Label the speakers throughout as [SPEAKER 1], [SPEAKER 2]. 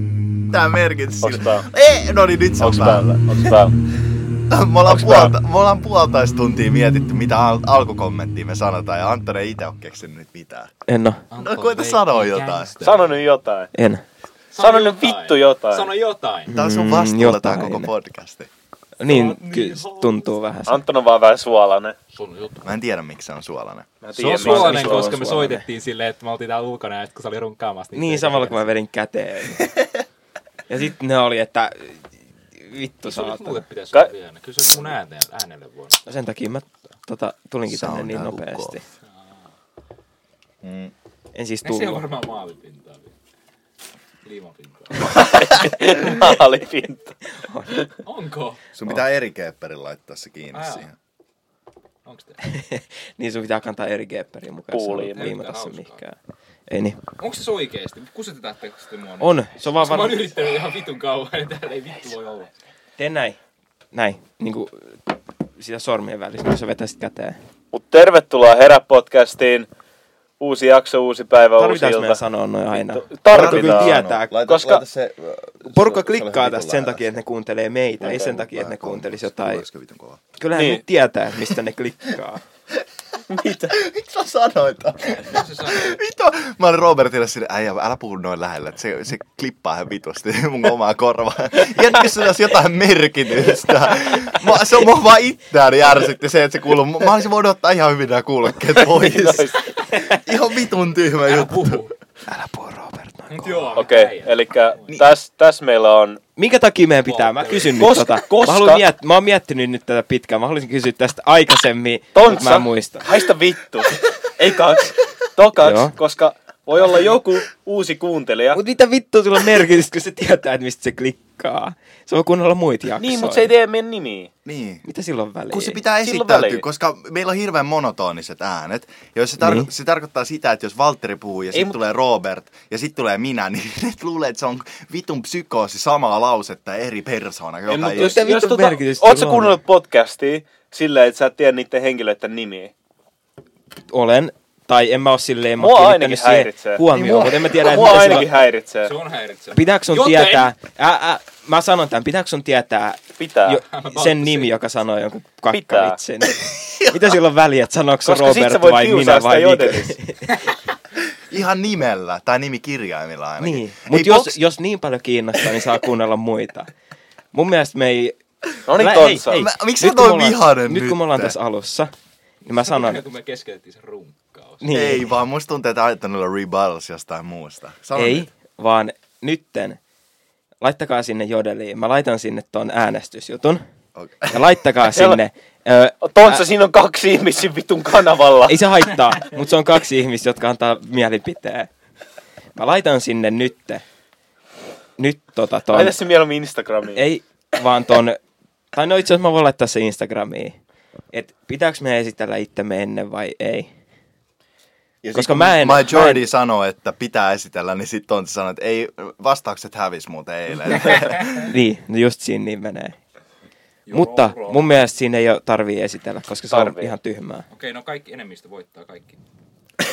[SPEAKER 1] mitään merkitystä
[SPEAKER 2] Onks
[SPEAKER 1] sillä.
[SPEAKER 2] päällä?
[SPEAKER 1] Ei, no niin nyt se on
[SPEAKER 2] Onks
[SPEAKER 1] päällä.
[SPEAKER 2] päällä? Onks päällä?
[SPEAKER 1] Me ollaan,
[SPEAKER 2] Onks
[SPEAKER 1] puolta, me ollaan puolitoista tuntia mietitty, mitä al- alkukommenttia me sanotaan, ja Anton ei itse ole keksinyt nyt mitään.
[SPEAKER 3] En oo.
[SPEAKER 1] No koita sanoa jotain.
[SPEAKER 2] Sano nyt jotain.
[SPEAKER 3] En.
[SPEAKER 2] Sano nyt vittu jotain.
[SPEAKER 4] Sano jotain.
[SPEAKER 1] Tää on sun
[SPEAKER 3] Mm,
[SPEAKER 1] vastuulla tää
[SPEAKER 3] jotain.
[SPEAKER 1] koko podcasti.
[SPEAKER 3] Niin, kyllä se tuntuu vähän se.
[SPEAKER 2] Anton on vaan vähän suolainen.
[SPEAKER 4] Sun juttu.
[SPEAKER 1] Mä en tiedä miksi se on suolainen.
[SPEAKER 2] Mä
[SPEAKER 4] Se on
[SPEAKER 2] tiedän,
[SPEAKER 4] suolainen,
[SPEAKER 2] miksi
[SPEAKER 3] suolainen.
[SPEAKER 4] koska me soitettiin silleen, että me oltiin täällä ulkona ja sit kun sä oli runkaamassa.
[SPEAKER 3] Niin samalla kun mä vedin käteen. Ja sitten ne oli, että vittu
[SPEAKER 4] Sun nyt
[SPEAKER 3] saatana.
[SPEAKER 4] muuten pitäisi
[SPEAKER 2] Ka-
[SPEAKER 4] olla vielä. Kyllä se olisi mun ääneen, äänelle voinut.
[SPEAKER 3] No Sen takia mä tota, tulinkin tänne niin
[SPEAKER 1] Sauna lukoo.
[SPEAKER 3] nopeasti.
[SPEAKER 1] Mm.
[SPEAKER 3] En siis
[SPEAKER 4] Eikö se ole
[SPEAKER 3] tullut.
[SPEAKER 4] varmaan maalipintaa vielä? Liimapintaa.
[SPEAKER 2] on maalipinta.
[SPEAKER 4] Onko?
[SPEAKER 1] Sun pitää eri keepperin laittaa se kiinni
[SPEAKER 4] Aa.
[SPEAKER 1] siihen.
[SPEAKER 4] Onks te?
[SPEAKER 3] Niin sun pitää kantaa eri gepperiin mukaan.
[SPEAKER 2] Puuliin.
[SPEAKER 3] Puuliin. Liimata se mihinkään. Ei niin.
[SPEAKER 4] Onko se oikeesti? Kusetetättekö te mua? nyt?
[SPEAKER 3] On. Se on vaan
[SPEAKER 4] Koska Mä oon
[SPEAKER 3] varmaan.
[SPEAKER 4] yrittänyt ihan vitun kauan ja täällä ei vittu voi olla.
[SPEAKER 3] Tee näin. Näin. Niinku sitä sormien välissä, kun sä vetäisit käteen.
[SPEAKER 2] Mut tervetuloa Herä-podcastiin. Uusi jakso, uusi päivä, uusi
[SPEAKER 3] Tarvitaanko meidän
[SPEAKER 2] ilta.
[SPEAKER 3] sanoa noin aina?
[SPEAKER 2] Tarvitaan.
[SPEAKER 3] kyllä tietää,
[SPEAKER 1] Laita-
[SPEAKER 2] koska
[SPEAKER 1] laita se, äh,
[SPEAKER 3] Porukka
[SPEAKER 1] se- se oli niinku
[SPEAKER 3] klikkaa
[SPEAKER 1] vitun
[SPEAKER 2] niinku
[SPEAKER 3] tästä sen
[SPEAKER 1] lähellä.
[SPEAKER 3] takia, että ne kuuntelee meitä, ei sen takia, että
[SPEAKER 1] Vähän
[SPEAKER 3] ne kuuntelisi
[SPEAKER 1] kommentoisi.
[SPEAKER 3] jotain.
[SPEAKER 1] Olisiko vitun kova?
[SPEAKER 3] Kyllähän
[SPEAKER 2] Niin.
[SPEAKER 3] ne tietää, mistä ne klikkaa.
[SPEAKER 1] Miksi sä sanoit? ton?
[SPEAKER 4] Mitä se sanoo?
[SPEAKER 1] Vito! Mä olin Robertille sille, äijä, älä puhu noin lähellä, että se, se klippaa ihan vitusti mun omaa korvaa. Jätkö se tässä jotain merkitystä? Mä, se on mua vaan itseään järsytti se, että se kuuluu. Mä olisin voinut ottaa ihan hyvin nämä kuulokkeet pois. ihan vitun tyhmä
[SPEAKER 4] Älä
[SPEAKER 1] juttu.
[SPEAKER 4] puhu.
[SPEAKER 3] Älä puhu Robert noin.
[SPEAKER 4] Mut joo.
[SPEAKER 2] Okei,
[SPEAKER 4] äijä.
[SPEAKER 2] eli
[SPEAKER 3] Niin.
[SPEAKER 2] tässä täs meillä on...
[SPEAKER 3] Minkä takia meidän pitää? Mä kysyn nyt
[SPEAKER 2] Koska-
[SPEAKER 3] tota.
[SPEAKER 2] koska-
[SPEAKER 3] Mä, haluan miet- mä oon miettinyt nyt tätä pitkään. Mä haluaisin kysyä tästä aikaisemmin, mutta mä
[SPEAKER 2] Tontsa,
[SPEAKER 3] en muista.
[SPEAKER 2] haista vittu. Ei kaks, tokaks,
[SPEAKER 3] Joo.
[SPEAKER 2] koska voi olla joku uusi kuuntelija.
[SPEAKER 3] Mut mitä vittua sillä on merkitystä, kun se tietää, että mistä se klikkaa? Se voi kuunnella muita jaksoja.
[SPEAKER 2] niin, mutta se ei tee meidän nimiä.
[SPEAKER 1] Niin.
[SPEAKER 3] Mitä silloin väliä?
[SPEAKER 1] Kun se pitää
[SPEAKER 2] Silloin
[SPEAKER 1] esittäytyä,
[SPEAKER 2] väliin.
[SPEAKER 1] koska meillä on hirveän monotoniset äänet. Ja jos se, tarko-
[SPEAKER 3] Niin.
[SPEAKER 1] se tarkoittaa sitä, että jos Valtteri puhuu ja sitten
[SPEAKER 2] mut-
[SPEAKER 1] tulee Robert ja sitten tulee minä, niin ne luulee, että se on vitun psykoosi samaa lausetta eri persoona. Joka
[SPEAKER 2] mut
[SPEAKER 1] ei-
[SPEAKER 3] jos- Mitä vittu merkitystä
[SPEAKER 2] oot sä
[SPEAKER 3] sillä on?
[SPEAKER 2] kuunnellut podcastia silleen, että sä et tiedä niiden henkilöiden nimiä?
[SPEAKER 3] Olen, tai en mä oo silleen, mä
[SPEAKER 2] Mua
[SPEAKER 3] oon
[SPEAKER 2] ainakin
[SPEAKER 3] kiinnittänyt
[SPEAKER 2] häiritsee.
[SPEAKER 3] siihen
[SPEAKER 1] Niin mua-
[SPEAKER 3] huomioon, mutta en mä tiedä, että
[SPEAKER 2] Mua
[SPEAKER 3] mitä
[SPEAKER 2] ainakin
[SPEAKER 3] silloin...
[SPEAKER 2] häiritsee.
[SPEAKER 4] Se on häiritsevä.
[SPEAKER 3] Pitääkö sun
[SPEAKER 4] Joten-
[SPEAKER 3] tietää, ä, ä, mä sanon tämän, pitääkö sun tietää
[SPEAKER 2] Pitää.
[SPEAKER 3] sen nimi, joka sanoo jonkun kakkavitsin? Mitä silloin väliä, että sanooko se
[SPEAKER 2] Koska sit
[SPEAKER 3] Robert
[SPEAKER 2] sä voit
[SPEAKER 3] vai
[SPEAKER 2] kiusaa
[SPEAKER 3] minä
[SPEAKER 2] sitä
[SPEAKER 3] vai mikä?
[SPEAKER 2] jotenkin.
[SPEAKER 1] Ihan nimellä tai nimikirjaimilla ainakin.
[SPEAKER 3] Niin,
[SPEAKER 1] Ei
[SPEAKER 3] mutta jos,
[SPEAKER 1] box-
[SPEAKER 3] jos niin paljon kiinnostaa, niin saa kuunnella muita. Mun mielestä me ei...
[SPEAKER 2] No niin,
[SPEAKER 3] Mä-
[SPEAKER 2] Tontsa.
[SPEAKER 3] hei, hei,
[SPEAKER 1] Mä- miksi sä
[SPEAKER 3] nyt kun
[SPEAKER 1] toi
[SPEAKER 3] me ollaan-
[SPEAKER 1] vihanen
[SPEAKER 3] Nyt kun me ollaan
[SPEAKER 1] nytte?
[SPEAKER 3] tässä alussa, niin mä sanon...
[SPEAKER 4] Kun me keskeytettiin se runkkaus.
[SPEAKER 3] Niin,
[SPEAKER 1] Ei vaan, musta tuntuu, että Antonilla on rebuttals jostain muusta. Sano
[SPEAKER 3] ei,
[SPEAKER 1] nyt.
[SPEAKER 3] vaan nytten laittakaa sinne jodeliin. Mä laitan sinne ton äänestysjutun.
[SPEAKER 1] Okei.
[SPEAKER 3] Ja laittakaa sinne. Ö,
[SPEAKER 2] Tontsa, siinä on kaksi ihmisiä vitun kanavalla.
[SPEAKER 3] ei se haittaa, mutta se on kaksi ihmistä, jotka antaa mielipiteen. Mä laitan sinne nytte. Nyt tota ton.
[SPEAKER 2] Laita se mieluummin Instagramiin.
[SPEAKER 3] Ei, vaan ton... Tai no itse asiassa mä voin laittaa se Instagramiin. Et pitääks me esitellä itsemme ennen vai ei?
[SPEAKER 1] Ja sit
[SPEAKER 3] Koska
[SPEAKER 1] kun
[SPEAKER 3] mä en-
[SPEAKER 1] Majority
[SPEAKER 3] mä en-
[SPEAKER 1] sanoo, että pitää esitellä, niin sitten on sanoo, että ei, vastaukset hävis muuten eilen.
[SPEAKER 3] Niin, no just siinä niin menee.
[SPEAKER 4] Joo,
[SPEAKER 3] Mutta
[SPEAKER 4] joo.
[SPEAKER 3] mun mielestä siinä ei oo- tarvii esitellä, koska se on
[SPEAKER 2] Tarvii.
[SPEAKER 3] ihan tyhmää.
[SPEAKER 4] Okei, no kaikki enemmistö voittaa kaikki.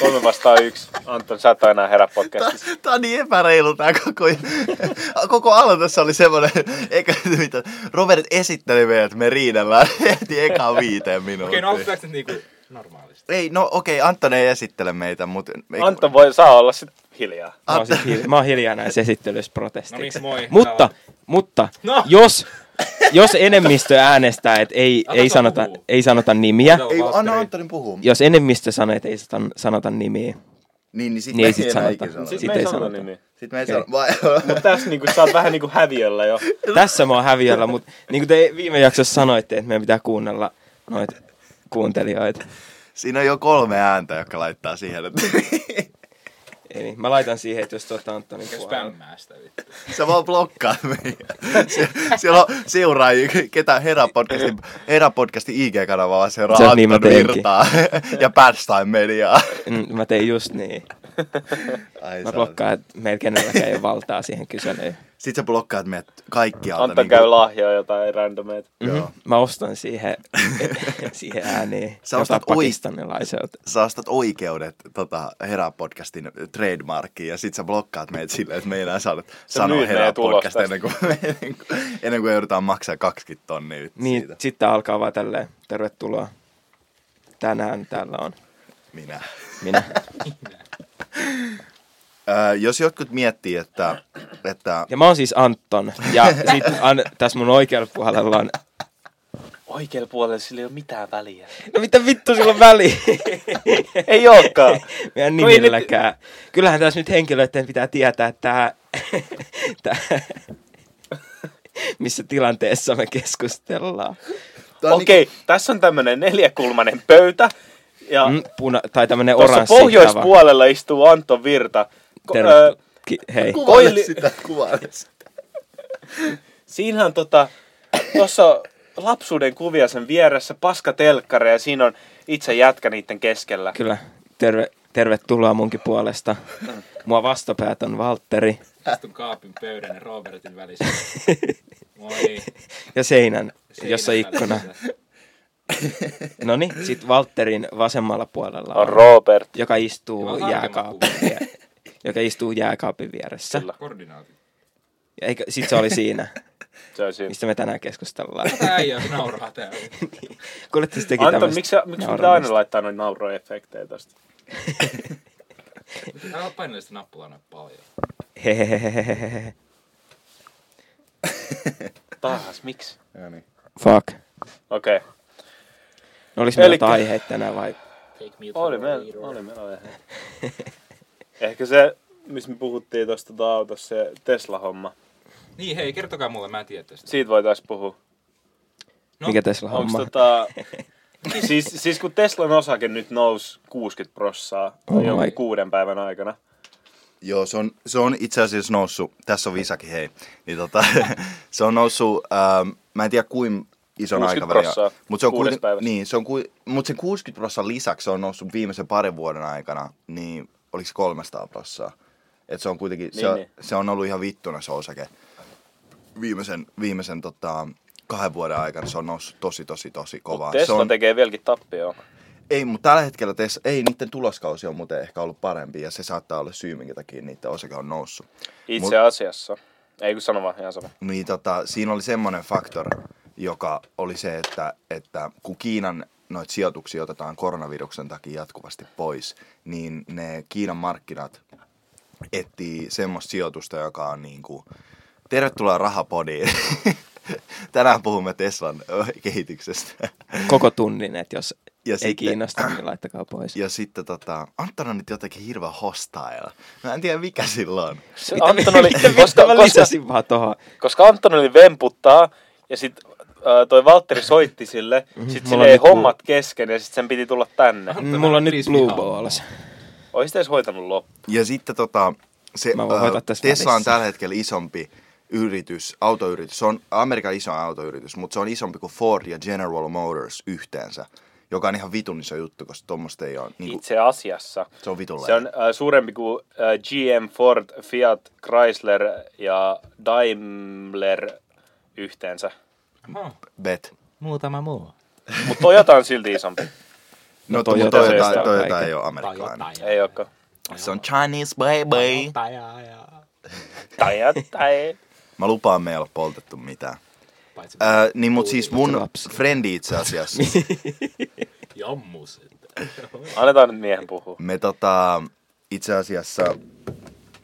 [SPEAKER 2] Kolme vastaan yksi. Anton, sä et ole enää herää podcastissa.
[SPEAKER 1] Tää on niin epäreilu tää koko, koko aloitus oli semmoinen, eikä mitä, Robert esitteli meidät, että me riidellään heti eka viiteen
[SPEAKER 4] Okei,
[SPEAKER 1] minuuttiin.
[SPEAKER 4] no aloitetaanko nyt niinku normaalisti?
[SPEAKER 1] ei, no okei, Anton ei esittele meitä, mutta...
[SPEAKER 2] Anton voi, saa olla sit hiljaa.
[SPEAKER 3] Mä oon,
[SPEAKER 1] Anton-
[SPEAKER 3] sit hilja, mä oon hiljaa näissä esittelyissä protestiksi.
[SPEAKER 4] No niin, moi.
[SPEAKER 3] Mutta,
[SPEAKER 4] Tää
[SPEAKER 3] mutta
[SPEAKER 4] No.
[SPEAKER 3] no. jos, jos enemmistö äänestää, että ei,
[SPEAKER 4] Anna
[SPEAKER 3] ei,
[SPEAKER 4] tuon
[SPEAKER 3] sanota,
[SPEAKER 4] puhua.
[SPEAKER 3] ei sanota nimiä,
[SPEAKER 4] Joo,
[SPEAKER 1] Ei, anna
[SPEAKER 4] Valtteri.
[SPEAKER 1] Antonin puhua.
[SPEAKER 3] jos enemmistö sanoo, että ei sano- sanota nimiä,
[SPEAKER 1] Niin, niin sitten
[SPEAKER 3] niin ei sit sanota.
[SPEAKER 2] Sit
[SPEAKER 3] Sit
[SPEAKER 2] me ei
[SPEAKER 3] ei
[SPEAKER 2] sanota
[SPEAKER 3] sanota.
[SPEAKER 2] nimiä.
[SPEAKER 1] Sitten me ei
[SPEAKER 3] Okei.
[SPEAKER 1] sano. Vai-
[SPEAKER 2] Mut tässä niinku, sä oot vähän niinku häviöllä jo.
[SPEAKER 3] Tässä mä oon häviöllä, mutta niin kuin te viime jaksossa sanoitte, että meidän pitää kuunnella noita kuuntelijoita.
[SPEAKER 1] Siinä on jo kolme ääntä, jotka laittaa siihen, että
[SPEAKER 3] Eli mä laitan siihen, että jos tuota Antonin
[SPEAKER 4] Jos
[SPEAKER 3] puolella.
[SPEAKER 4] spämmää sitä vittu.
[SPEAKER 1] sä vaan blokkaat meidän. Sie- siellä on seuraajia, ketä Herra Podcastin, Herra Podcastin IG-kanavaa vaan seuraa
[SPEAKER 3] Se on niin,
[SPEAKER 1] Anton
[SPEAKER 3] mä teenkin.
[SPEAKER 1] Virtaa ja Badstime Mediaa.
[SPEAKER 3] Mm, Mä tein just niin.
[SPEAKER 1] Ai,
[SPEAKER 3] Mä
[SPEAKER 1] saa-
[SPEAKER 3] blokkaan, että meillä kenelläkään ei ole valtaa siihen kyselyyn.
[SPEAKER 1] Sit sä blokkaat meidät kaikki alta. niin
[SPEAKER 3] niinku-
[SPEAKER 2] Antta käy lahjaa jotain randomeita.
[SPEAKER 3] Mm-hmm.
[SPEAKER 1] Joo.
[SPEAKER 3] Mä ostan siihen, siihen ääniin.
[SPEAKER 1] Sä ostat
[SPEAKER 3] joltain
[SPEAKER 1] ui-
[SPEAKER 3] pakistanilaiselta.
[SPEAKER 1] sä ostat oikeudet tota, Herää podcastin trademarkkiin ja sit sä blokkaat meitä silleen, että me ei enää saada sanoa
[SPEAKER 2] myyt
[SPEAKER 1] Herää
[SPEAKER 2] meidän tulos
[SPEAKER 1] podcast
[SPEAKER 2] tästä.
[SPEAKER 1] ennen kuin, ennen, kuin, ennen kuin joudutaan maksaa 20 tonnia nyt niin.
[SPEAKER 3] Niin,
[SPEAKER 1] siitä.
[SPEAKER 3] sitten alkaa vaan tälleen, tervetuloa. Tänään täällä on
[SPEAKER 1] Minä.
[SPEAKER 3] minä.
[SPEAKER 1] Öö, jos jotkut miettii, että, että
[SPEAKER 3] Ja mä oon siis Anton. Ja sit an, tässä mun oikealla puolella on...
[SPEAKER 2] Oikealla puolella sillä ei ole mitään väliä.
[SPEAKER 3] No mitä vittu sillä on väliä?
[SPEAKER 2] ei olekaan.
[SPEAKER 3] Meidän
[SPEAKER 2] No ei nyt-
[SPEAKER 3] nimilläkään. Kyllähän tässä nyt henkilöiden pitää tietää, että tää, tää, missä tilanteessa me keskustellaan.
[SPEAKER 1] Tää
[SPEAKER 3] niinku-
[SPEAKER 1] on
[SPEAKER 2] Okei, tässä on tämmönen neljäkulmanen pöydä. Ja
[SPEAKER 3] Mm, puna, tai tämmönen
[SPEAKER 2] tuossa
[SPEAKER 3] oranssi. tava.
[SPEAKER 2] pohjoispuolella istuu Anton Virta. Ko-
[SPEAKER 3] Terve.
[SPEAKER 2] ö,
[SPEAKER 3] Ki- Hei.
[SPEAKER 1] niinku, kuvaile
[SPEAKER 2] koili-
[SPEAKER 1] sitä, kuvaile sitä.
[SPEAKER 2] Siinä on tota, tuossa on lapsuuden kuvia sen vieressä, paska telkkari ja siinä on itse jätkä niiden keskellä.
[SPEAKER 3] Kyllä. Terve, tervetuloa munkin puolesta. Mua vastapäät on Valtteri
[SPEAKER 4] Istun kaapin pöydän ja Robertin välissä. Moi.
[SPEAKER 3] ja seinän,
[SPEAKER 4] Seinän
[SPEAKER 3] jossa ikkuna.
[SPEAKER 4] välissä.
[SPEAKER 3] No niin, sit Valtterin vasemmalla puolella
[SPEAKER 2] On
[SPEAKER 3] on,
[SPEAKER 2] Robert.
[SPEAKER 3] joka istuu
[SPEAKER 4] Joo, tarkemmat
[SPEAKER 3] jääkaapin
[SPEAKER 4] kuvat.
[SPEAKER 3] vie- joka istuu jääkaapin vieressä.
[SPEAKER 2] Kyllä.
[SPEAKER 4] Koordinaatit.
[SPEAKER 3] Ja Eikö, sit se oli siinä,
[SPEAKER 2] Se on siinä.
[SPEAKER 3] mistä me tänään keskustellaan.
[SPEAKER 4] Tätä äijä nauraa täällä.
[SPEAKER 3] Kuulette sittenkin
[SPEAKER 2] Anton,
[SPEAKER 3] tämmöstä
[SPEAKER 2] miksi, sä- miksi pitää
[SPEAKER 3] nauramista?
[SPEAKER 2] aina laittaa noin nauroefektejä tosta?
[SPEAKER 4] Älä painele sitä nappulaa noin paljon.
[SPEAKER 3] Hehehehehehe.
[SPEAKER 2] Taas, miksi?
[SPEAKER 1] Ja niin.
[SPEAKER 3] Fuck.
[SPEAKER 2] Okei. Okay.
[SPEAKER 3] No olis meillä
[SPEAKER 2] Elikkä-
[SPEAKER 3] jotain aiheita tänään vai?
[SPEAKER 4] Take me to
[SPEAKER 2] Oli
[SPEAKER 4] the
[SPEAKER 2] meillä,
[SPEAKER 4] leader.
[SPEAKER 2] oli meillä aihe. Ehkä se, missä me puhuttiin tuosta tota autossa, se Tesla-homma.
[SPEAKER 4] Niin hei, kertokaa mulle, mä en tiedä tästä.
[SPEAKER 2] Siitä voitaisiin puhua.
[SPEAKER 4] No,
[SPEAKER 3] Mikä Tesla
[SPEAKER 2] Onks
[SPEAKER 3] homma?
[SPEAKER 2] tota... siis, siis kun Teslan osake nyt nousi 60 prossaa
[SPEAKER 3] Oh
[SPEAKER 2] oh
[SPEAKER 3] my-
[SPEAKER 2] kuuden päivän aikana.
[SPEAKER 1] Joo, se on, se on itse asiassa noussut, tässä on Visakin, hei, niin tota, se on noussut, ähm, mä en tiedä kuin ison
[SPEAKER 2] 60
[SPEAKER 1] aikavälin,
[SPEAKER 2] prossaa
[SPEAKER 1] mutta se on
[SPEAKER 2] kuudessa
[SPEAKER 1] kuiten,
[SPEAKER 2] päivässä.
[SPEAKER 1] niin, se on kui, mut sen 60 prossan lisäksi se on noussut viimeisen parin vuoden aikana, niin oliko se 300 prossaa? Et se on kuitenkin, se,
[SPEAKER 2] Niin, niin.
[SPEAKER 1] se on ollut ihan vittuna se osake. Viimeisen, viimeisen tota, kahden vuoden aikana se on noussut tosi, tosi, tosi kovaa.
[SPEAKER 2] Mut Tesla
[SPEAKER 1] se on,
[SPEAKER 2] tekee vieläkin tappioon.
[SPEAKER 1] ei, mutta tällä hetkellä tässä, ei, niiden tuloskausi on muuten ehkä ollut parempi ja se saattaa olla syy, minkä takia niiden osake on noussut. Mut-
[SPEAKER 2] Itse asiassa. Ei kun sano vaan, ihan sama.
[SPEAKER 1] niin tota, siinä oli semmoinen faktor, joka oli se, että, että kun Kiinan noita sijoituksia otetaan koronaviruksen takia jatkuvasti pois, niin ne Kiinan markkinat etsii semmoista sijoitusta, joka on niin kuin, tervetuloa rahapodiin. Tänään puhumme Teslan ö, kehityksestä.
[SPEAKER 3] Koko tunnin, että jos
[SPEAKER 1] Ja
[SPEAKER 3] ei
[SPEAKER 1] sitten-
[SPEAKER 3] kiinnosta, niin laittakaa pois.
[SPEAKER 1] Ja sitten tota, Anton on nyt jotenkin hirveän hostile. Mä en tiedä mikä sillä on.
[SPEAKER 2] Se, Anton oli,
[SPEAKER 3] Mitä vittu
[SPEAKER 2] koska,
[SPEAKER 3] mä
[SPEAKER 2] koska,
[SPEAKER 3] lisäsin vaan tohon.
[SPEAKER 2] koska Anton oli vemputtaa ja sit äh, toi Valtteri soitti sille, sit
[SPEAKER 3] mulla
[SPEAKER 2] sille
[SPEAKER 3] on
[SPEAKER 2] ei
[SPEAKER 3] nyt
[SPEAKER 1] niinku-
[SPEAKER 3] blue-
[SPEAKER 2] hommat kesken ja sit sen piti tulla tänne.
[SPEAKER 4] Anton
[SPEAKER 3] Mulla on
[SPEAKER 4] on
[SPEAKER 3] nyt
[SPEAKER 4] Chris
[SPEAKER 3] Blue
[SPEAKER 4] Mihail.
[SPEAKER 3] Balls.
[SPEAKER 2] Oisit edes hoitanut loppu.
[SPEAKER 1] Ja sitten tota, se,
[SPEAKER 3] Mä voin hoitaa
[SPEAKER 1] ö,
[SPEAKER 3] tässä
[SPEAKER 1] Tesla on
[SPEAKER 3] välissä.
[SPEAKER 1] tällä hetkellä isompi yritys, autoyritys. Se on Amerikan iso autoyritys, mutta se on isompi kuin Ford ja General Motors yhteensä, joka on ihan vitun iso juttu, koska tuommoista ei ole. Niin kuin,
[SPEAKER 2] Itse asiassa.
[SPEAKER 1] se on vitulla.
[SPEAKER 2] Se on äh, suurempi kuin äh, GM, Ford, Fiat, Chrysler ja Daimler yhteensä.
[SPEAKER 4] Aha.
[SPEAKER 1] bet.
[SPEAKER 4] Muutama muu.
[SPEAKER 2] Mutta Toyota on silti isompi.
[SPEAKER 1] No, no
[SPEAKER 3] Toyota
[SPEAKER 1] Toyota,
[SPEAKER 2] se
[SPEAKER 1] Toyota,
[SPEAKER 2] estää
[SPEAKER 1] Toyota
[SPEAKER 3] kaiken.
[SPEAKER 1] ei ole
[SPEAKER 4] Tai
[SPEAKER 1] amerikkalainen.
[SPEAKER 4] jotain.
[SPEAKER 2] Ei olekaan.
[SPEAKER 1] Se on Chinese baby.
[SPEAKER 4] Tai ja.
[SPEAKER 2] Tai, tai.
[SPEAKER 1] Mä lupaan, me ei ole poltettu mitään.
[SPEAKER 4] Paitsi
[SPEAKER 1] Äh, niin, mutta siis mun
[SPEAKER 3] lapsi.
[SPEAKER 1] frendi itse asiassa,
[SPEAKER 4] jammus.
[SPEAKER 2] Annetaan nyt miehen puhua.
[SPEAKER 1] me tota, itse asiassa,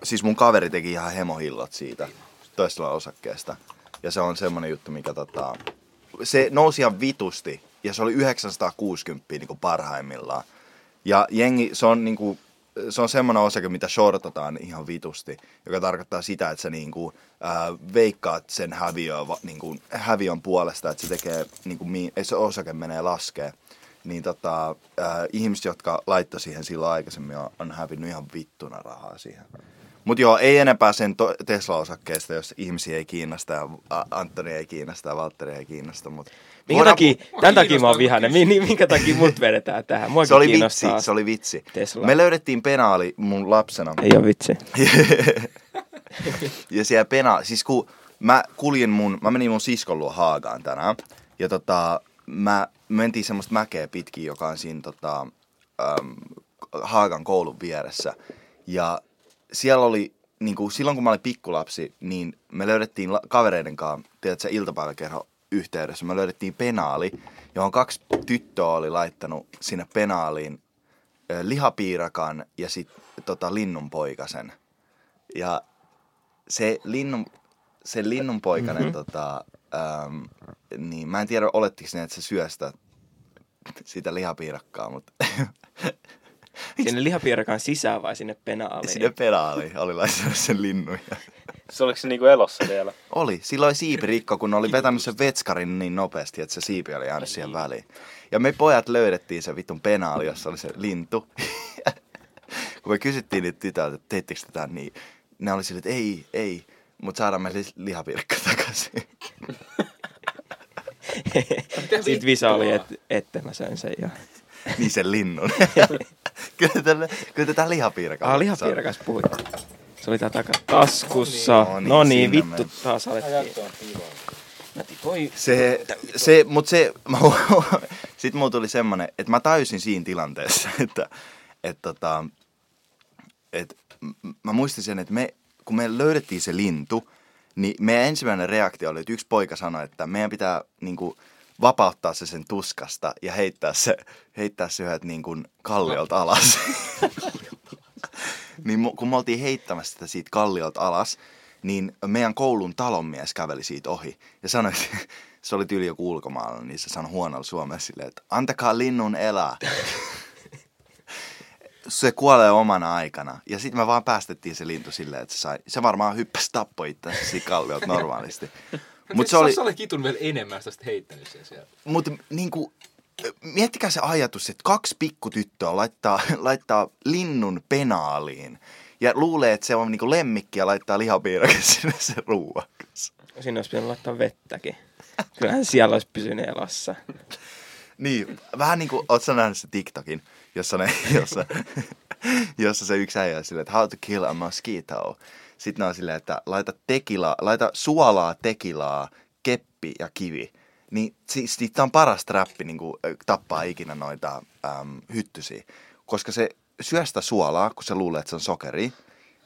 [SPEAKER 1] siis mun kaveri teki ihan hemohillot siitä toisella osakkeesta. Ja se on semmonen juttu, mikä tota, se nousi ihan vitusti ja se oli 960 niin parhaimmillaan. Ja jengi, se on niin kuin, se on semmoinen osake, mitä shortataan ihan vitusti, joka tarkoittaa sitä, että sä niin kuin, äh, veikkaat sen häviön, va- niin kuin, häviön puolesta, että se, tekee, niin kuin, mi- se osake menee laskee. Niin tota, äh, ihmiset, jotka laittoi siihen silloin aikaisemmin, on, on hävinnyt ihan vittuna rahaa siihen. Mutta joo, ei enempää sen to- Tesla-osakkeesta, jos ihmisiä ei kiinnosta, ja A- Antoni ei kiinnosta ja Valtteri ei kiinnosta. Mut
[SPEAKER 3] Minkä takia,
[SPEAKER 4] Mua
[SPEAKER 3] tämän takia mä
[SPEAKER 4] kiinnostaa,
[SPEAKER 3] oon vihainen,
[SPEAKER 4] kun
[SPEAKER 3] Min- minkä takia mut vedetään tähän. Mua
[SPEAKER 1] se oli vitsi,
[SPEAKER 3] kiinnostaa.
[SPEAKER 1] se oli vitsi.
[SPEAKER 3] Tesla.
[SPEAKER 1] Me löydettiin penaali mun lapsena.
[SPEAKER 3] Ei oo vitsi.
[SPEAKER 1] Ja siellä pena, siis kun mä kuljin mun, mä menin mun siskon luo Haagaan tänään. Ja tota, mä me mentiin semmoista mäkeä pitkin, joka on siinä tota, äm, Haagan koulun vieressä. Ja siellä oli, niin kuin silloin kun mä olin pikkulapsi, niin me löydettiin la- kavereiden kanssa, tiedätkö, iltapäiväkerho yhteydessä, me löydettiin penaali, johon kaksi tyttöä oli laittanut sinne penaaliin ö, lihapiirakan ja sitten tota, linnunpoikasen. Ja se linnun, se linnunpoikainen, mm-hmm. tota, äm, niin mä en tiedä, olettiko ne, että se syö sitä, sitä lihapiirakkaa, mutta
[SPEAKER 3] Sinne lihapiirakan sisään vai sinne penaaliin?
[SPEAKER 1] sinne pedaali oli laittanut sen linnun. Ja...
[SPEAKER 2] Se oliko se niinku elossa vielä?
[SPEAKER 1] Oli. Silloin oli siipirikko, kun ne oli vetänyt sen vetskarin niin nopeasti, että se siipi oli jäänyt siihen väliin. Ja me pojat löydettiin se vitun penaali, jossa oli se lintu. kun me kysyttiin niitä tytöltä, että teittekö tätä niin, ne oli silleen, että ei, ei, mutta saadaan me li- lihapirkka takaisin.
[SPEAKER 3] Sitten visa oli, että ette mä söin sen ja...
[SPEAKER 1] niin sen linnun. kyllä, tälle, kyllä tätä lihapiirakaa.
[SPEAKER 3] Ah, lihapiirakas puhuit. Se oli tää takataskussa.
[SPEAKER 1] No niin,
[SPEAKER 3] No
[SPEAKER 1] siinä
[SPEAKER 3] niin, vittu
[SPEAKER 1] meni.
[SPEAKER 3] taas alettiin.
[SPEAKER 4] Jatko on kivaa.
[SPEAKER 3] Mä tipoin.
[SPEAKER 1] Se, se, mut se, mä, sit mulla tuli semmonen, että mä täysin siinä tilanteessa, että, että tota, et, m- mä muistin sen, että me, kun me löydettiin se lintu, niin meidän ensimmäinen reaktio oli, että yksi poika sanoi, että meidän pitää niin kuin, vapauttaa se sen tuskasta ja heittää se, heittää se yhdet niin kuin, kalliolta alas. niin mu- kun me oltiin heittämässä sitä siitä kalliolta alas, niin meidän koulun talonmies käveli siitä ohi ja sanoi, että se oli tyyli joku ulkomaalainen, niin se sanoi huonolla suomella silleen, että antakaa linnun elää se kuolee omana aikana. Ja sitten me vaan päästettiin se lintu silleen, että se, sai, se varmaan hyppäsi tappoi itseänsä siinä kalliolta normaalisti. Mutta se oli,
[SPEAKER 4] Sä olet kitun vielä enemmän, jos sä olisit heittänyt sen siellä.
[SPEAKER 1] mut niinku, miettikää se ajatus, että kaksi pikkutyttöä laittaa, laittaa linnun penaaliin. Ja luulee, että se on niinku lemmikki ja laittaa lihapiirakin sinne sen ruuaksi.
[SPEAKER 3] Sinne olisi pitänyt laittaa vettäkin. Kyllähän siellä olisi pysynyt elossa.
[SPEAKER 1] Niin, vähän niin kuin, oot sä nähnyt se TikTokin, jossa, ne, jossa, jossa se yksi äijä on silleen, että how to kill a mosquito. Sitten ne on silleen, että laita, tekilaa, laita suolaa, tekilaa, keppi ja kivi. Niin siis tämä on paras trappi niin kuin, tappaa ikinä noita äm, hyttysiä. Koska se syö sitä suolaa, kun se luulee, että se on sokeri.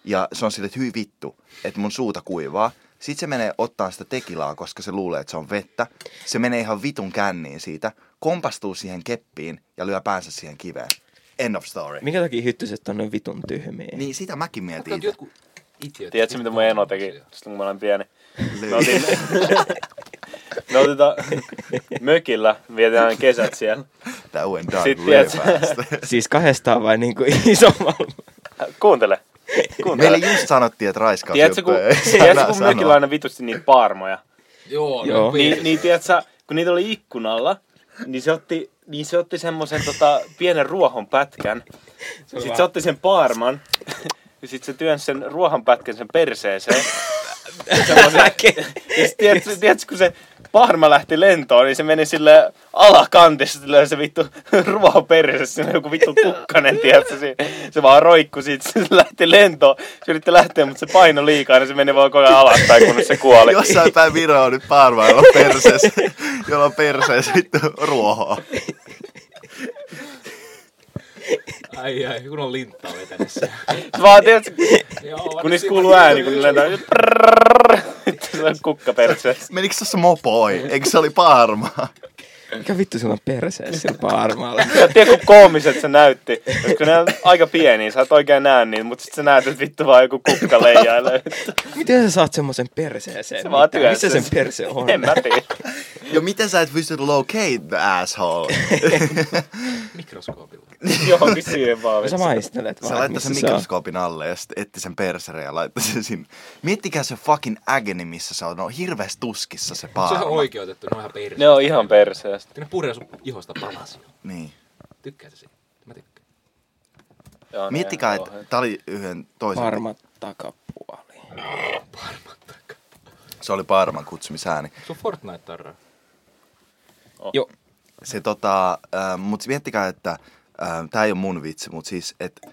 [SPEAKER 1] Ja se on silleen, että hyi vittu, että mun suuta kuivaa. Sitten se menee ottaa sitä tekilaa, koska se luulee, että se on vettä. Se menee ihan vitun känniin siitä, kompastuu siihen keppiin ja lyö päänsä siihen kiveen. End of story.
[SPEAKER 3] Minkä takia hyttyset on noin vitun tyhmiä?
[SPEAKER 1] Niin sitä mäkin
[SPEAKER 4] Jotka
[SPEAKER 1] mietin.
[SPEAKER 4] on jotkut idiot.
[SPEAKER 2] Tiedätkö, mitä mun eno teki silloin, kun mä olin pieni?
[SPEAKER 1] Lyö.
[SPEAKER 2] Me oltiin, me oltiin ta- mökillä, vietetään kesät siellä.
[SPEAKER 1] Tää uuden dog
[SPEAKER 2] Sitten
[SPEAKER 1] lyö
[SPEAKER 2] tiedät-
[SPEAKER 1] päästä.
[SPEAKER 3] Siis kahdestaan vai niinku isommalla?
[SPEAKER 2] Kuuntele. Kuuntele.
[SPEAKER 1] Meille just sanottiin, että raiskaus
[SPEAKER 2] Tiedätkö, kun,
[SPEAKER 1] juttuja ei saa
[SPEAKER 2] tiedätkö,
[SPEAKER 1] enää
[SPEAKER 2] kun
[SPEAKER 1] sanoa.
[SPEAKER 2] mökillä aina vitusti niitä paarmoja?
[SPEAKER 4] Joo,
[SPEAKER 3] Joo.
[SPEAKER 4] no,
[SPEAKER 2] Niin,
[SPEAKER 4] niin,
[SPEAKER 2] niin tiedätkö, kun niitä oli ikkunalla, niin se otti, niin se otti semmoisen tota, pienen ruohon pätkän. Sitten se otti sen paarman. Ja sitten se työnsi sen ruohon pätkän sen perseeseen. Ja sit tiedätkö, tiedätkö, kun se paarma lähti lentoon, niin se meni sille alakantissa, sille se vittu ruoho perse, sinne joku vittu kukkanen, tiedätkö, se, se vaan roikku siitä, se lähti lentoon, se yritti lähteä, mutta se paino liikaa, niin se meni vaan koko ajan alaspäin, kunnes se kuoli.
[SPEAKER 1] Jossain päin Viroa on nyt paarma, jolla on perseessä, jolla on perseessä vittu ruohoa.
[SPEAKER 4] ai ai, kun on linttaa vetänyt siellä.
[SPEAKER 2] Se vaan, tiedätkö,
[SPEAKER 4] Joo, varmasti-
[SPEAKER 2] kun niissä kuuluu ääni, kun ne lentää, niin prrrr, vittu, se on kukka perseessä.
[SPEAKER 1] Menikö se mopoi? Eikö se oli paarma?
[SPEAKER 3] Mikä vittu sulla on perseessä sillä paarmaalla?
[SPEAKER 2] Ja tiedä, kun koomiset se näytti, koska ne on aika pieniä, sä et oikein näe niitä, mutta sit sä näet, että vittu vaan joku kukka leijailee.
[SPEAKER 3] Miten sä saat semmoisen perseeseen?
[SPEAKER 2] Se vaan
[SPEAKER 3] Mitä- Missä
[SPEAKER 2] työnsä.
[SPEAKER 3] sen perse on?
[SPEAKER 2] En mä tiedä.
[SPEAKER 1] Ja miten sä et pystynyt locate the asshole?
[SPEAKER 4] mikroskoopilla.
[SPEAKER 2] Johonkin siihen vaan.
[SPEAKER 3] Sä
[SPEAKER 2] vitsi.
[SPEAKER 3] maistelet vaan,
[SPEAKER 1] Sä
[SPEAKER 3] että
[SPEAKER 1] laittaa sen
[SPEAKER 3] missä se on.
[SPEAKER 1] mikroskoopin alle ja sitten etti sen persere ja laittaa sen sinne. Miettikää se fucking agony, missä se on. No hirveäs tuskissa se
[SPEAKER 4] Se on
[SPEAKER 1] paarma.
[SPEAKER 4] ihan oikeutettu, ne on ihan perse.
[SPEAKER 2] Ne on ihan perseestä.
[SPEAKER 4] Ne puree sun ihosta palasia.
[SPEAKER 1] Niin.
[SPEAKER 4] Tykkää se siitä. Mä tykkään.
[SPEAKER 2] Joo, ne
[SPEAKER 1] Miettikää,
[SPEAKER 2] ihan
[SPEAKER 1] että
[SPEAKER 2] kauheat.
[SPEAKER 1] tää oli yhden toisen.
[SPEAKER 3] Parma takapuoli.
[SPEAKER 1] Se oli Parman kutsumisääni.
[SPEAKER 4] Se on Fortnite-tarra.
[SPEAKER 3] Joo,
[SPEAKER 1] se tota, äh, mut miettikää, että äh, tämä ei ole mun vitsi, mutta siis, että ö,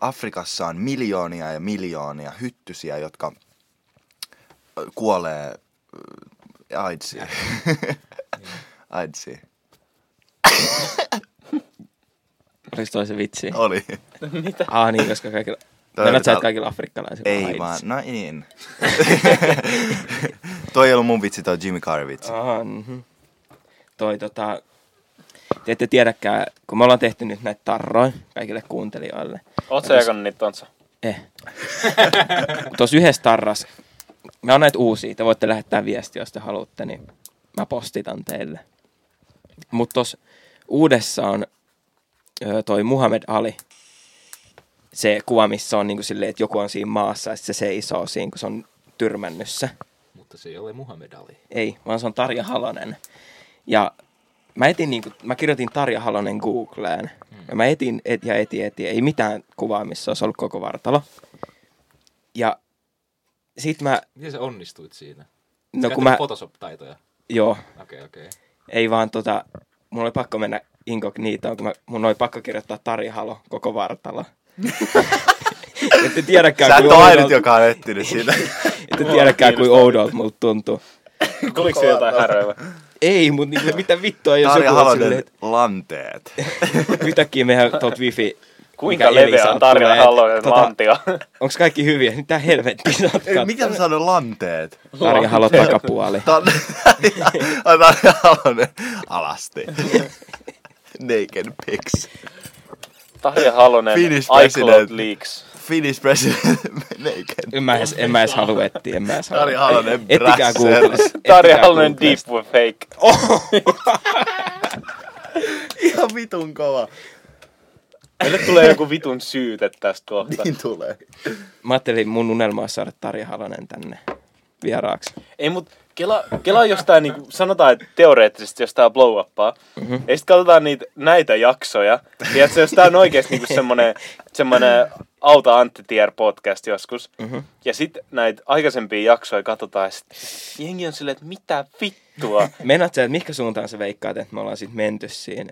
[SPEAKER 1] Afrikassa on miljoonia ja miljoonia hyttysiä, jotka ö, kuolee ö, AIDSiin. AIDSiin.
[SPEAKER 3] Oliko toi se vitsi?
[SPEAKER 1] Oli.
[SPEAKER 3] Ah niin, koska kaikilla...
[SPEAKER 1] Toi
[SPEAKER 3] Mennät
[SPEAKER 1] oli
[SPEAKER 3] sä,
[SPEAKER 1] täällä.
[SPEAKER 3] että kaikilla afrikkalaisilla on
[SPEAKER 1] Ei
[SPEAKER 3] AIDS.
[SPEAKER 1] vaan, no niin. toi ei ollut mun vitsi, toi on Jimmy Carrey vitsi.
[SPEAKER 3] Aha, mhm. Toi tota... Te ette tiedäkään, kun me ollaan tehty nyt näitä tarroja kaikille kuuntelijoille.
[SPEAKER 2] Oot sä jakanut niitä Tontsa?
[SPEAKER 3] Eh. Tuossa yhdessä tarras, mä on näitä uusia, te voitte lähettää viestiä, jos te haluatte, niin mä postitan teille. Mutta tuossa uudessa on ö, toi Muhammed Ali, se kuva, missä on niinku silleen, että joku on siinä maassa ja sit se seisoo siinä, kun se on tyrmännyt se.
[SPEAKER 4] Mutta se ei ole Muhammed Ali.
[SPEAKER 3] Ei, vaan se on Tarja Halonen. Ja mä, etin niinku, mä kirjoitin Tarja Halonen Googleen.
[SPEAKER 1] Mm.
[SPEAKER 3] Ja mä etin et, ja etin, etin. Ei mitään kuvaa, missä olisi ollut koko vartalo. Ja sit mä,
[SPEAKER 4] Miten sä onnistuit siinä?
[SPEAKER 3] no kun
[SPEAKER 4] Käytätkö
[SPEAKER 3] mä,
[SPEAKER 4] Photoshop-taitoja.
[SPEAKER 3] joo,
[SPEAKER 4] Okei, okei.
[SPEAKER 3] ei vaan tota, mulla oli pakko mennä inkognitoon, kun mä, mun oli pakko kirjoittaa Tarja Halo koko vartalo. Ette tiedäkään,
[SPEAKER 1] Sä et
[SPEAKER 3] kuin
[SPEAKER 1] ole ainut,
[SPEAKER 3] oudolta,
[SPEAKER 1] joka on etsinyt siitä.
[SPEAKER 3] ette tiedäkään, kuin oudolta mulla tuntuu.
[SPEAKER 2] Tuliko se jotain häröä?
[SPEAKER 3] Ei, mutta niinku, mitä vittua, jos
[SPEAKER 1] Tarja
[SPEAKER 3] joku on silleen,
[SPEAKER 1] Halonen
[SPEAKER 3] että
[SPEAKER 1] lanteet.
[SPEAKER 3] yhtäkkiä mehän tuolta wifi
[SPEAKER 2] Kuinka leveä on Tarja Halonen
[SPEAKER 1] Tota-
[SPEAKER 2] lantio?
[SPEAKER 3] Tota, Onks kaikki hyviä? Mitä helvettiä sä oot
[SPEAKER 1] Ei,
[SPEAKER 3] kat-
[SPEAKER 1] mitä mä sanoin lanteet?
[SPEAKER 3] Tarja Halo takapuoli.
[SPEAKER 1] Tar- Ai, Tarja Halonen alasti. Naked pics.
[SPEAKER 2] Tarja Halonen,
[SPEAKER 1] Finnish
[SPEAKER 2] iCloud
[SPEAKER 1] president.
[SPEAKER 2] Leaks.
[SPEAKER 1] Finnish president naked.
[SPEAKER 3] En mä edes, en mä edes halua etsiä, en mä edes halua.
[SPEAKER 1] Tarja Halonen
[SPEAKER 3] Ettikää
[SPEAKER 1] brassers.
[SPEAKER 3] Googlesta. ettikää
[SPEAKER 2] Tarja Halonen deep
[SPEAKER 3] Googlesta.
[SPEAKER 2] web fake.
[SPEAKER 1] Ihan vitun kova.
[SPEAKER 2] Meille tulee joku vitun syyte tästä kohta.
[SPEAKER 1] Niin tulee.
[SPEAKER 3] Mä ajattelin, mun unelma on saada Tarja Halonen tänne vieraaksi.
[SPEAKER 2] Ei mut kela, kela jos tää niinku, sanotaan että teoreettisesti jos tää blow uppaa,
[SPEAKER 1] Mhm.
[SPEAKER 2] mm-hmm. ja sit katsotaan niitä, näitä jaksoja, tiedätkö, jos tää on oikeesti niinku semmonen, semmonen Auta Antti Tier podcast joskus,
[SPEAKER 1] Mhm.
[SPEAKER 2] mm-hmm. ja sit näitä aikaisempia jaksoja katsotaan, ja sit jengi on silleen, että mitä vittua.
[SPEAKER 3] Meinaat sä, että mihinkä suuntaan sä veikkaat, että me ollaan sit menty siinä?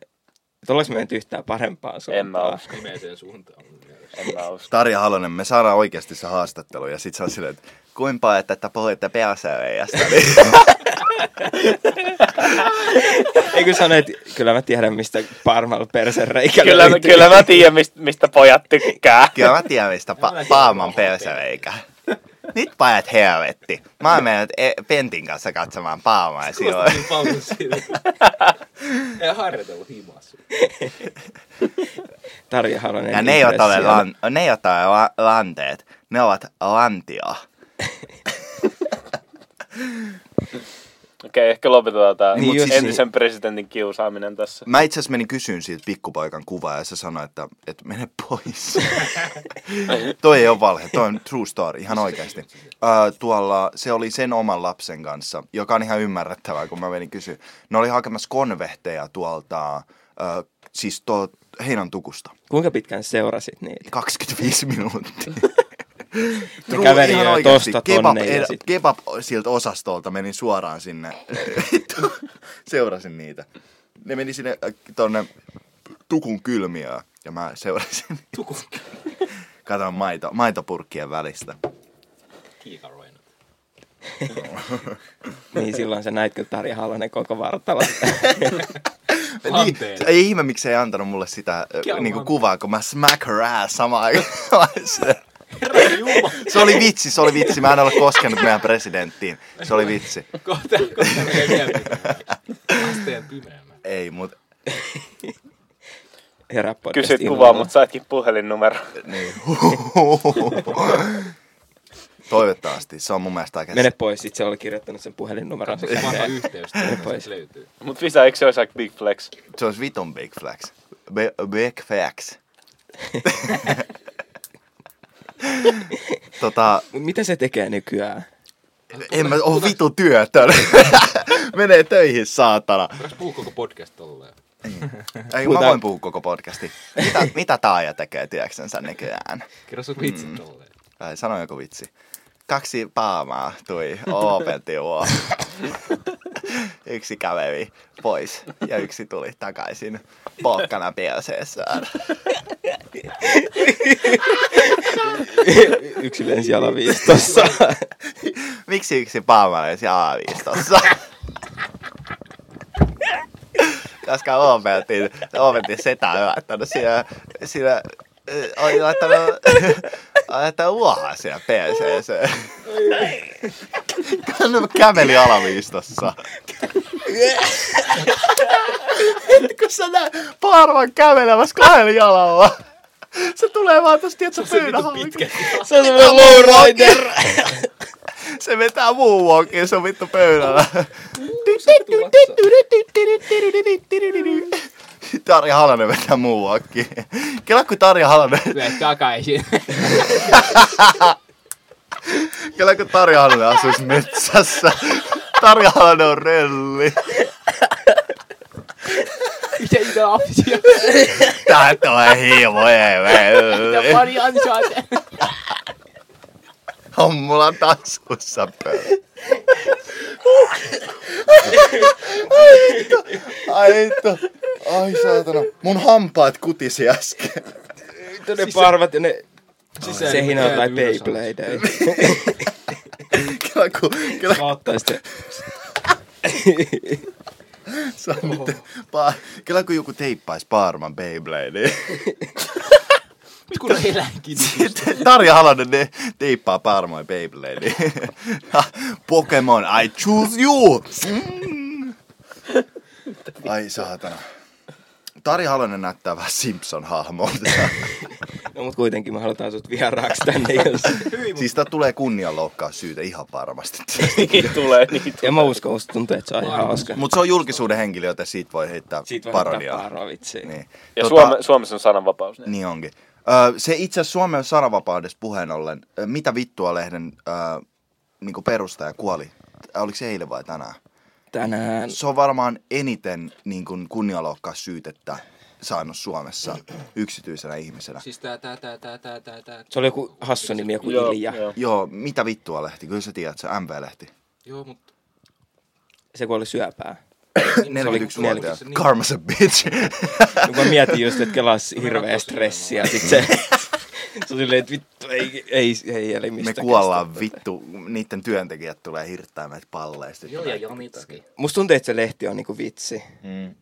[SPEAKER 3] Että ollaanko me menty yhtään parempaan
[SPEAKER 2] en
[SPEAKER 3] suuntaan?
[SPEAKER 2] mä usko,
[SPEAKER 4] Pimeeseen suuntaan mun mielestä.
[SPEAKER 2] en mä usko.
[SPEAKER 1] Tarja Halonen, me saadaan oikeasti se haastattelu ja sit se on silleen, että kuinka että, että puhuitte PSVstä, niin
[SPEAKER 3] Eikö sano, että kyllä mä tiedän, mistä parmalla persen reikä
[SPEAKER 2] Kyllä, mä-
[SPEAKER 3] löytyy.
[SPEAKER 2] kyllä mä tiedän, mistä, mistä pojat tykkää.
[SPEAKER 1] kyllä mä tiedän mistä pa- Paaman PSVikä. Nyt pajat helvetti. Mä oon mennyt e- Pentin kanssa katsomaan Paamaa ja silloin.
[SPEAKER 4] Kuulostakin paljon siitä. Ei harjoitellut himaa sun.
[SPEAKER 3] Tarja Halonen.
[SPEAKER 1] Ja ne eivät ole,
[SPEAKER 3] impressio.
[SPEAKER 1] lan, ne eivät ole la, lanteet, ne ovat lantio.
[SPEAKER 2] Okei, ehkä lopetetaan tää
[SPEAKER 1] Niin, mut siis-
[SPEAKER 2] entisen presidentin kiusaaminen tässä.
[SPEAKER 1] Mä itse asiassa menin kysyyn siitä pikkupoikan kuvaa ja se sanoi, että, että mene pois. toi ei ole valhe, toi on true story, ihan oikeasti. Uh, tuolla se oli sen oman lapsen kanssa, joka on ihan ymmärrettävää, kun mä menin kysyyn. Ne oli hakemassa konvehteja tuolta, uh, siis tuo heinän tukusta.
[SPEAKER 3] Kuinka pitkään seurasit niitä?
[SPEAKER 1] 25 minuuttia.
[SPEAKER 3] Ne käveli jo tosta
[SPEAKER 1] kebab,
[SPEAKER 3] tonne ja
[SPEAKER 1] ed-
[SPEAKER 3] sit-
[SPEAKER 1] kebab siltä osastolta menin suoraan sinne. Vittu, seurasin niitä. Ne meni sinne äh, tonne tukun kylmiöön ja mä seurasin.
[SPEAKER 4] Tuku
[SPEAKER 1] Katon maito, maitopurkkien välistä.
[SPEAKER 4] kiikaroinut.
[SPEAKER 3] Niin silloin sä näit kyllä Tarja Halonen koko vartalo.
[SPEAKER 1] Niin,
[SPEAKER 4] Anteeksi.
[SPEAKER 1] ei ihme, miksei antanut mulle sitä äh,
[SPEAKER 4] Kello
[SPEAKER 1] niinku,
[SPEAKER 4] on.
[SPEAKER 1] kuvaa, kun mä smack her ass samaan aikaan. Se-
[SPEAKER 4] Herra Jumala.
[SPEAKER 1] se oli vitsi, se oli vitsi. Mä en ole koskenut meidän presidenttiin. Se oli vitsi.
[SPEAKER 4] Kohta, kohta menee vielä pimeämmäksi. Asteen pimeämmä.
[SPEAKER 1] Ei, mutta
[SPEAKER 3] Herää podcast
[SPEAKER 2] Kysyt
[SPEAKER 3] illalla.
[SPEAKER 2] kuvaa, mutta saitkin puhelinnumero.
[SPEAKER 1] Niin. Toivottavasti. Se on mun mielestä aika...
[SPEAKER 3] Mene pois, sit se oli kirjoittanut sen puhelinnumeron.
[SPEAKER 4] Katsokaa vanha yhteys,
[SPEAKER 3] Mene pois.
[SPEAKER 4] se löytyy.
[SPEAKER 2] Mut Visa, eikö se olisi aika big flex?
[SPEAKER 1] Se olisi vitun big flex. Be- big flex. tota,
[SPEAKER 3] Mut Mitä se tekee nykyään?
[SPEAKER 1] en mä oo vitu työtön. Menee töihin, saatana.
[SPEAKER 4] Voidaanko puhua koko podcast tolleen?
[SPEAKER 1] Ei, mä
[SPEAKER 3] Puhutaan-
[SPEAKER 1] voin puhua koko podcasti. Mitä, mitä Taaja tekee työksensä nykyään?
[SPEAKER 4] Kerro sun vitsit tolleen.
[SPEAKER 1] Tai sano joku vitsi. Kaksi paamaa tuli opetti luo. Yksi käveli pois ja yksi tuli takaisin polkkana perseessään.
[SPEAKER 3] Yksi lensi alaviistossa.
[SPEAKER 1] Miksi yksi paamalaisi alaviistossa? Koska Oomeltin, Oomeltin setä on laittanut siinä, siinä ö, oli laittanut, oli laittanut uohaa siellä perseeseen. Hän käveli alaviistossa. Kun sä näet parvan kävelemässä kahdella jalalla. Se tulee vaan tosta, että sä pyydä
[SPEAKER 3] Se on semmoinen lowrider.
[SPEAKER 1] Se vetää moonwalkin, se on vittu pöydällä. Tarja Halonen vetää moonwalkin. Kela kun Tarja Halonen,
[SPEAKER 4] Tule takaisin.
[SPEAKER 1] kela kun Tarja Halonen asuisi metsässä. Tarja Halonen on relli.
[SPEAKER 4] Mitä iso lapsia?
[SPEAKER 1] Tää tulee hiimo, ei
[SPEAKER 4] Mitä
[SPEAKER 1] velli.
[SPEAKER 4] pari ansaa te?
[SPEAKER 1] On mulla taskussa pöydä. Ai vittu. Ai vittu. Ai saatana. Mun hampaat kutisi äsken.
[SPEAKER 3] Vittu
[SPEAKER 4] Siis
[SPEAKER 3] ne parvat ja ne
[SPEAKER 4] Sisään
[SPEAKER 3] sehinä on
[SPEAKER 4] jääty
[SPEAKER 3] tai
[SPEAKER 4] ylös alas.
[SPEAKER 3] Beybladeja.
[SPEAKER 1] Kela kun, kela
[SPEAKER 3] Tai sitten
[SPEAKER 1] Se on nyt, pa, kyllä kun joku teippaisi niin Paarman Beybladeen.
[SPEAKER 4] Kun on eläinkin.
[SPEAKER 1] Sitten Tarja Halonen ne teippaa Paarman Beybladeen. Pokemon, I choose you! Mm. Ai saatana. Tarja Halonen näyttää vähän Simpson-hahmolta.
[SPEAKER 3] No mut kuitenkin me halutaan sut vieraaksi tänne. Jos...
[SPEAKER 1] Siis tää tulee kunnianloukkaus syytä ihan varmasti.
[SPEAKER 2] Niin tulee, niin tulee.
[SPEAKER 3] Ja mä uskon, musta tuntuu, että se on ihan hauska.
[SPEAKER 1] Mutta se on julkisuuden henkilö, joten siitä voi heittää
[SPEAKER 3] Siitä voi heittää
[SPEAKER 1] parodiaa.
[SPEAKER 3] paaroa vitsiin.
[SPEAKER 1] Niin.
[SPEAKER 2] Ja
[SPEAKER 3] Tota-
[SPEAKER 2] Suome, Suomessa on sananvapaus. Niin.
[SPEAKER 1] Niin onkin. Öö, se itse asiassa Suomen sananvapaudesta puheen ollen, ö, mitä vittua lehden öö, niin perustaja kuoli? Ä, Oliko se eilen vai tänään?
[SPEAKER 3] Tänään
[SPEAKER 1] Se on varmaan eniten niin kuin kunnianloukkaus syytettä saanut Suomessa yksityisenä ihmisenä.
[SPEAKER 4] Siis tää, tää, tää, tää, tää, tää, tää.
[SPEAKER 3] se oli joku hassu nimi, joku
[SPEAKER 2] Joo,
[SPEAKER 3] Ilja.
[SPEAKER 2] joo.
[SPEAKER 1] Joo, mitä vittua lehti? Kyllä sä tiedät, se MV-lehti.
[SPEAKER 4] Joo, mut...
[SPEAKER 3] Se kuoli syöpää. Se oli
[SPEAKER 1] 41-vuotias.
[SPEAKER 4] 40.
[SPEAKER 1] Karma's a bitch.
[SPEAKER 3] No mä mietin just, että kelas hirveä stressi ja sit se... Se on silleen, että vittu, ei, ei, ei, eli
[SPEAKER 1] Me
[SPEAKER 3] mistä
[SPEAKER 1] kuollaan
[SPEAKER 3] kestä.
[SPEAKER 1] vittu. Niiden työntekijät tulee hirttää meitä palleista.
[SPEAKER 4] Joo, ja Jonitski.
[SPEAKER 3] Musta tuntuu, että se lehti on niinku vitsi.
[SPEAKER 1] Mm.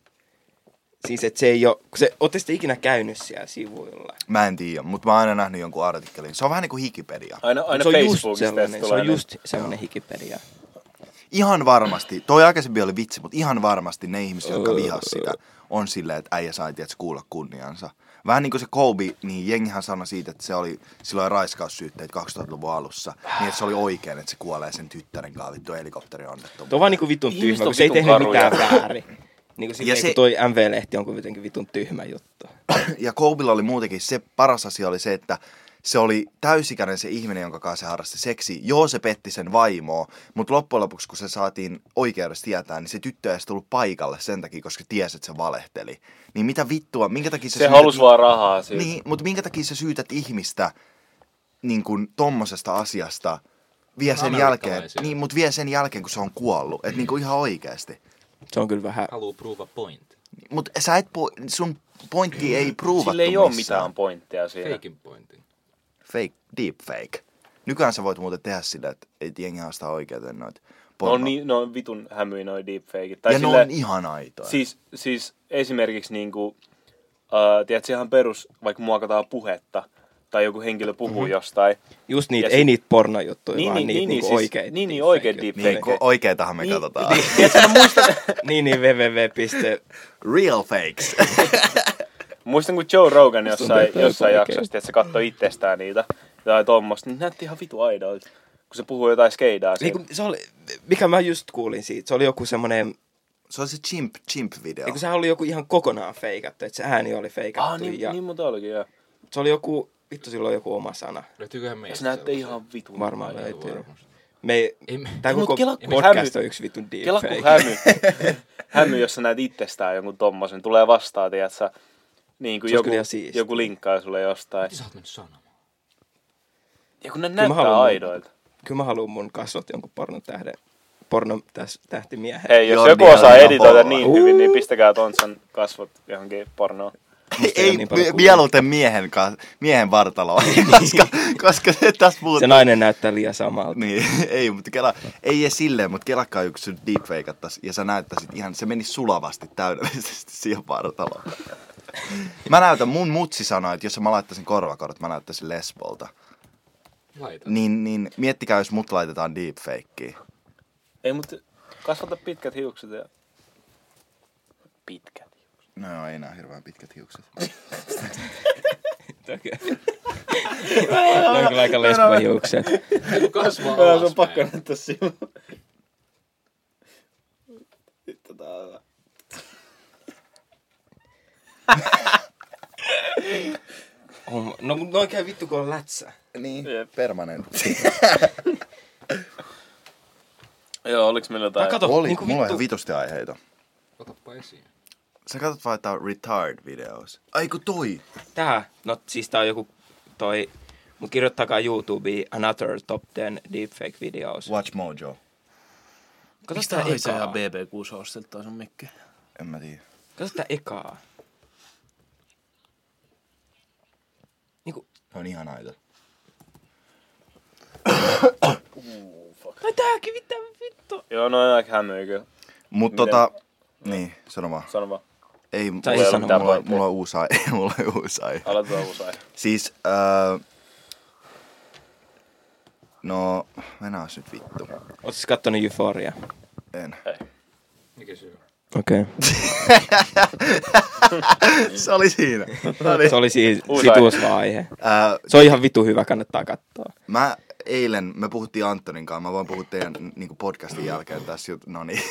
[SPEAKER 3] Siis, että se ei oo... Kun se, ootte sitten ikinä käynyt siellä sivuilla.
[SPEAKER 1] Mä en tiedä, mutta mä oon aina nähnyt jonkun artikkelin. Se on vähän niin kuin Wikipedia.
[SPEAKER 2] Aina, aina
[SPEAKER 3] se on just
[SPEAKER 2] Facebookista tästä
[SPEAKER 3] sellainen, se
[SPEAKER 2] tulee.
[SPEAKER 3] on just sellainen hikipedia.
[SPEAKER 1] Ihan varmasti, toi aikaisemmin oli vitsi, mutta ihan varmasti ne ihmiset, jotka vihas sitä, on silleen, että äijä sai tietysti kuulla kunniansa. Vähän niin kuin se Kobe, niin jengihän sanoi siitä, että se oli silloin raiskaussyytteet 2000-luvun alussa. Niin, että se oli oikein, että se kuolee sen tyttären kanssa vittu helikopteri onnettomuus.
[SPEAKER 3] Tuo on vaan niinku vitun
[SPEAKER 2] Ihmiset
[SPEAKER 3] tyhmä,
[SPEAKER 2] on
[SPEAKER 3] kun se ei
[SPEAKER 2] vitun
[SPEAKER 3] tehnyt
[SPEAKER 2] karuja.
[SPEAKER 3] mitään väärin. Niinku silleen,
[SPEAKER 1] se-
[SPEAKER 3] kun toi MV-lehti on kuitenkin vitun tyhmä juttu.
[SPEAKER 1] Ja Kobilla oli muutenkin se paras asia oli se, että se oli täysikäinen se ihminen, jonka kanssa se harrasti seksi. Joo, se petti sen vaimoa, mutta loppujen lopuksi, kun se saatiin oikeudesta tietää, niin se tyttö ei edes tullut paikalle sen takia, koska tiesi, että se valehteli. Niin mitä vittua, minkä takia se...
[SPEAKER 2] Se
[SPEAKER 1] syytät-
[SPEAKER 2] halusi vaan rahaa siitä.
[SPEAKER 1] Niin, mutta minkä takia sä syytät ihmistä niin kuin tommosesta asiasta vie sen jälkeen,
[SPEAKER 4] Amerikkalaisia.
[SPEAKER 1] niin, mutta vie sen jälkeen, kun se on kuollut. Että niin kuin ihan oikeasti.
[SPEAKER 3] Se on kyllä vähän...
[SPEAKER 4] Haluu prove a point.
[SPEAKER 1] Mutta sä et, po- sun pointti ei pruuvattu
[SPEAKER 2] Sillä ei ole
[SPEAKER 1] missään.
[SPEAKER 2] mitään pointtia siinä.
[SPEAKER 4] Fakein pointin.
[SPEAKER 1] Fake, deepfake. Nykyään sä voit muuten tehdä sillä, että et jengi haastaa oikeuteen noita
[SPEAKER 2] Ne on,
[SPEAKER 1] porno-
[SPEAKER 2] niin, ne on vitun hämyi noi deepfakeit.
[SPEAKER 1] Ja
[SPEAKER 2] Tai
[SPEAKER 1] ne
[SPEAKER 2] sille,
[SPEAKER 3] niin-
[SPEAKER 1] on ihan aitoja.
[SPEAKER 2] siis, siis esimerkiksi niinku, äh, tiedätkö, ihan perus, vaikka muokataan puhetta, tai joku henkilö puhuu
[SPEAKER 3] Mhm.
[SPEAKER 2] mm-hmm. jostain.
[SPEAKER 3] Just niitä,
[SPEAKER 2] Ja se-
[SPEAKER 3] ei niitä pornojuttuja,
[SPEAKER 2] Niin,
[SPEAKER 3] niin,
[SPEAKER 2] niin,
[SPEAKER 3] vaan niin, niitä
[SPEAKER 2] niin,
[SPEAKER 3] niinku
[SPEAKER 2] siis-
[SPEAKER 3] oikeita.
[SPEAKER 2] niin, niin, oikeita
[SPEAKER 3] deepfake-juttuja.
[SPEAKER 1] niin, kun oikeitahan me
[SPEAKER 2] Niin,
[SPEAKER 1] katsotaan.
[SPEAKER 2] Tiedätkö, mä muistan,
[SPEAKER 3] Niin, niin, www. piste-
[SPEAKER 1] Real fakes.
[SPEAKER 2] muistan, kun Joe Rogan jossain,
[SPEAKER 3] tuntuu, että
[SPEAKER 2] jossain
[SPEAKER 3] oikein.
[SPEAKER 2] jaksossa, että se katsoi itsestään niitä, tai tuommoista, niin näytti ihan vitu aidolta, kun se puhuu jotain skeidaa
[SPEAKER 3] Niin,
[SPEAKER 2] siinä.
[SPEAKER 3] kun se oli, mikä mä just kuulin siitä, se oli joku semmonen,
[SPEAKER 1] se on se chimp, chimp-video.
[SPEAKER 3] eikö sehän oli joku ihan kokonaan feikattu, että se ääni oli feikattu
[SPEAKER 2] Ah, niin,
[SPEAKER 3] ja
[SPEAKER 2] niin muuta olikin, joo.
[SPEAKER 3] se oli joku, vittu silloin joku oma sana,
[SPEAKER 4] Löytyyköhän meistä
[SPEAKER 2] Se näytti
[SPEAKER 4] sellaisia?
[SPEAKER 2] ihan vitun.
[SPEAKER 3] varmaan löytyy.
[SPEAKER 4] varmasti.
[SPEAKER 3] Me ei,
[SPEAKER 4] Ei me-
[SPEAKER 3] tää
[SPEAKER 2] Mut
[SPEAKER 3] koko
[SPEAKER 2] kela, kun
[SPEAKER 3] podcast
[SPEAKER 2] hämy-
[SPEAKER 3] on yksi vitun
[SPEAKER 2] Kela kun
[SPEAKER 3] deepfake.
[SPEAKER 2] hämy, hämy, jos sä näet itsestään jonkun tommosen, tulee vastaan, tiedätkö, niin kuin
[SPEAKER 3] Se olisi
[SPEAKER 2] joku,
[SPEAKER 3] kyllä ihan siistiä.
[SPEAKER 2] joku linkkaa sulle jostain.
[SPEAKER 4] Mitä sä oot mennyt sanomaan?
[SPEAKER 2] Ja kun ne
[SPEAKER 3] mä
[SPEAKER 2] näyttää
[SPEAKER 3] haluan-
[SPEAKER 2] aidoilta.
[SPEAKER 3] Kyllä mä haluan mun kasvot jonkun pornon tähden porno täs, tähtimiehen.
[SPEAKER 2] Hei, jos
[SPEAKER 1] Jordi
[SPEAKER 2] joku osaa
[SPEAKER 1] Allen
[SPEAKER 2] editoida
[SPEAKER 1] Apollo.
[SPEAKER 2] niin hyvin, niin pistäkää Tonsan kasvot johonkin pornoon.
[SPEAKER 3] Musta ei
[SPEAKER 1] Ei,
[SPEAKER 3] ole niin paljon
[SPEAKER 1] mi-
[SPEAKER 3] kuvia.
[SPEAKER 1] mieluiten miehen, ka- miehen vartaloa, koska, koska se tässä
[SPEAKER 3] Se
[SPEAKER 1] muuten...
[SPEAKER 3] nainen näyttää liian samalta.
[SPEAKER 1] Niin, ei, mutta kela, ei edes silleen, mutta kelakkaa yksi sun deepfakeattas ja sä näyttäisit ihan, se meni sulavasti täydellisesti siihen vartaloon. Mä näytän, mun mutsi sanoi, että jos mä laittaisin korvakorot, mä näyttäisin lesbolta.
[SPEAKER 4] Laita.
[SPEAKER 1] Niin, niin miettikää, jos mut laitetaan deepfakeen.
[SPEAKER 2] Ei, mutta kasvata pitkät hiukset ja... Pitkät hiukset.
[SPEAKER 1] No joo, ei nää hirveän pitkät hiukset.
[SPEAKER 4] Niin.
[SPEAKER 3] Toki. ne on kyllä aika lesbohiukset.
[SPEAKER 4] Ei kun kasvaa
[SPEAKER 2] Älä sun on pakko
[SPEAKER 4] alaspäin.
[SPEAKER 2] näyttää silloin. Vittu, tää on hyvä.
[SPEAKER 3] On- No, mutta noin käy vittu, kun on lätsä.
[SPEAKER 1] Niin,
[SPEAKER 2] Jep.
[SPEAKER 1] permanentti.
[SPEAKER 2] Joo, oliks meillä
[SPEAKER 3] Mä
[SPEAKER 2] jotain?
[SPEAKER 3] kato,
[SPEAKER 1] Oli,
[SPEAKER 3] niinku
[SPEAKER 1] mulla on ihan
[SPEAKER 3] vittu.
[SPEAKER 1] vitusti aiheita.
[SPEAKER 4] Otapa esiin.
[SPEAKER 1] Sä katsot vaan, että on retard videos. Ai kun toi!
[SPEAKER 3] Tää, no siis tää on joku toi, mut kirjoittakaa YouTubeen Another Top 10 Deepfake Videos.
[SPEAKER 1] Watch Mojo.
[SPEAKER 3] Kato tää ekaa.
[SPEAKER 2] BB6 ostettua sun mikki?
[SPEAKER 1] En mä tiedä.
[SPEAKER 3] Kato tää ekaa. Niinku,
[SPEAKER 1] Ne on ihan näitä.
[SPEAKER 3] no tääkin mitä vittu.
[SPEAKER 2] Joo, no on aika hämöä kyllä.
[SPEAKER 1] Mut
[SPEAKER 2] Miten?
[SPEAKER 1] tota, niin, sano vaan.
[SPEAKER 2] Sano vaan.
[SPEAKER 1] Ei, mulla,
[SPEAKER 3] ei sano
[SPEAKER 1] mulla, mulla,
[SPEAKER 2] mitään
[SPEAKER 1] mulla on uusi aihe. mulla on uusi aihe.
[SPEAKER 2] Aloitetaan uusi aihe.
[SPEAKER 1] Siis, öö, no, mennäs nyt vittu.
[SPEAKER 3] Oot siis kattonut Euphoria?
[SPEAKER 1] En.
[SPEAKER 2] Hei.
[SPEAKER 4] Mikä syy?
[SPEAKER 3] Okei. Okay.
[SPEAKER 1] Se oli siinä. No niin.
[SPEAKER 3] Se oli siis
[SPEAKER 2] Uusi
[SPEAKER 3] situusva aihe.
[SPEAKER 1] Öö,
[SPEAKER 3] Se on ihan vitu hyvä, kannattaa katsoa.
[SPEAKER 1] Mä eilen, me puhuttiin Antonin kanssa, mä voin puhua teidän niin podcastin jälkeen tässä jut... No niin.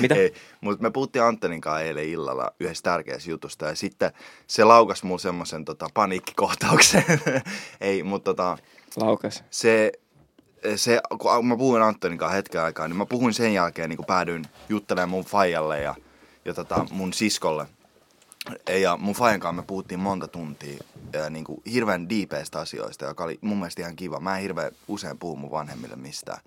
[SPEAKER 3] Mitä?
[SPEAKER 1] Ei, mutta me puhuttiin Antonin kanssa eilen illalla yhdessä tärkeässä jutusta ja sitten se laukas mulle semmoisen tota, paniikkikohtauksen. Ei, mutta tota,
[SPEAKER 3] Laukas.
[SPEAKER 1] se, se, kun mä puhuin Antonin kanssa hetken aikaa, niin mä puhuin sen jälkeen, niin kun päädyin juttelemaan mun faijalle ja, ja tota, mun siskolle. Ja mun faijan kanssa me puhuttiin monta tuntia ää, niin kuin hirveän diipeistä asioista, joka oli mun mielestä ihan kiva. Mä en hirveän usein puhu mun vanhemmille mistään.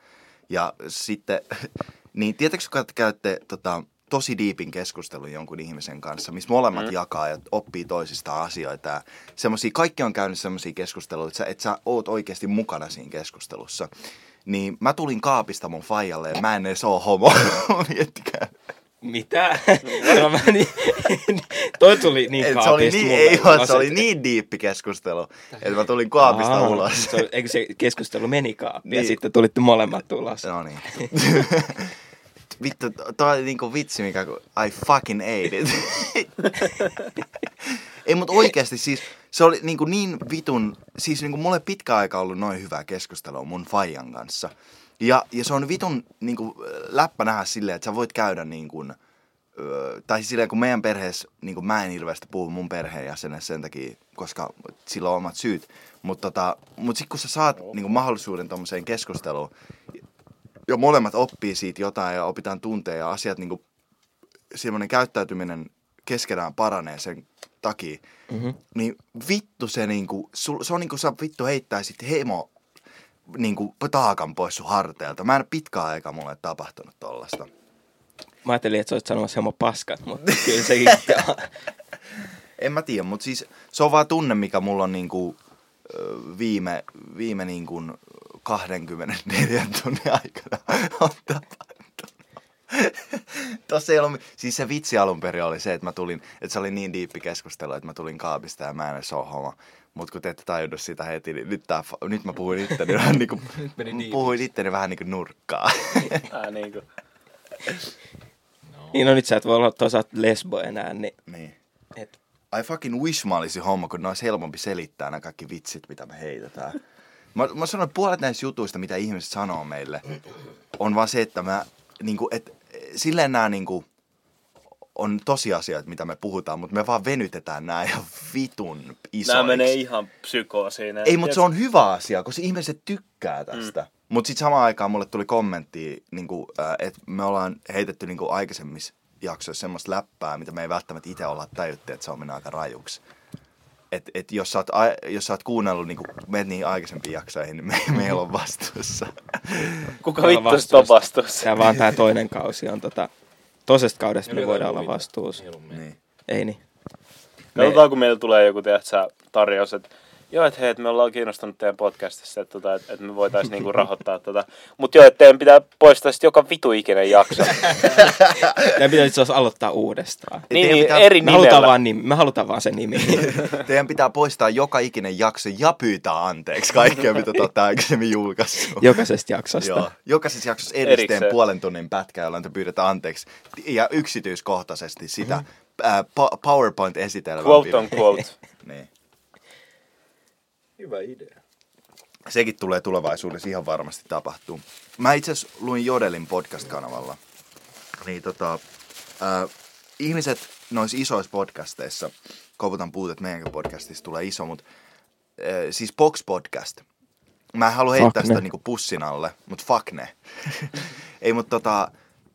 [SPEAKER 1] Ja sitten, niin tietääkö kun käytte tota, tosi diipin keskustelun jonkun ihmisen kanssa, missä molemmat mm. jakaa ja oppii toisistaan asioita. Ja semmosia, kaikki on käynyt semmoisia keskusteluja, että sä, että sä oot oikeasti mukana siinä keskustelussa. Niin mä tulin kaapista mun faijalle ja mä en edes oo homo. Miettikää.
[SPEAKER 3] Mitä? No, mä niin, toi tuli niin
[SPEAKER 1] Et se oli
[SPEAKER 3] kaapista
[SPEAKER 1] niin,
[SPEAKER 3] mulle.
[SPEAKER 1] ei
[SPEAKER 3] No
[SPEAKER 1] oo, se oli niin diippi keskustelu, että mä tulin kaapista
[SPEAKER 3] Ahaa,
[SPEAKER 1] ulos.
[SPEAKER 3] Se, oli- eikö se keskustelu meni kaappiin ja
[SPEAKER 1] Niin.
[SPEAKER 3] sitten tulitte molemmat ulos.
[SPEAKER 1] No niin. Vittu, toi oli niinku vitsi, mikä ku- I fucking ate it. Ei, mutta oikeasti siis se oli niinku niin vitun, siis niinku mulle pitkä aika ollut noin hyvää keskustelua mun faijan kanssa. Ja, ja se on vitun niinku läppä nähdä silleen, että sä voit käydä niinku, ö, tai siis silleen kun meidän perheessä, niinku mä en hirveästi puhu mun perheenjäsenessä sen takia, koska sillä on omat syyt. Mutta tota, mut sit kun sä saat niinku mahdollisuuden tommoseen keskusteluun, ja molemmat oppii siitä jotain ja opitaan tunteja ja asiat niin semmoinen käyttäytyminen keskenään paranee sen takia, mm-hmm. niin vittu se niinku, sul, se on niinku sä vittu heittäisit hemo niinku taakan pois sun harteilta. Mä en pitkään aikaa mulle tapahtunut tollasta.
[SPEAKER 3] Mä ajattelin, että sä oot sanomassa hieman paskat, mutta kyllä sekin
[SPEAKER 1] En mä tiedä, mutta siis se on vaan tunne, mikä mulla on niinku, ö, viime, viime niinku 24 tunnin aikana on tapahtunut. Tossa ei ollut, siis se vitsi alun perin oli se, että mä tulin, että se oli niin diippi keskustelu, että mä tulin kaapista ja mä en edes oo homo. Mut kun te ette tajunnut sitä heti, niin nyt, tää, fa- nyt mä puhuin itteni vähän niinku,
[SPEAKER 4] Nyt meni diipiksi.
[SPEAKER 1] puhuin itteni vähän niinku nurkkaa.
[SPEAKER 2] Ää niinku.
[SPEAKER 3] Niin no nyt sä et voi olla toisaalta lesbo enää, niin
[SPEAKER 1] niin.
[SPEAKER 3] et,
[SPEAKER 1] I fucking wish mä olisin homma, kun ne olisi helpompi selittää nämä kaikki vitsit, mitä me heitetään. Mä, mä sanon, että puolet näistä jutuista, mitä ihmiset sanoo meille, on vaan se, että mä, niinku, et, silleen nämä niinku, on tosiasiat, mitä me puhutaan, mutta me vaan venytetään nämä ihan vitun isoiksi.
[SPEAKER 2] Nää menee ihan psykoosiin.
[SPEAKER 1] Ei, mutta se on hyvä asia, koska ihmiset tykkää tästä. Mm. Mutta sitten samaan aikaan mulle tuli kommentti, niinku, äh, että me ollaan heitetty niinku, aikaisemmissa jaksoissa semmoista läppää, mitä me ei välttämättä itse olla tajuttu, että se on mennyt aika rajuksi. et, et jos, sä oot, a- jos sä oot kuunnellut niinku, menet niihin aikaisempiin jaksoihin, niin me, meillä on vastuussa.
[SPEAKER 2] Kuka
[SPEAKER 3] Meillä on
[SPEAKER 2] vittu sitä
[SPEAKER 3] vastuus.
[SPEAKER 2] vastuussa?
[SPEAKER 3] Tämä vaan tämä toinen kausi on tota... Toisesta kaudesta me
[SPEAKER 4] Yritetään
[SPEAKER 3] voidaan olla
[SPEAKER 4] luvita.
[SPEAKER 3] vastuussa.
[SPEAKER 4] Mieluummin.
[SPEAKER 1] niin.
[SPEAKER 3] Ei niin. Me-
[SPEAKER 2] Katsotaan, kun meillä tulee joku tiedät, sä, tarjous, että joo, että hei, et me ollaan kiinnostunut teidän podcastissa, että tota, et, et me voitaisiin niinku rahoittaa tätä. Mutta joo, että teidän pitää poistaa sit joka vitu ikinen jakso.
[SPEAKER 3] Meidän pitää itse asiassa aloittaa uudestaan.
[SPEAKER 2] niin,
[SPEAKER 1] teidän
[SPEAKER 2] niin,
[SPEAKER 1] pitää-
[SPEAKER 2] eri
[SPEAKER 3] Me halutaan,
[SPEAKER 2] nimellä.
[SPEAKER 3] vaan nimi, me halutaan vaan se nimi.
[SPEAKER 1] Teidän pitää poistaa joka ikinen jakso ja pyytää anteeksi kaikkea, mitä te olette aikaisemmin julkaissut.
[SPEAKER 3] Jokaisesta jaksosta.
[SPEAKER 1] Joo. Jokaisessa jaksossa erikseen,
[SPEAKER 2] Erikseen.
[SPEAKER 1] puolen tunnin pätkä, jolloin te pyydetään anteeksi. Ja yksityiskohtaisesti sitä ää, po- PowerPoint-esitelmää.
[SPEAKER 2] Mhm. Quote on quote.
[SPEAKER 1] Niin.
[SPEAKER 4] Hyvä idea.
[SPEAKER 1] Sekin tulee tulevaisuudessa ihan varmasti tapahtuu. Mä itse asiassa luin Jodelin podcast-kanavalla. Niin tota, ää, ihmiset noissa isoissa podcasteissa, koputan puutet meidänkin podcastista tulee iso, mutta ää, siis Box Podcast. Mä en halua
[SPEAKER 3] Fuck
[SPEAKER 1] heittää sitä
[SPEAKER 3] ne.
[SPEAKER 1] niinku pussin alle, mutta fuck ne. Ei, mutta tota,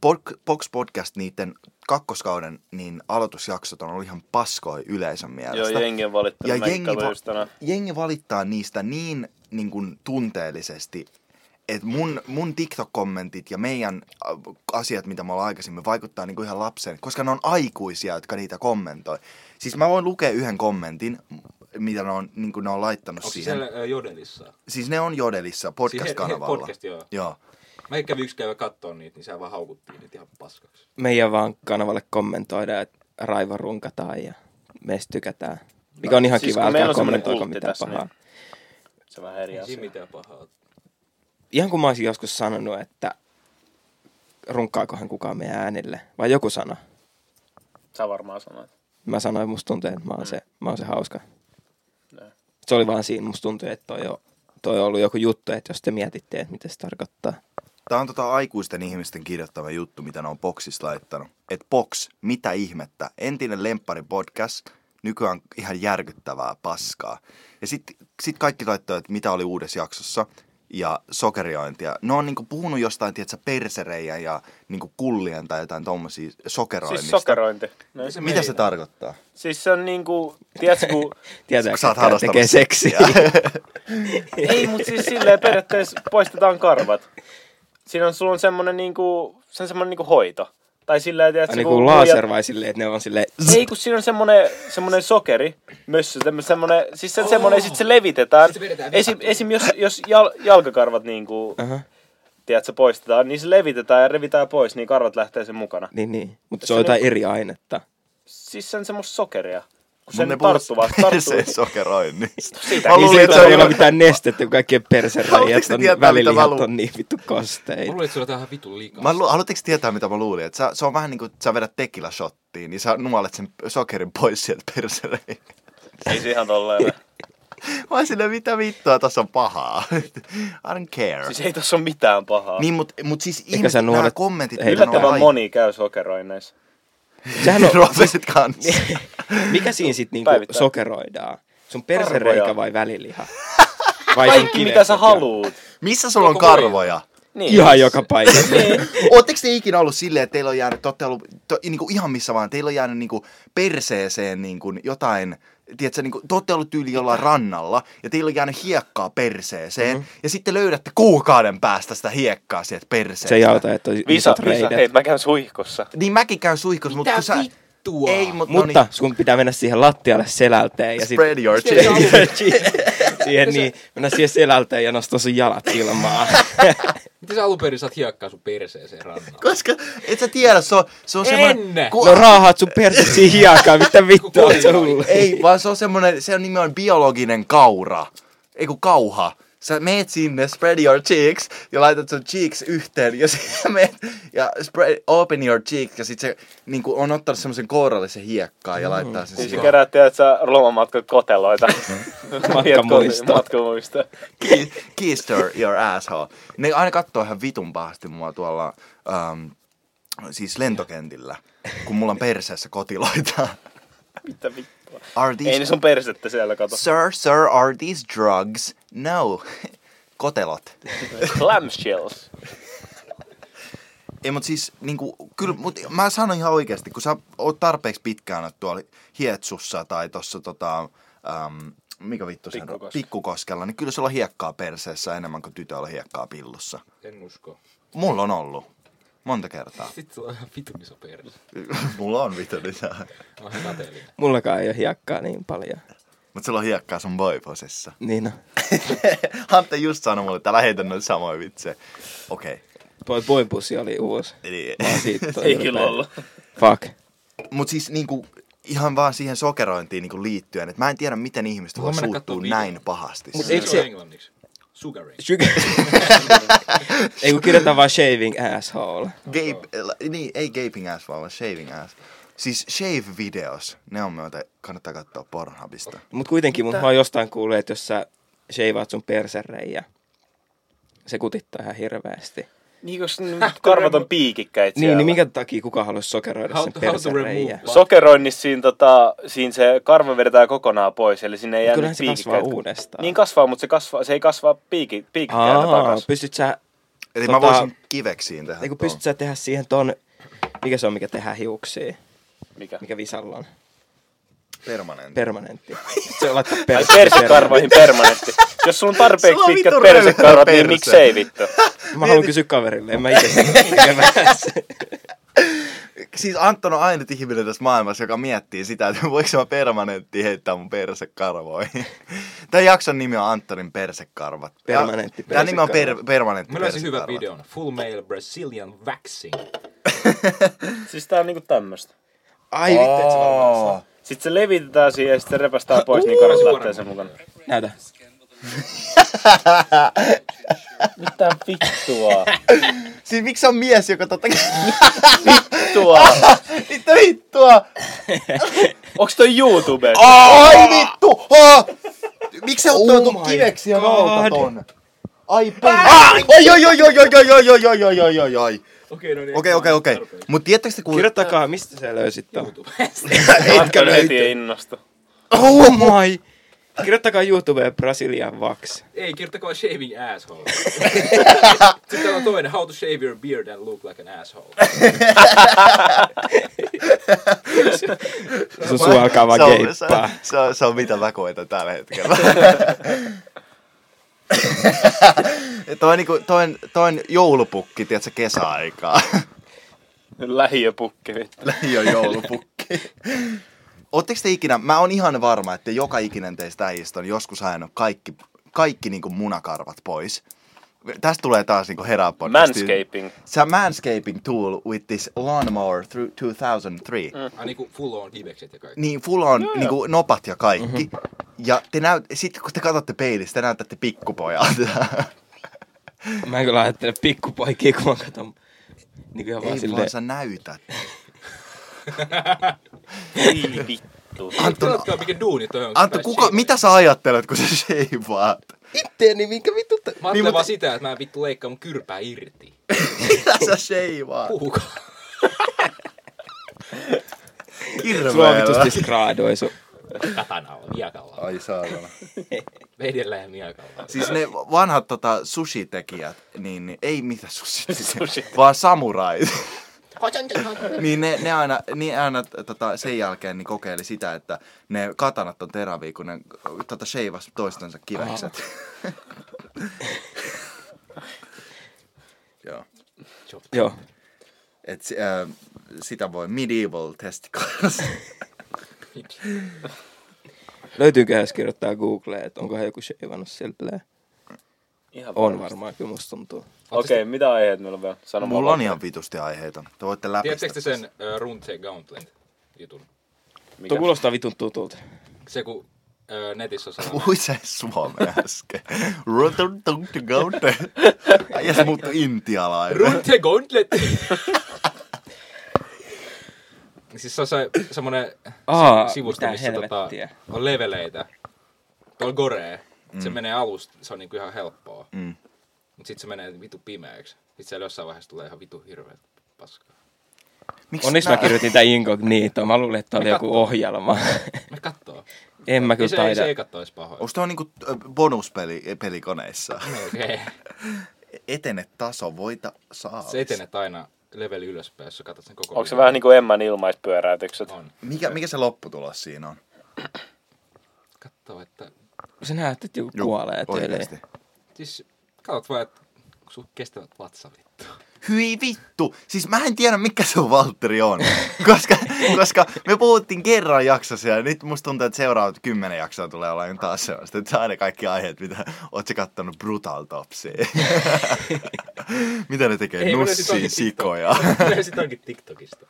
[SPEAKER 1] Pod- Box Podcast niiden kakkoskauden niin aloitusjaksot on ollut ihan paskoi yleisön
[SPEAKER 2] Joo,
[SPEAKER 1] mielestä.
[SPEAKER 2] jengi on
[SPEAKER 1] Ja
[SPEAKER 2] valittanut.
[SPEAKER 1] jengi,
[SPEAKER 2] Mä
[SPEAKER 1] va-
[SPEAKER 2] just tänään.
[SPEAKER 1] jengi valittaa niistä niin, niin kuin tunteellisesti, että mun, mun TikTok-kommentit ja meidän äh, asiat, mitä me ollaan aikaisemmin, vaikuttaa niin kuin ihan lapsen, koska ne on aikuisia, jotka niitä kommentoi. Siis mä voin lukea yhden kommentin, m- mitä ne on, niin kuin ne on laittanut
[SPEAKER 4] Onko se
[SPEAKER 1] siihen.
[SPEAKER 4] siellä ää, Jodelissa?
[SPEAKER 1] Siis ne on Jodelissa,
[SPEAKER 4] Siis he-
[SPEAKER 1] podcast-kanavalla.
[SPEAKER 4] he- podcast, joo.
[SPEAKER 1] joo.
[SPEAKER 4] Mä kävin yksi käydä kattoon niitä, niin sehän vaan haukuttiin niitä ihan paskaksi.
[SPEAKER 3] Meidän vaan kanavalle kommentoidaan, että raiva runkataan ja meistä tykätään. Mikä on ihan
[SPEAKER 2] Siis kun
[SPEAKER 3] kiva,
[SPEAKER 2] meillä
[SPEAKER 3] älkää
[SPEAKER 2] on semmoinen
[SPEAKER 3] kommentoiko
[SPEAKER 2] kultti
[SPEAKER 3] mitään
[SPEAKER 2] tässä,
[SPEAKER 3] pahaa.
[SPEAKER 2] niin- Se on vähän eri
[SPEAKER 4] Ei siinä
[SPEAKER 2] asia.
[SPEAKER 4] mitään pahaa. ole.
[SPEAKER 3] Ihan kun mä olisin joskus sanonut, että runkkaakohan kukaan meidän äänille. Vai joku sana.
[SPEAKER 2] Sä varmaan sanoit.
[SPEAKER 3] Mä sanoin, musta tuntuu, että mä oon se, mä oon se hauska.
[SPEAKER 2] Joo.
[SPEAKER 3] Se oli vaan siinä, musta tuntuu, että toi on, toi on ollut joku juttu, että jos te mietitte, että mitä se tarkoittaa.
[SPEAKER 1] Tämä on tota aikuisten ihmisten kirjoittama juttu, mitä ne on Boxista laittanut. Et Box, mitä ihmettä. Entinen lemppari podcast, nykyään ihan järkyttävää paskaa. Ja sitten sit kaikki laittoi, että mitä oli uudessa jaksossa ja sokeriointia. Ne on niinku puhunut jostain, tietsä, persereijä ja niinku kullien tai jotain tommosia sokeroinnista.
[SPEAKER 2] Siis sokerointi. No,
[SPEAKER 4] se
[SPEAKER 1] Mitä se tarkoittaa?
[SPEAKER 2] Siis se on niinku, tiedätkö kun...
[SPEAKER 3] Tietää,
[SPEAKER 1] Sä oot
[SPEAKER 3] että tää tekee
[SPEAKER 1] harrastanut
[SPEAKER 3] seksiä.
[SPEAKER 2] ei, mut siis silleen periaatteessa poistetaan karvat. Siinä on, sulla on semmonen niinku, se on semmonen niinku hoito. Tai silleen, tiedätkö...
[SPEAKER 3] Ai niin kuin
[SPEAKER 2] nuijat-
[SPEAKER 3] laser vai silleen, että ne on silleen...
[SPEAKER 2] Ei, kun siinä on semmonen, semmonen sokeri, mössö, semmo- semmonen, siis se, semmonen, sit se levitetään.
[SPEAKER 4] Sit se vedetään
[SPEAKER 2] Esim, esim jos, jos jal, jalkakarvat niinku,
[SPEAKER 3] Aha.
[SPEAKER 2] tiedätkö, poistetaan, niin se levitetään ja revitään pois, niin karvat lähtee sen mukana.
[SPEAKER 3] Niin, niin. Mutta se
[SPEAKER 2] Se
[SPEAKER 3] on
[SPEAKER 2] on
[SPEAKER 3] jotain
[SPEAKER 1] niinku-
[SPEAKER 3] eri ainetta.
[SPEAKER 2] Siis se on semmoista sokeria. Kun
[SPEAKER 1] Mut
[SPEAKER 2] sen tarttuu vaan,
[SPEAKER 1] se
[SPEAKER 2] tarttuu.
[SPEAKER 1] sokeroinnista.
[SPEAKER 2] Siitä.
[SPEAKER 1] Mä
[SPEAKER 3] Niin
[SPEAKER 1] luulin,
[SPEAKER 3] siitä
[SPEAKER 1] että se
[SPEAKER 3] ei
[SPEAKER 1] on
[SPEAKER 3] ole
[SPEAKER 1] joku-
[SPEAKER 3] mitään nestettä, kun kaikkien
[SPEAKER 1] Haluatteko
[SPEAKER 3] persereijät
[SPEAKER 1] te
[SPEAKER 3] on
[SPEAKER 1] tietää, mitä mä
[SPEAKER 3] välilihat
[SPEAKER 1] luulen?
[SPEAKER 3] on niin vittu
[SPEAKER 4] Mä
[SPEAKER 3] kosteita.
[SPEAKER 4] luulen, että se oli tähän vitun liikaa.
[SPEAKER 1] Mä lu- haluatteko tietää, mitä mä luulin? Että sä, se on vähän niin kuin, että sä vedät tekila shottiin, niin sä nuolet sen sokerin pois sieltä persereihin.
[SPEAKER 2] Ei se ihan tolleen.
[SPEAKER 1] Mä oon silleen, mitä vittua, tässä on pahaa. I don't care. Siis,
[SPEAKER 2] Siis ei tässä ole mitään pahaa. Niin,
[SPEAKER 1] niin, mut, mut siis
[SPEAKER 3] Eikä
[SPEAKER 1] ihmiset,
[SPEAKER 3] sä
[SPEAKER 1] nuolet... nämä
[SPEAKER 3] nuolet-
[SPEAKER 1] kommentit,
[SPEAKER 3] Hei,
[SPEAKER 1] mitä ne on
[SPEAKER 2] Yllättävän
[SPEAKER 1] laittanut.
[SPEAKER 2] moni käy sokeroinneissa.
[SPEAKER 3] Sehän on,
[SPEAKER 1] Ruotsalaiset kanssa.
[SPEAKER 3] Niin. mikä siinä sitten niinku
[SPEAKER 2] Päivittäin.
[SPEAKER 3] sokeroidaan? Sun persereikä
[SPEAKER 2] Karvoja.
[SPEAKER 3] vai väliliha?
[SPEAKER 2] Kaikki mitä sä
[SPEAKER 3] kivekset ja-
[SPEAKER 2] haluut.
[SPEAKER 1] Missä sulla on
[SPEAKER 4] Koko voi.
[SPEAKER 1] karvoja?
[SPEAKER 2] Niin.
[SPEAKER 3] Ihan joka paikassa.
[SPEAKER 1] Oletteko te ikinä ollut silleen, että teillä on jäänyt, te olette ollut to, niin kuin ihan missä vaan, teillä on jäänyt niin kuin perseeseen niin kuin jotain, tiedätkö, niin kuin, te olette ollut tyyli jollain rannalla ja teillä on jäänyt hiekkaa perseeseen
[SPEAKER 3] Mhm.
[SPEAKER 1] mm-hmm. ja sitten löydätte kuukauden päästä sitä hiekkaa sieltä perseestä.
[SPEAKER 3] Se ei auta, että on
[SPEAKER 2] Visa,
[SPEAKER 3] isot
[SPEAKER 2] visa. Hei,
[SPEAKER 3] reidet.
[SPEAKER 2] mä käyn suihkossa.
[SPEAKER 1] Niin mäkin käyn suihkussa, mutta kun sä...
[SPEAKER 4] vittua?
[SPEAKER 1] Ei,
[SPEAKER 2] no
[SPEAKER 1] mut, no niin.
[SPEAKER 2] niin.
[SPEAKER 3] Mutta sun pitää mennä siihen lattialle selälteen ja sit
[SPEAKER 1] Spread your
[SPEAKER 4] Spread
[SPEAKER 1] cheeks.
[SPEAKER 4] your-
[SPEAKER 3] siihen, niin, mennä siihen selälteen ja nostaa sun jalat ilmaan.
[SPEAKER 4] Miten sä alun perin saat hiekkaa sun perseeseen rannalla?
[SPEAKER 1] Koska et sä tiedä, se on, se on
[SPEAKER 4] En.
[SPEAKER 1] semmoinen...
[SPEAKER 3] No raahaat sun perset siihen hiekaan, mitä vittua on se hullu.
[SPEAKER 1] Ei, vaan se on semmoinen, se on nimenomaan biologinen kaura. Ei kun kauha. Sä meet sinne, spread your cheeks, ja laitat sun cheeks yhteen, ja sitten meet, ja spread, open your cheeks, ja sit se niin kuin on ottanut semmoisen kourallisen hiekkaa ja laittaa sen
[SPEAKER 2] Niin se
[SPEAKER 1] siihen.
[SPEAKER 2] kerää, tiedät sä, lomamatkat koteloita.
[SPEAKER 3] Matkamuistoa.
[SPEAKER 2] Matkamuista.
[SPEAKER 1] Ki- Kiss your, your asshole. Ne aina kattoo ihan vitun pahasti mua tuolla, um, siis lentokentillä, kun mulla on perseessä kotiloita.
[SPEAKER 2] Mitä vittua.
[SPEAKER 1] Are
[SPEAKER 2] Ei
[SPEAKER 1] these
[SPEAKER 2] ne sun persettä siellä, kato.
[SPEAKER 1] Sir, sir, are these drugs? No. Kotelot.
[SPEAKER 2] Clamshells.
[SPEAKER 1] Ei, mutta siis, niinku, kyllä, mut mä sanon ihan oikeasti, kun sä oot tarpeeksi pitkään ollut tuolla Hietsussa tai tuossa tota, äm, mikä vittu sen
[SPEAKER 2] Pikkukoske.
[SPEAKER 1] pikkukoskella, niin kyllä se on hiekkaa perseessä enemmän kuin tytöllä hiekkaa pillussa.
[SPEAKER 4] En usko.
[SPEAKER 1] Mulla on ollut. Monta kertaa.
[SPEAKER 4] Sitten sulla on ihan vitun iso perse.
[SPEAKER 1] Mulla on vittu lisää.
[SPEAKER 4] Mä oon ihan kateellinen.
[SPEAKER 3] Mullakaan ei ole hiekkaa niin paljon.
[SPEAKER 1] Mut sulla on hiekkaa sun boiposessa.
[SPEAKER 3] Niin no.
[SPEAKER 1] Hantte just sanoi mulle, että lähetä noin samoin vitsejä. Okei. Okay.
[SPEAKER 3] Boy, boy bussi oli uusi.
[SPEAKER 1] Eli...
[SPEAKER 3] Mä oon siitä
[SPEAKER 2] Ei
[SPEAKER 3] todella
[SPEAKER 2] kyllä
[SPEAKER 3] päin.
[SPEAKER 2] ollut.
[SPEAKER 3] Fuck.
[SPEAKER 1] Mutta siis niinku, ihan vaan siihen sokerointiin niinku liittyen, että mä en tiedä, miten ihmiset
[SPEAKER 4] Mä
[SPEAKER 1] voi
[SPEAKER 4] menen
[SPEAKER 1] suuttua
[SPEAKER 4] kattoon videon.
[SPEAKER 1] näin pahasti. siis. Mut
[SPEAKER 3] Mut
[SPEAKER 4] Se
[SPEAKER 3] eikö
[SPEAKER 4] on
[SPEAKER 3] se-
[SPEAKER 4] englanniksi? Sugaring.
[SPEAKER 3] Sugar. ei kun kirjoitetaan vaan shaving asshole.
[SPEAKER 1] Gape, äh, niin, ei gaping ass, vaan shaving ass. Siis shave-videos, ne on myötä, kannattaa katsoa Pornhubista.
[SPEAKER 3] Mut kuitenkin mun mä oon jostain kuullut, että jos sä shaveaat sun persereiä, se kutittaa ihan hirveästi.
[SPEAKER 2] Niin jos karvat on piikikkäit
[SPEAKER 3] Niin,
[SPEAKER 2] siellä.
[SPEAKER 3] niin minkä takia kuka haluaisi sokeroida
[SPEAKER 4] How
[SPEAKER 3] sen
[SPEAKER 4] to- how to
[SPEAKER 3] persereiä?
[SPEAKER 4] remove.
[SPEAKER 2] Sokeroinnissa siinä, tota, siinä se karva vedetään kokonaan pois, eli sinne ei jää
[SPEAKER 3] Kyllähän
[SPEAKER 2] nyt
[SPEAKER 3] se kasvaa
[SPEAKER 2] piikikkäät.
[SPEAKER 3] uudestaan.
[SPEAKER 2] Niin kasvaa, mutta se, kasvaa, se ei kasvaa piiki, piikikkäitä
[SPEAKER 3] Aa,
[SPEAKER 2] takaisin.
[SPEAKER 3] pystyt sä,
[SPEAKER 1] Eli
[SPEAKER 3] Tota-
[SPEAKER 1] mä voisin kiveksiin tehdä
[SPEAKER 3] ei kun
[SPEAKER 1] ton.
[SPEAKER 3] pystyt sä tehdä siihen ton, mikä se on, mikä tehdään hiuksiin?
[SPEAKER 2] Mikä?
[SPEAKER 3] Mikä visalla on?
[SPEAKER 1] permanentti.
[SPEAKER 3] Permanentti. Se laittaa
[SPEAKER 2] Ai
[SPEAKER 3] perse-
[SPEAKER 2] persekarvoihin permanentti. Jos sulla on tarpeeksi
[SPEAKER 1] Sulla on
[SPEAKER 2] pitkät
[SPEAKER 1] vitun
[SPEAKER 2] persekarvat,
[SPEAKER 1] röyhä
[SPEAKER 2] niin
[SPEAKER 1] perse.
[SPEAKER 2] miksei vittu?
[SPEAKER 3] Mä haluan kysyä kaverille, en mä itse tekemässä.
[SPEAKER 1] Siis Anton on ainut ihminen tässä maailmassa, joka miettii sitä, että voiko mä permanentti heittää mun persekarvoihin. Tämän jakson nimi on Antonin persekarvat. Ja
[SPEAKER 3] Permanentti
[SPEAKER 1] Tämä nimi on per-
[SPEAKER 3] persekarvat.
[SPEAKER 1] permanentti
[SPEAKER 4] Mä löysin hyvän
[SPEAKER 1] persekarvat.
[SPEAKER 4] videon. Full male Brazilian waxing.
[SPEAKER 2] Siis tää on niinku tämmöstä.
[SPEAKER 3] Ai vittu, et sä varmaan saa.
[SPEAKER 1] Oo.
[SPEAKER 2] Sitten se levitetään siihen ja sitten se repästään pois, niin karasi lähtee sen mukana.
[SPEAKER 3] Näytä.
[SPEAKER 2] Mitä vittua?
[SPEAKER 1] Siis miksi on mies, joka tota- totta
[SPEAKER 2] Vittua!
[SPEAKER 1] Vittu vittua!
[SPEAKER 2] Onks toi YouTube?
[SPEAKER 1] Ai vittu! Ha! Miksi sä oot tuon
[SPEAKER 3] Oh my
[SPEAKER 1] kiveksi ja
[SPEAKER 3] God.
[SPEAKER 1] nouta ton? Ai peli. Ai ai ai ai ai ai ai ai ai ai ai ai ai.
[SPEAKER 4] Okei, no niin.
[SPEAKER 1] Okei okei okei. Mut tiettäks te kuul...
[SPEAKER 3] Kirjoittakaa, mistä sä löysit ton.
[SPEAKER 2] Anton heti ei innostu.
[SPEAKER 3] Oh my! Kirjoittakaa YouTubeen Brasilian Vax.
[SPEAKER 4] Ei, kirjoittakaa shaving asshole. Sitten täällä on toinen, how to shave your beard and look like an asshole.
[SPEAKER 3] Sun suu alkaa vaan
[SPEAKER 1] Se on- se-
[SPEAKER 3] keippaa.
[SPEAKER 1] Se on, se on mitä mä koetan tällä hetkellä. toi, on niinku, toi, on, toi on joulupukki, tiedätkö, kesäaikaa.
[SPEAKER 2] Lähiöpukki vittu.
[SPEAKER 1] Lähiö joulupukki. Oletteko te ikinä, mä oon ihan varma, että joka ikinen teistä äijistä on joskus ajanut kaikki, kaikki niinku munakarvat pois. Tästä tulee taas niinku herää podcastiin.
[SPEAKER 2] Manscaping.
[SPEAKER 1] Se on manscaping tool with this lawnmower through 2003. Mm.
[SPEAKER 4] Ai niinku full on kivekset ja kaikki.
[SPEAKER 1] Niin, full on niin kuin nopat ja kaikki. Mm-hmm. Ja te näyt, sit kun te katsotte peilistä, te näytätte pikkupojalta.
[SPEAKER 3] Mä en kyllä ajattele pikkupoikia, kun mä katson. Niin kuin ihan vaan
[SPEAKER 1] Ei vaan
[SPEAKER 3] silleen.
[SPEAKER 1] sä näytät.
[SPEAKER 2] Ei vittu.
[SPEAKER 1] Anton,
[SPEAKER 4] Tilatkaa, mikä duuni toi on. kun
[SPEAKER 1] Anton
[SPEAKER 4] pääs
[SPEAKER 1] kuka,
[SPEAKER 4] shavaan.
[SPEAKER 1] mitä sä ajattelet, kun sä shaveaat?
[SPEAKER 3] Itteeni, niin minkä vittu?
[SPEAKER 4] Mä
[SPEAKER 1] Niin,
[SPEAKER 4] ajattelen vaan sitä, että mä en vittu leikkaa mun kyrpää irti.
[SPEAKER 1] Mitä sä shaveaat?
[SPEAKER 4] Puhukaa.
[SPEAKER 3] Sulla on
[SPEAKER 1] Hirveellä.
[SPEAKER 3] vitusti graadoi sun.
[SPEAKER 4] Katanalla, miakalla.
[SPEAKER 1] Ai saatana.
[SPEAKER 4] Vedellä ja miakalla.
[SPEAKER 1] Siis ne vanhat tota, sushi-tekijät, niin, niin ei mitä sushi,
[SPEAKER 2] Sushi.
[SPEAKER 1] vaan samurait. niin ne, ne aina, niin aina tota, sen jälkeen niin kokeili sitä, että ne katanat on teräviä, kun ne tota, sheivas toistensa kivekset. Joo.
[SPEAKER 3] Joo.
[SPEAKER 1] Et, si- äh, sitä voi medieval testicles.
[SPEAKER 3] Löytyyköhän, jos kirjoittaa Googleen, että onkohan joku sheivannut silleen.
[SPEAKER 2] Ihan
[SPEAKER 3] On
[SPEAKER 2] varmasti.
[SPEAKER 3] varmaan, kyllä musta tuntuu.
[SPEAKER 2] Okei, mitä aiheet meillä on vielä? Sano
[SPEAKER 1] Mulla
[SPEAKER 2] vaan.
[SPEAKER 1] on ihan vitusti aiheita. Te voitte läpi.
[SPEAKER 4] Tiedättekö te sen uh, Runte Gauntlet jutun?
[SPEAKER 2] Mikä?
[SPEAKER 3] Tuo kuulostaa vitun tutulta.
[SPEAKER 4] Se kun uh, netissä on sellainen.
[SPEAKER 1] Puhuit sä suomea äsken. Rotun tung to go. Ai se muuttui intialainen.
[SPEAKER 4] Runte Gauntlet! siis se on se, semmonen
[SPEAKER 3] Aa,
[SPEAKER 4] sivusto,
[SPEAKER 3] mitä
[SPEAKER 4] missä tota,
[SPEAKER 3] helvettiä.
[SPEAKER 4] on leveleitä. Tuolla goree. Mm. Se menee alusta, se on niinku ihan helppoa.
[SPEAKER 1] Mm.
[SPEAKER 4] Mut sit se menee vitu pimeäksi. Sit siellä jossain vaiheessa tulee ihan vitu hirveet paskaa.
[SPEAKER 1] Miksi
[SPEAKER 3] Onneksi mä kirjoitin tää incognito. Mä luulin, että tää oli joku ohjelma.
[SPEAKER 4] Me kattoo.
[SPEAKER 3] en mä
[SPEAKER 4] Ei
[SPEAKER 3] kyllä
[SPEAKER 4] se, ei,
[SPEAKER 3] taida.
[SPEAKER 4] se ei kattoo edes pahoin.
[SPEAKER 1] Onko tämä niinku ö, bonuspeli e, pelikoneissa?
[SPEAKER 4] Okei.
[SPEAKER 1] Etene taso, voita saa.
[SPEAKER 4] Se etenet aina leveli ylöspäin, jos sä katsot sen koko
[SPEAKER 2] Onko se niin-
[SPEAKER 4] videon.
[SPEAKER 2] vähän niinku Emman ilmaispyöräytykset?
[SPEAKER 4] On.
[SPEAKER 1] Mikä, mikä se lopputulos siinä on?
[SPEAKER 4] katsoa, että...
[SPEAKER 3] Sä näet, että joku kuolee
[SPEAKER 1] oikeesti.
[SPEAKER 3] tyyliin.
[SPEAKER 4] Siis katsot vaan, että onko sun kestävät vatsavittu.
[SPEAKER 1] Hyi vittu! Siis mä en tiedä, mikä se on Valtteri on. Koska, koska me puhuttiin kerran jaksossa ja nyt musta tuntuu, että seuraavat kymmenen jaksoa tulee olemaan taas sellaista. Että aina kaikki aiheet, mitä oot sä kattonut Brutal Topsia. mitä ne tekee? Nussiin sikoja.
[SPEAKER 4] Löysit onkin TikTokista.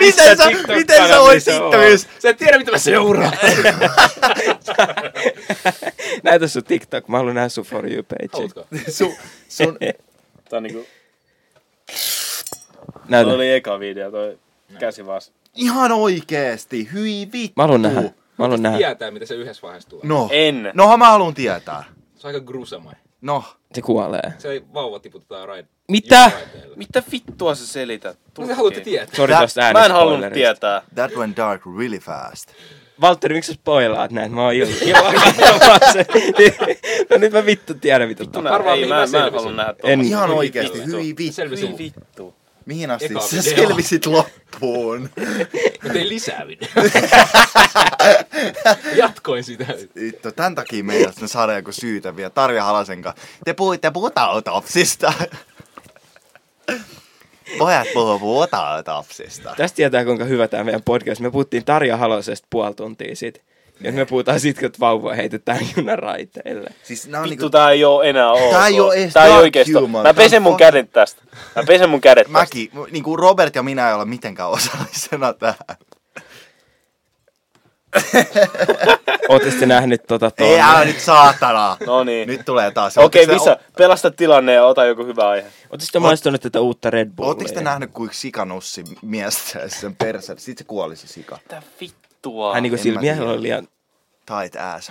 [SPEAKER 1] miten sä,
[SPEAKER 2] TikTok-kanavissa
[SPEAKER 1] miten sä voit
[SPEAKER 2] on?
[SPEAKER 1] TikTokissa?
[SPEAKER 4] Sä et tiedä, mitä mä seuraan.
[SPEAKER 3] Näytä sun TikTok, mä haluan nähdä sun For You page.
[SPEAKER 4] Haluatko?
[SPEAKER 1] Sun, sun,
[SPEAKER 2] Tää on niinku...
[SPEAKER 1] No
[SPEAKER 3] Näytä.
[SPEAKER 1] niin.
[SPEAKER 2] Toi oli eka video, toi käsi vas.
[SPEAKER 1] ihan oikeesti, hyi vittu.
[SPEAKER 3] Mä haluan nähdä. Mä haluan nähdä.
[SPEAKER 4] Tietää, mitä se yhdessä vaiheessa tulee.
[SPEAKER 1] No,
[SPEAKER 2] En.
[SPEAKER 1] nohan mä haluan tietää.
[SPEAKER 4] Se on aika grusama.
[SPEAKER 1] No,
[SPEAKER 3] Se kuolee.
[SPEAKER 4] Se ei vauva tiputetaan raid.
[SPEAKER 3] Mitä?
[SPEAKER 4] raiteille.
[SPEAKER 2] Mitä vittua sä selität? No,
[SPEAKER 4] Mitä te haluatte tietää?
[SPEAKER 3] Sori
[SPEAKER 1] Tää-
[SPEAKER 3] tosta
[SPEAKER 2] Mä en halunnut
[SPEAKER 3] äänespoilerista.
[SPEAKER 2] tietää.
[SPEAKER 1] that went dark really fast.
[SPEAKER 3] Valtteri, miksi sä spoilaat näin? Mä oon ilman. ilman katsomassa. no nyt mä vittu tiedän, mitä tapahtuu.
[SPEAKER 4] Harvaa
[SPEAKER 2] ei,
[SPEAKER 4] mihin
[SPEAKER 2] mä,
[SPEAKER 4] mä
[SPEAKER 2] mä en
[SPEAKER 4] selvisin.
[SPEAKER 2] halua nähdä
[SPEAKER 3] En.
[SPEAKER 2] tuolla.
[SPEAKER 1] Ihan
[SPEAKER 4] Hyi
[SPEAKER 1] oikeesti,
[SPEAKER 4] vittu.
[SPEAKER 1] hyi vittu.
[SPEAKER 4] Selvisin.
[SPEAKER 2] vittu.
[SPEAKER 1] Mihin asti
[SPEAKER 4] Eka
[SPEAKER 1] siis sä
[SPEAKER 4] video.
[SPEAKER 1] selvisit loppuun?
[SPEAKER 4] Mä tein lisää videoita. Jatkoin sitä.
[SPEAKER 1] Vittu, tämän takia meidät me saadaan joku syytä vielä. Tarja Halasen kanssa. Te puhuitte putoutopsista. Pojat puhuu putoutopsista.
[SPEAKER 3] Tästä tietää, kuinka hyvä tämä meidän podcast. Me puhuttiin Tarja Halosesta puoli tuntia sitten. Ja nyt me puhutaan siitä, että vauva heitetään junan raiteille.
[SPEAKER 1] Siis nää on
[SPEAKER 2] Vittu,
[SPEAKER 1] niinku...
[SPEAKER 2] tää ei oo enää oo.
[SPEAKER 1] Tää ei oo ees
[SPEAKER 2] Tää ei
[SPEAKER 1] Dark
[SPEAKER 2] oikeesti oo.
[SPEAKER 1] Human.
[SPEAKER 2] Mä
[SPEAKER 1] Tää
[SPEAKER 2] pesen
[SPEAKER 1] on
[SPEAKER 2] mun
[SPEAKER 1] fuck-
[SPEAKER 2] kädet tästä. Mä pesen mun kädet tästä.
[SPEAKER 1] Mäki, niinku Robert ja minä ei olla mitenkään osallisena tähän.
[SPEAKER 3] Ootte sitten nähnyt tota
[SPEAKER 1] Ei
[SPEAKER 3] tuolla?
[SPEAKER 1] älä nyt saatana.
[SPEAKER 2] niin. No niin.
[SPEAKER 1] Nyt tulee taas.
[SPEAKER 2] Okei,
[SPEAKER 1] Ootteko te-
[SPEAKER 2] Visa, pelasta tilanne ja ota joku hyvä aihe.
[SPEAKER 3] Ootte sitten maistanut tätä uutta Red Bullia?
[SPEAKER 1] Ootteko te nähnyt, kuinka sikanussi mies täysi sen persen? Sitten se kuoli se sika.
[SPEAKER 2] Mitä vittua?
[SPEAKER 3] Ai niin kuin
[SPEAKER 1] En
[SPEAKER 3] sillä
[SPEAKER 1] mä
[SPEAKER 3] miehellä
[SPEAKER 1] tiedä.
[SPEAKER 3] oli liian
[SPEAKER 1] Tight ass.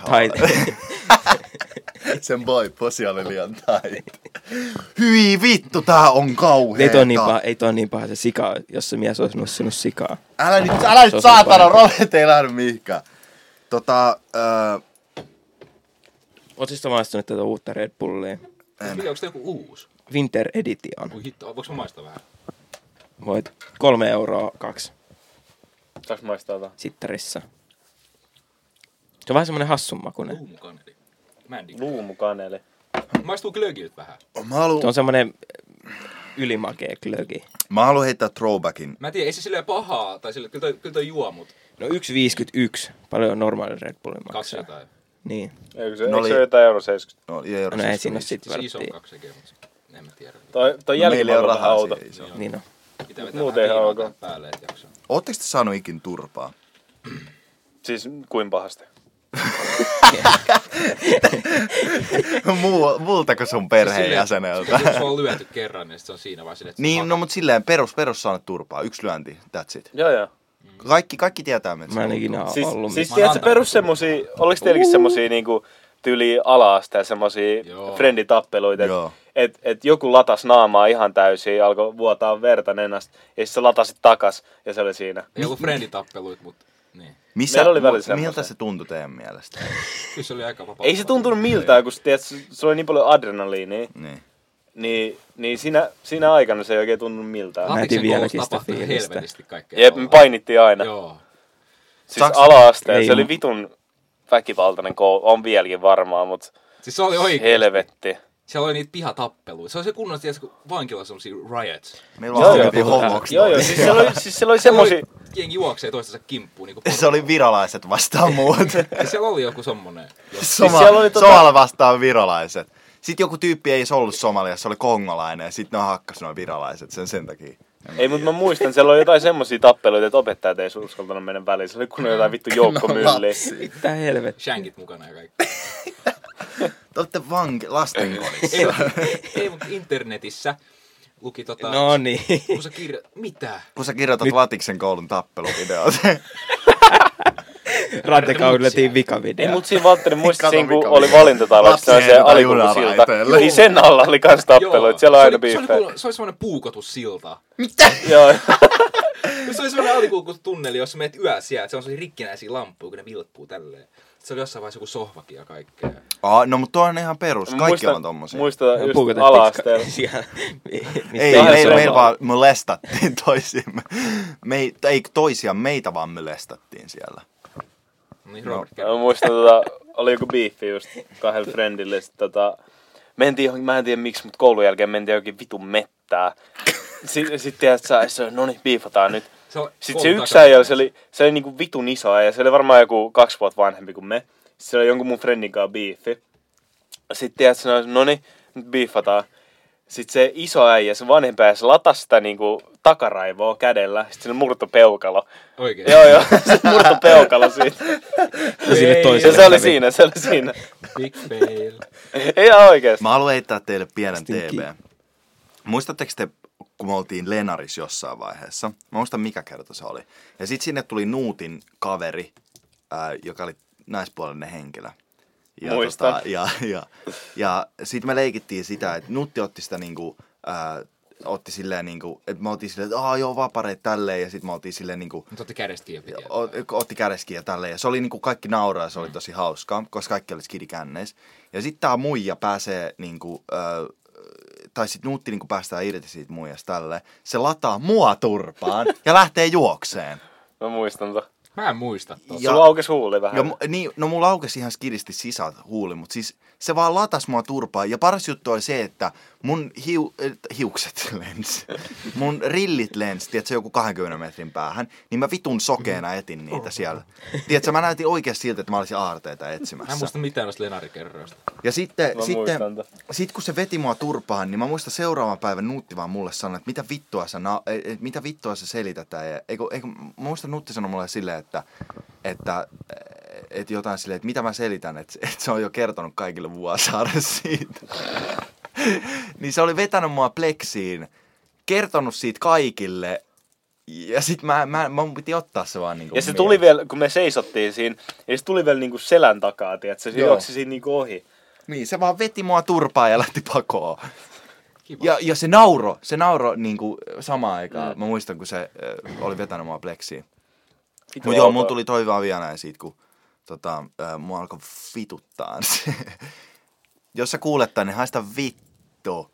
[SPEAKER 3] tight.
[SPEAKER 1] Sen boy posi oli liian tight. Hyi vittu, tää on kauheeta.
[SPEAKER 3] ei toi niin paha, ei toi niin paha se sika, jos se mies olisi nussinut sikaa.
[SPEAKER 1] Älä nyt, älä
[SPEAKER 3] Se
[SPEAKER 1] nyt
[SPEAKER 3] on
[SPEAKER 1] saatana,
[SPEAKER 3] parempi.
[SPEAKER 1] Robert ei lähde mihinkään. Tota, öö,
[SPEAKER 3] Ootte sitten maistanut tätä uutta Red Bullia?
[SPEAKER 4] Mikä, onko tää joku uusi?
[SPEAKER 3] Winter Edition.
[SPEAKER 4] Voi hitto, voiko mä maistaa vähän?
[SPEAKER 3] Voit kolme euroa kaksi
[SPEAKER 2] Saaks maistaa tää?
[SPEAKER 3] sittarissa. Se on vähän semmonen hassunmakunen.
[SPEAKER 4] Luumukaneli. Mä en tiedä.
[SPEAKER 2] Luumukaneli.
[SPEAKER 4] Maistuu glögilt vähän.
[SPEAKER 1] mä haluun,
[SPEAKER 3] Se on semmonen eh, ylimakea klöki.
[SPEAKER 1] mä haluun heittää throwbackin.
[SPEAKER 4] Mä en tiedä, ei se silleen pahaa, tai silleen, kyllä toi, kyllä toi juo mut
[SPEAKER 3] No 1,51. Paljon normaali Red Bullin
[SPEAKER 4] kaksi
[SPEAKER 3] maksaa.
[SPEAKER 4] tai
[SPEAKER 3] Niin.
[SPEAKER 2] Eikö se,
[SPEAKER 1] No
[SPEAKER 2] eikö se
[SPEAKER 1] oli-
[SPEAKER 2] ole jotain euro 70?
[SPEAKER 1] No, ei
[SPEAKER 3] No ei siinä ole sit
[SPEAKER 4] siis iso on
[SPEAKER 3] värttiä.
[SPEAKER 4] kaksi sekin, mutta en mä tiedä.
[SPEAKER 2] Toi, toi
[SPEAKER 1] No, meillä ei ole
[SPEAKER 2] jälkimmäinen on vähän
[SPEAKER 1] rahaa
[SPEAKER 2] outo.
[SPEAKER 1] siihen, ei se ole.
[SPEAKER 3] Niin on.
[SPEAKER 4] Pitää
[SPEAKER 2] Muuten
[SPEAKER 4] vetää Muuten vähän
[SPEAKER 2] ihan
[SPEAKER 4] viinaa
[SPEAKER 2] ok.
[SPEAKER 4] tähän päälle, et Siis jaksaa.
[SPEAKER 1] Ootteko te saanut ikin turpaa?
[SPEAKER 2] Siis kuin pahasti?
[SPEAKER 1] Muu, muultako sun perheenjäseneltä?
[SPEAKER 4] Silleen, Kun se on lyöty kerran, niin sit se on siinä vaan silleen, että se
[SPEAKER 1] Niin,
[SPEAKER 4] on
[SPEAKER 1] no mut silleen perus, perus saanut turpaa. Yksi lyönti, that's it.
[SPEAKER 2] Joo joo.
[SPEAKER 1] Kaikki, kaikki tietää, mitä
[SPEAKER 3] Mä en ikinä
[SPEAKER 2] Siis,
[SPEAKER 3] ollut.
[SPEAKER 2] siis
[SPEAKER 3] Siis...
[SPEAKER 4] Mä
[SPEAKER 2] tiedätkö
[SPEAKER 4] antanut.
[SPEAKER 2] perus semmosia, oliks teilläkin semmosia niinku tyyli ala-asteen semmosia
[SPEAKER 4] Joo.
[SPEAKER 2] frenditappeluita,
[SPEAKER 1] Joo.
[SPEAKER 2] että et, et joku latas naamaa ihan täysin ja alkoi vuotaa verta nenästä ja sitten sä latasit takas ja se oli siinä.
[SPEAKER 4] Ei ollut frenditappeluit, mutta niin.
[SPEAKER 1] Missä,
[SPEAKER 2] Meillä oli välillä
[SPEAKER 1] mu- miltä
[SPEAKER 2] semmoisia.
[SPEAKER 1] se tuntui teidän mielestä?
[SPEAKER 4] Kyllä se oli aika vapaa.
[SPEAKER 2] Ei se tuntunut miltään, kun tiedät, sulla oli niin paljon adrenaliinia,
[SPEAKER 1] niin.
[SPEAKER 2] niin, niin siinä, siinä aikana se ei oikein tuntunut miltään.
[SPEAKER 3] Ah.
[SPEAKER 4] Latiksen
[SPEAKER 3] Näytin vieläkin
[SPEAKER 4] koulussa
[SPEAKER 3] sitä
[SPEAKER 4] tapahtui
[SPEAKER 3] fiilistä.
[SPEAKER 4] Helvetisti kaikkea.
[SPEAKER 2] Jep, me painittiin aina.
[SPEAKER 4] Joo.
[SPEAKER 2] Siis
[SPEAKER 1] Saks-
[SPEAKER 2] ala-asteen, se
[SPEAKER 3] Leima.
[SPEAKER 2] oli vitun väkivaltainen koulu, on vieläkin varmaan, mutta
[SPEAKER 4] Siis se oli oikein.
[SPEAKER 2] helvetti.
[SPEAKER 4] Siellä oli niitä pihatappeluita. Se oli se kunnon, tiedätkö, kun vankilassa on semmosia riots.
[SPEAKER 1] Meillä on
[SPEAKER 2] joo,
[SPEAKER 1] aina
[SPEAKER 3] joo,
[SPEAKER 1] homoksi.
[SPEAKER 2] Joo, joo, siis siellä oli, siis siellä oli semmosia...
[SPEAKER 4] Jengi juoksee toistensa kimppuun. Niin
[SPEAKER 1] Se oli virolaiset vastaan muut.
[SPEAKER 4] Siellä oli joku semmonen. jos-
[SPEAKER 1] Soma,
[SPEAKER 2] Niin siellä oli
[SPEAKER 1] siis
[SPEAKER 2] tota-
[SPEAKER 1] Somala vastaan virolaiset. Sitten joku tyyppi ei se ollut somalia, se oli kongolainen ja sitten ne hakkas nuo virolaiset sen sen takia.
[SPEAKER 2] Ei, mutta mä muistan, siellä oli jotain semmosia tappeluita, että opettajat ei uskaltanut mennä väliin. Se oli kun jotain vittu joukkomylliä.
[SPEAKER 3] Mitä helvettiä?
[SPEAKER 4] Shankit mukana ja kaikki.
[SPEAKER 1] Te olette vanki, lastenkodissa.
[SPEAKER 4] Ei, ei mutta internetissä luki tota...
[SPEAKER 3] No niin.
[SPEAKER 4] Kun sä kirja... Mitä?
[SPEAKER 1] Kun sä kirjoitat Latiksen koulun tappeluvideot.
[SPEAKER 3] Rantakaudetin
[SPEAKER 2] Ei,
[SPEAKER 3] vikavideo.
[SPEAKER 2] mut siinä Valtteri muisti
[SPEAKER 1] Kato,
[SPEAKER 2] siinä, kun
[SPEAKER 1] mikä
[SPEAKER 2] oli
[SPEAKER 1] oli.
[SPEAKER 2] valintatalossa, se on
[SPEAKER 1] Lapsi
[SPEAKER 2] se
[SPEAKER 1] heitetään
[SPEAKER 2] alikulkusilta.
[SPEAKER 1] junaraiteille.
[SPEAKER 2] Niin sen alla oli kans tappeluita, siellä on
[SPEAKER 4] se
[SPEAKER 2] aina
[SPEAKER 4] oli- se oli
[SPEAKER 2] biiffejä.
[SPEAKER 4] kuulemma- Se oli semmoinen puukotussilta.
[SPEAKER 2] Joo,
[SPEAKER 4] Se oli semmoinen alikulkutunneli, jossa menet yö siellä, että se on semmoisia rikkinäisiä lamppuja, kun ne vilppuu tälleen. Se oli jossain vaiheessa joku sohvakin ja kaikkea.
[SPEAKER 1] Aa, no mutta toi on ihan perus. Kaikki
[SPEAKER 2] muistan-
[SPEAKER 1] on tommosia.
[SPEAKER 2] Muistan
[SPEAKER 3] Ja
[SPEAKER 2] just
[SPEAKER 3] puukotettiin
[SPEAKER 2] ala-asteella.
[SPEAKER 3] ka- siellä.
[SPEAKER 1] ei,
[SPEAKER 3] Mistä-
[SPEAKER 1] meillä,
[SPEAKER 2] Tahansa
[SPEAKER 1] meillä
[SPEAKER 2] ollaan.
[SPEAKER 1] vaan molestattiin toisiamme. Me ei, ei toisia, meitä vaan molestattiin siellä.
[SPEAKER 4] Niin, Robert
[SPEAKER 2] Mä
[SPEAKER 4] no.
[SPEAKER 2] muistan, tota, oli joku biifi just kahdella friendille. Sit, tota, mentiin johonkin, mä en tiedä miksi, mutta koulun jälkeen mentiin johonkin vitun mettää. Sitten sit, tiedät sä, se on, no niin, biifataan nyt.
[SPEAKER 4] Se on
[SPEAKER 2] Sitten se
[SPEAKER 4] koulun
[SPEAKER 2] yksi
[SPEAKER 4] takana.
[SPEAKER 2] äijä, se oli, se oli niinku vitun iso ja se oli varmaan joku kaksi vuotta vanhempi kuin me. Sitten se oli jonkun mun friendin kanssa biifi. Sitten tiedät, se sanoi, no niin, nyt biifataan. Sitten se iso äijä, se vanhempi äijä, se latasi sitä niinku takaraivoa kädellä. Sitten se murto peukalo.
[SPEAKER 4] Oikein.
[SPEAKER 2] joo, joo, se murto peukalo siitä.
[SPEAKER 3] Ja sille
[SPEAKER 2] Ja
[SPEAKER 4] Ei,
[SPEAKER 3] toiselle
[SPEAKER 2] se oli
[SPEAKER 3] kävi.
[SPEAKER 2] siinä, se oli siinä.
[SPEAKER 4] Big fail.
[SPEAKER 2] Ihan oikeesti.
[SPEAKER 1] Mä haluan heittää teille pienen
[SPEAKER 3] Justin
[SPEAKER 1] TB. Muistatteko te, kun me oltiin Lenaris jossain vaiheessa? Mä muistan, mikä kerta se oli. Ja sitten sinne tuli Nuutin kaveri, ää, joka oli naispuolinen henkilö. Ja, tota,
[SPEAKER 2] Muistan.
[SPEAKER 1] ja, ja, ja sitten me leikittiin sitä, että Nutti otti sitä niinku, ää, otti silleen niinku, että me oltiin silleen, että aah joo vapareet tälleen ja sitten me oltiin silleen niinku,
[SPEAKER 4] Mutta otti kädestäkin jo piti.
[SPEAKER 1] o- otti kädeskin ja tälleen. Ja se oli niinku kaikki nauraa, se oli tosi hauskaa, koska kaikki oli skidikänneissä. Ja sitten tää muija pääsee niinku, ö, tai sitten Nuutti niinku päästään irti siitä muijasta tälle. Se lataa mua turpaan ja lähtee juokseen.
[SPEAKER 2] Mä muistan to.
[SPEAKER 4] Mä en muista tuota.
[SPEAKER 1] Ja-
[SPEAKER 2] Sulla aukes huuli vähän.
[SPEAKER 1] Ja, mu- niin, no mulla aukesi ihan skidisti sisät huuli, mutta siis se vaan latas mua turpaan. Ja paras juttu oli se, että mun hiu, eh, hiukset lens, mun rillit lens, tiedätkö, joku 20 metrin päähän, niin mä vitun sokeena etin niitä siellä. Tiedätkö, mä näytin oikeasti siltä, että mä olisin aarteita
[SPEAKER 4] Mä en
[SPEAKER 1] etsimässä.
[SPEAKER 4] muista mitään noista lenarikerroista.
[SPEAKER 1] Ja sitten,
[SPEAKER 2] Mä
[SPEAKER 1] sitten
[SPEAKER 2] muistan tän.
[SPEAKER 1] sit kun se veti mua turpaan, niin mä muistan seuraavan päivän Nuutti vaan mulle sanoi, että mitä vittua sä, na- e- e- mitä vittua sä selitetään. Ja, eikö, eikö, mä muistan Nuutti sanoi mulle silleen, että, että et jotain silleen, että mitä mä selitän, että, että se on jo kertonut kaikille Vuosaarelle siitä. niin se oli vetänyt mua pleksiin, kertonut siitä kaikille, ja sit mä, mä, mä piti ottaa se vaan niinku
[SPEAKER 2] Ja se
[SPEAKER 1] mieleen.
[SPEAKER 2] tuli vielä, kun me seisottiin siinä, ja se tuli vielä niinku selän takaa, tiedätkö? Se
[SPEAKER 1] Joo.
[SPEAKER 2] juoksi siinä niinku ohi.
[SPEAKER 1] Niin, se vaan veti mua turpaan ja lähti pakoon.
[SPEAKER 4] Kiva.
[SPEAKER 1] Ja, ja se nauro, se nauro niin kuin samaan aikaan. Mm. Mä muistan, kun se äh, oli vetänyt mua pleksiin.
[SPEAKER 2] Vittu
[SPEAKER 1] Mutta joo, mun
[SPEAKER 2] outoa.
[SPEAKER 1] tuli toi vaan vielä näin siitä, kun tota, äh, mua alkoi vituttaa. se. Jos sä kuulet tän, niin haista vittu.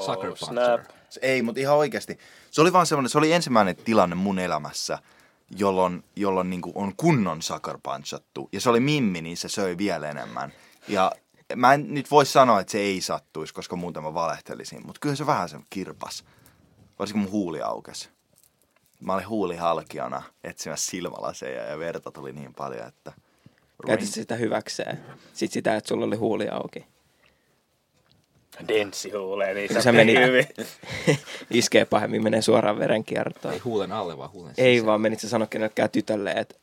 [SPEAKER 4] Sucker
[SPEAKER 2] Oh,
[SPEAKER 4] puncher.
[SPEAKER 2] snap.
[SPEAKER 1] Se- Ei, mutta ihan oikeasti. Se oli vaan semmoinen, se oli ensimmäinen tilanne mun elämässä, jolloin, jolloin niin on kunnon sucker punchattu. Ja se oli Mimmi, niin se söi vielä enemmän. Ja mä en nyt voi sanoa, että se ei sattuisi, koska muuten mä valehtelisin. Mutta kyllä se vähän sen kirpas. Varsinkin mun huuli aukesi. Mä olin huulihalkiona etsimässä silmälaseja ja verta tuli niin paljon, että...
[SPEAKER 3] Käytit sä sitä hyväkseen. Sitten sitä, että sulla oli huuli auki.
[SPEAKER 2] Denssi huulee, niin
[SPEAKER 3] Sä
[SPEAKER 2] se meni
[SPEAKER 3] menit-
[SPEAKER 2] hyvin.
[SPEAKER 3] Iskee pahemmin, menee suoraan verenkiertoon.
[SPEAKER 4] Ei huulen alle, vaan huulen
[SPEAKER 3] Ei
[SPEAKER 4] sisään.
[SPEAKER 3] vaan, menit sä sanoa kenellekään tytölle, että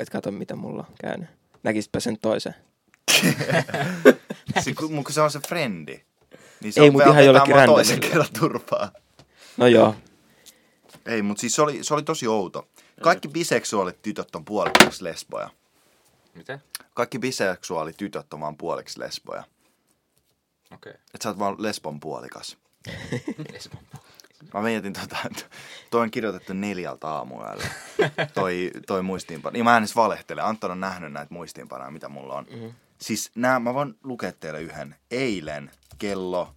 [SPEAKER 3] et kato mitä mulla on käynyt. Näkisitpä sen toisen.
[SPEAKER 1] Se, kun, kun se on se frendi. Niin
[SPEAKER 3] Ei,
[SPEAKER 1] on-
[SPEAKER 3] mut ihan
[SPEAKER 1] vetää
[SPEAKER 3] jollekin
[SPEAKER 1] mua toisen
[SPEAKER 3] randomille.
[SPEAKER 1] kerran turpaa.
[SPEAKER 3] No joo,
[SPEAKER 1] Ei, mutta siis se oli, se oli tosi outo. Kaikki biseksuaalit tytöt on puoliksi lesboja.
[SPEAKER 4] Mitä?
[SPEAKER 1] Kaikki biseksuaalit tytöt on vaan puoliksi lesboja.
[SPEAKER 4] Okei. Okay.
[SPEAKER 1] Et sä oot vaan lesbon puolikas.
[SPEAKER 4] Espoon puolella.
[SPEAKER 1] Mä mietin tota, että toi on kirjoitettu neljältä aamuyöllä. toi, toi muistiinpano. Ja mä en edes valehtele. Anton on nähnyt näitä muistiinpanoja, mitä mulla on. Mm-hmm. Siis nää, mä voin lukea teille yhden. Eilen kello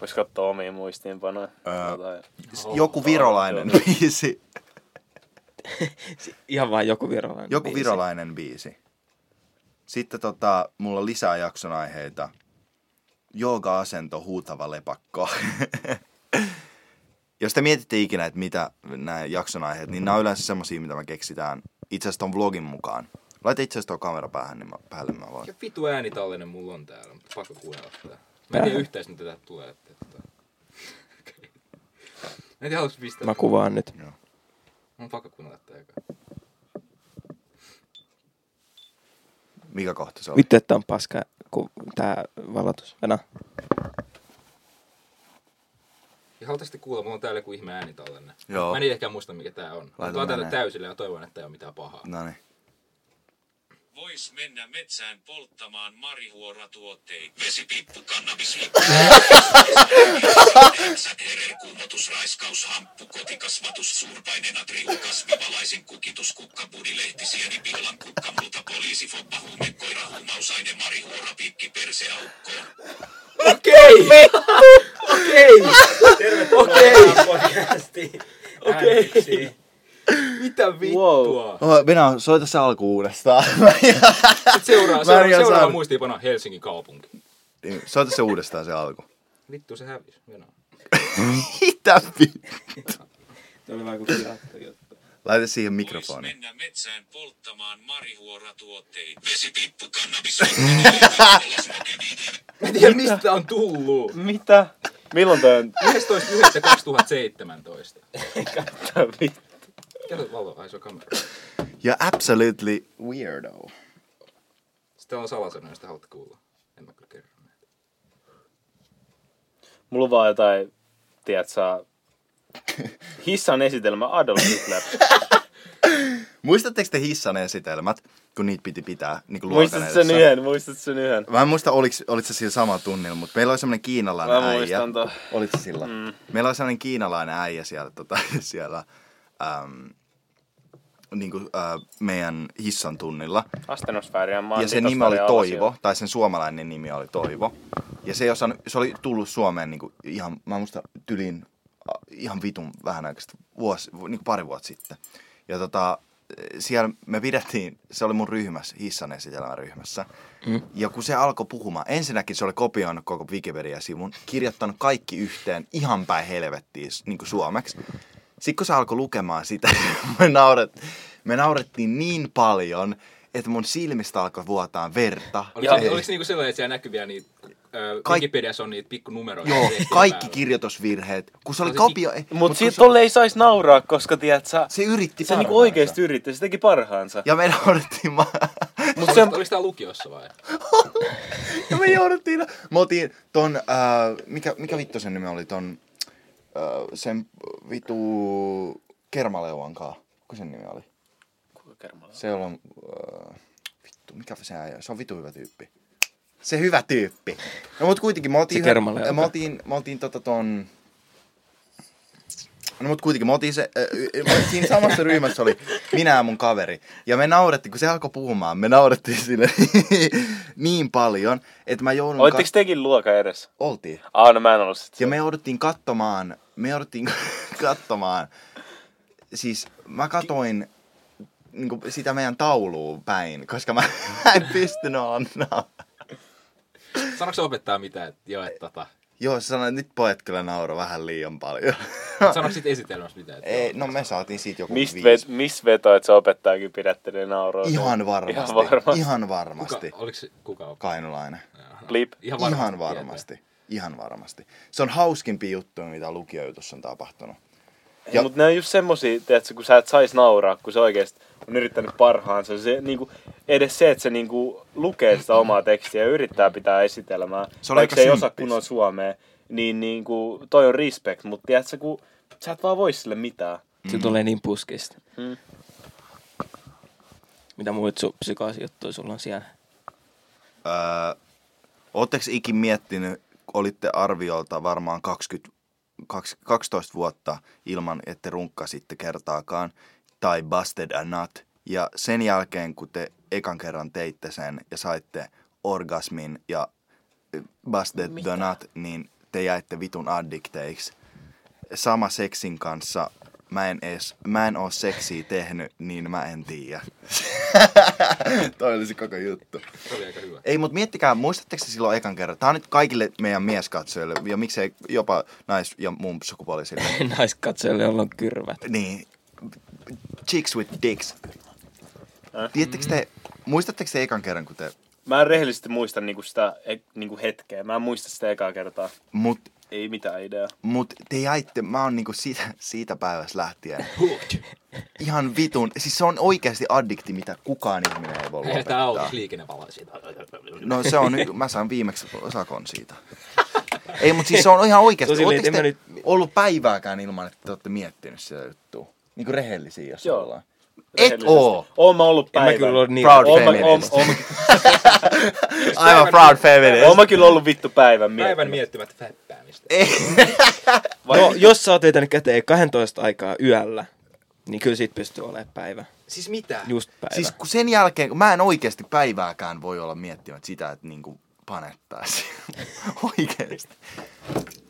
[SPEAKER 2] Vois kattoo omia muistiinpanoja.
[SPEAKER 1] Öö.
[SPEAKER 2] Jotain.
[SPEAKER 1] siis joku virolainen biisi.
[SPEAKER 3] ihan vaan joku virolainen.
[SPEAKER 1] Joku
[SPEAKER 3] biisi.
[SPEAKER 1] virolainen biisi. Sitten tota, mulla on lisää jakson aiheita. Jooga-asento, huutava lepakko. Jos te mietitte ikinä, että mitä nämä jakson aiheet, niin nämä on yleensä semmosia, mitä me keksitään itse asiassa ton vlogin mukaan. Laita itse asiassa tuo kamera päähän, niin mä, päälle mä voin.
[SPEAKER 4] Mikä vitu äänitallinen mulla on täällä, mutta pakko kuunnella tätä. Mä en tiedä yhtään, mitä tätä tulee. Että, että... Okei. Mä en tiedä, haluatko pistää?
[SPEAKER 3] Mä kuvaan nyt.
[SPEAKER 1] Joo.
[SPEAKER 4] Mun on pakko kuunnella tätä eka.
[SPEAKER 1] Mikä kohta se on?
[SPEAKER 3] Vittu, että on paska ku, tää valotus. Enä.
[SPEAKER 4] Ja haluatteko te kuulla, mulla on täällä joku ihme äänitallenne.
[SPEAKER 1] Joo.
[SPEAKER 4] Mä en ehkä muista, mikä tää on. Mä otan tätä
[SPEAKER 1] menee.
[SPEAKER 4] täysillä ja toivon, että ei ole mitään pahaa.
[SPEAKER 1] No niin.
[SPEAKER 5] Vois mennä metsään polttamaan marihuoratuotteita. Vesipippu, kannabis, kunnotusraiskaus, hamppu, kotikasvatus, suurpainen atrium, kasvivalaisin kukitus, kukka, budilehti, sieni, pillan, kukka, multa, poliisi, foppa, huume, koira, huumausaine, marihuora, pikki, perse, aukko.
[SPEAKER 4] Okei! Okei! Okei!
[SPEAKER 6] podcastiin. Okei.
[SPEAKER 4] Mitä vittua?
[SPEAKER 1] Oh, Minä soita se alku uudestaan.
[SPEAKER 4] Sitten seuraava,
[SPEAKER 1] en
[SPEAKER 4] seuraava,
[SPEAKER 1] ihan
[SPEAKER 4] seuraava
[SPEAKER 1] saanut.
[SPEAKER 4] muistiinpano Helsingin kaupunki.
[SPEAKER 1] Niin, soita se uudestaan se alku.
[SPEAKER 4] Vittu se hävisi. Venäjä.
[SPEAKER 1] Mitä vi-
[SPEAKER 3] Tämä oli vähän kuin pirattu juttu.
[SPEAKER 1] Laita siihen
[SPEAKER 5] Vois
[SPEAKER 1] mikrofoni.
[SPEAKER 5] mennä metsään polttamaan marihuoratuotteita. Vesipippu, kannabis, alkoholi,
[SPEAKER 4] Mä en tiedä mistä tää on tullut.
[SPEAKER 2] Mitä? Milloin toi on?
[SPEAKER 4] 11.9.2017.
[SPEAKER 2] Tää vittu.
[SPEAKER 4] Kerro valo, ai se on kamera.
[SPEAKER 1] Ja absolutely weirdo.
[SPEAKER 4] Sitten on salasanoja, jos te haluatte kuulla. En mä kyllä kerro. näitä.
[SPEAKER 2] Mulla on vaan jotain, tiedät sä, hissan esitelmä Adolf Hitler.
[SPEAKER 1] Muistatteko te hissan esitelmät, kun niitä piti pitää niin kuin luokan
[SPEAKER 2] muistat sen
[SPEAKER 1] edessä?
[SPEAKER 2] yhden, muistat sen yhden.
[SPEAKER 1] Mä en muista, oliks, olit se sillä samalla tunnilla, mutta meillä oli semmoinen kiinalainen
[SPEAKER 2] Mä
[SPEAKER 1] äijä.
[SPEAKER 2] muistan ton.
[SPEAKER 1] Olit se sillä? Mm. Meillä oli semmoinen kiinalainen äijä siellä, tota, siellä äm, niin kuin, äh, meidän hissan tunnilla.
[SPEAKER 2] Astenosfääriä niin
[SPEAKER 1] ja sen nimi oli Toivo, tai sen suomalainen nimi oli Toivo. Ja se, ei osannut, se oli tullut Suomeen niin kuin ihan, mä muistan tylin a, ihan vitun vähän aikaista, vuosi, niin kuin pari vuotta sitten. Ja tota, siellä me pidettiin, se oli mun ryhmässä, hissan esitelmän ryhmässä. Mm. Ja kun se alkoi puhumaan, ensinnäkin se oli kopioinut koko Wikipedia-sivun, kirjoittanut kaikki yhteen ihan päin helvettiin niin kuin suomeksi. Sitten kun se alkoi lukemaan sitä, me, nauret, me naurettiin niin paljon, että mun silmistä alkoi vuotaa verta.
[SPEAKER 4] Oliko,
[SPEAKER 1] Ei.
[SPEAKER 4] se, oliko se niinku sellainen, että siellä näkyy vielä niitä, ö,
[SPEAKER 1] Kaik-
[SPEAKER 4] Wikipediassa on niitä pikkunumeroita.
[SPEAKER 1] Joo,
[SPEAKER 4] tekstiä
[SPEAKER 1] kaikki
[SPEAKER 4] päällä.
[SPEAKER 1] kirjoitusvirheet. Kun se oli
[SPEAKER 4] Se-
[SPEAKER 1] kopio...
[SPEAKER 2] Mut,
[SPEAKER 1] kun
[SPEAKER 2] Mut
[SPEAKER 1] se,
[SPEAKER 2] siitä tolle ei saisi nauraa, koska tiedät sä,
[SPEAKER 1] se yritti
[SPEAKER 2] se niinku
[SPEAKER 1] parhaansa.
[SPEAKER 2] oikeesti yritti, se teki parhaansa.
[SPEAKER 1] Ja me jouduttiin, ma-
[SPEAKER 2] Mut
[SPEAKER 4] Oliko,
[SPEAKER 2] se,
[SPEAKER 4] oliko tää lukiossa vai?
[SPEAKER 1] ja me jouduttiin, me oltiin ton, äh, mikä, mikä vittu sen nimi oli, ton, äh, sen vitu kermaleuan kaa. Kuka sen nimi oli? Se on, äh, vittu, mikä se äijä, se on vitu hyvä tyyppi. Se hyvä tyyppi. No mut kuitenkin, me oltiin,
[SPEAKER 3] Se kermaleuka.
[SPEAKER 1] me oltiin, me oltiin tota ton, No mut kuitenkin, me oltiin se, äh, äh, siinä samassa ryhmässä oli minä ja mun kaveri. Ja me naurettiin, kun se alkoi puhumaan, me naurettiin sille niin paljon, että mä joudun...
[SPEAKER 2] Olitteko tekin luokan edessä?
[SPEAKER 1] Oltiin.
[SPEAKER 2] Aa, no mä en ollut sit.
[SPEAKER 1] Ja me jouduttiin katsomaan, me jouduttiin katsomaan, siis mä katoin niinku sitä meidän tauluun päin, koska mä en pystynyt antaa.
[SPEAKER 4] Sanoiko se opettaa mitään, että joo, että tota.
[SPEAKER 1] Joo, se sanoi, että nyt pojat kyllä nauro vähän liian paljon.
[SPEAKER 4] Sanoiko sit esitelmässä mitään? Että
[SPEAKER 1] Ei, no me saatiin siitä joku
[SPEAKER 2] Mist,
[SPEAKER 1] viisi.
[SPEAKER 2] vet, mis veto, että se opettajakin pidättelee nauroa?
[SPEAKER 1] Ihan varmasti.
[SPEAKER 2] Ihan varmasti.
[SPEAKER 1] Ihan
[SPEAKER 4] kuka,
[SPEAKER 1] varmasti.
[SPEAKER 4] oliko se kuka on?
[SPEAKER 1] Kainulainen.
[SPEAKER 2] Blip.
[SPEAKER 4] Ihan varmasti.
[SPEAKER 1] Ihan varmasti. Ihan varmasti. Se on hauskimpi juttu, mitä lukiojutussa on tapahtunut. Ja-
[SPEAKER 2] Ja... Mutta ne on just semmosia, tiedätkö, kun sä et sais nauraa, kun se oikeesti on yrittänyt parhaansa. Se, niinku, edes se, että se niinku, lukee sitä omaa tekstiä ja yrittää pitää esitelmää,
[SPEAKER 1] Se on aika
[SPEAKER 2] vaikka se ei osaa
[SPEAKER 1] symppistä.
[SPEAKER 2] kunnon suomea, niin niinku, toi on respect. Mutta tiedätkö, kun sä et vaan voi sille mitään.
[SPEAKER 3] Se tulee niin puskista.
[SPEAKER 2] Mm.
[SPEAKER 3] Mitä muita su- psykaasijuttuja sulla on siellä?
[SPEAKER 1] Öö, Oletteko ikin miettinyt, olitte arviolta varmaan 20, kaks- 12 vuotta ilman, että runkkasitte kertaakaan, tai busted a nut, ja sen jälkeen, kun te ekan kerran teitte sen ja saitte orgasmin ja ö, busted Mitä? the nut, niin te jäitte vitun addikteiksi. Sama seksin kanssa, mä en, ees, mä en oo seksiä tehnyt, niin mä en tiedä. Toi oli se koko juttu.
[SPEAKER 4] Se oli aika hyvä.
[SPEAKER 1] Ei, mutta miettikää, muistatteko te silloin ekan kerran? Tämä on nyt kaikille meidän mieskatsojille ja miksei jopa nais- ja mun sukupuolisille.
[SPEAKER 3] Naiskatsojalle, jolla on kyrvät.
[SPEAKER 1] niin, chicks with dicks. Tiedättekö te, muistatteko te ekan kerran, kun te...
[SPEAKER 2] Mä en rehellisesti muista niinku sitä e- niinku hetkeä. Mä en muista sitä ekaa kertaa.
[SPEAKER 1] Mut,
[SPEAKER 2] Ei mitään ideaa.
[SPEAKER 1] mut te jäitte, mä oon niinku siitä, siitä päivästä lähtien ihan vitun. Siis se on oikeasti addikti, mitä kukaan ihminen ei voi
[SPEAKER 4] Lähdetään
[SPEAKER 1] lopettaa.
[SPEAKER 4] autossa liikennevaloisiin.
[SPEAKER 1] No se on nyt, mä sain viimeksi sakon siitä. Ei, mutta siis se on ihan oikeasti.
[SPEAKER 3] Tosi
[SPEAKER 1] Oletteko te
[SPEAKER 3] liitin,
[SPEAKER 1] nyt... ollut päivääkään ilman, että te olette miettinyt sitä juttua? Niin kuin rehellisiä, jos Joo.
[SPEAKER 2] Joo.
[SPEAKER 1] ollaan. Et oo!
[SPEAKER 2] Oon mä ollut
[SPEAKER 3] En
[SPEAKER 2] päivän.
[SPEAKER 3] mä kyllä ole niin...
[SPEAKER 1] Proud
[SPEAKER 2] Oon mä, oon,
[SPEAKER 1] feminist.
[SPEAKER 2] oon,
[SPEAKER 1] I'm a proud feminist.
[SPEAKER 2] oon mä kyllä ollut vittu päivän miettinyt.
[SPEAKER 4] Päivän miettimät fäppäämistä.
[SPEAKER 3] No, jos sä oot vetänyt käteen 12 aikaa yöllä, niin kyllä siitä pystyy olemaan päivä.
[SPEAKER 4] Siis mitä?
[SPEAKER 3] Just päivä.
[SPEAKER 1] Siis kun sen jälkeen, kun mä en oikeasti päivääkään voi olla miettimättä sitä, että niinku panettaisi. oikeesti.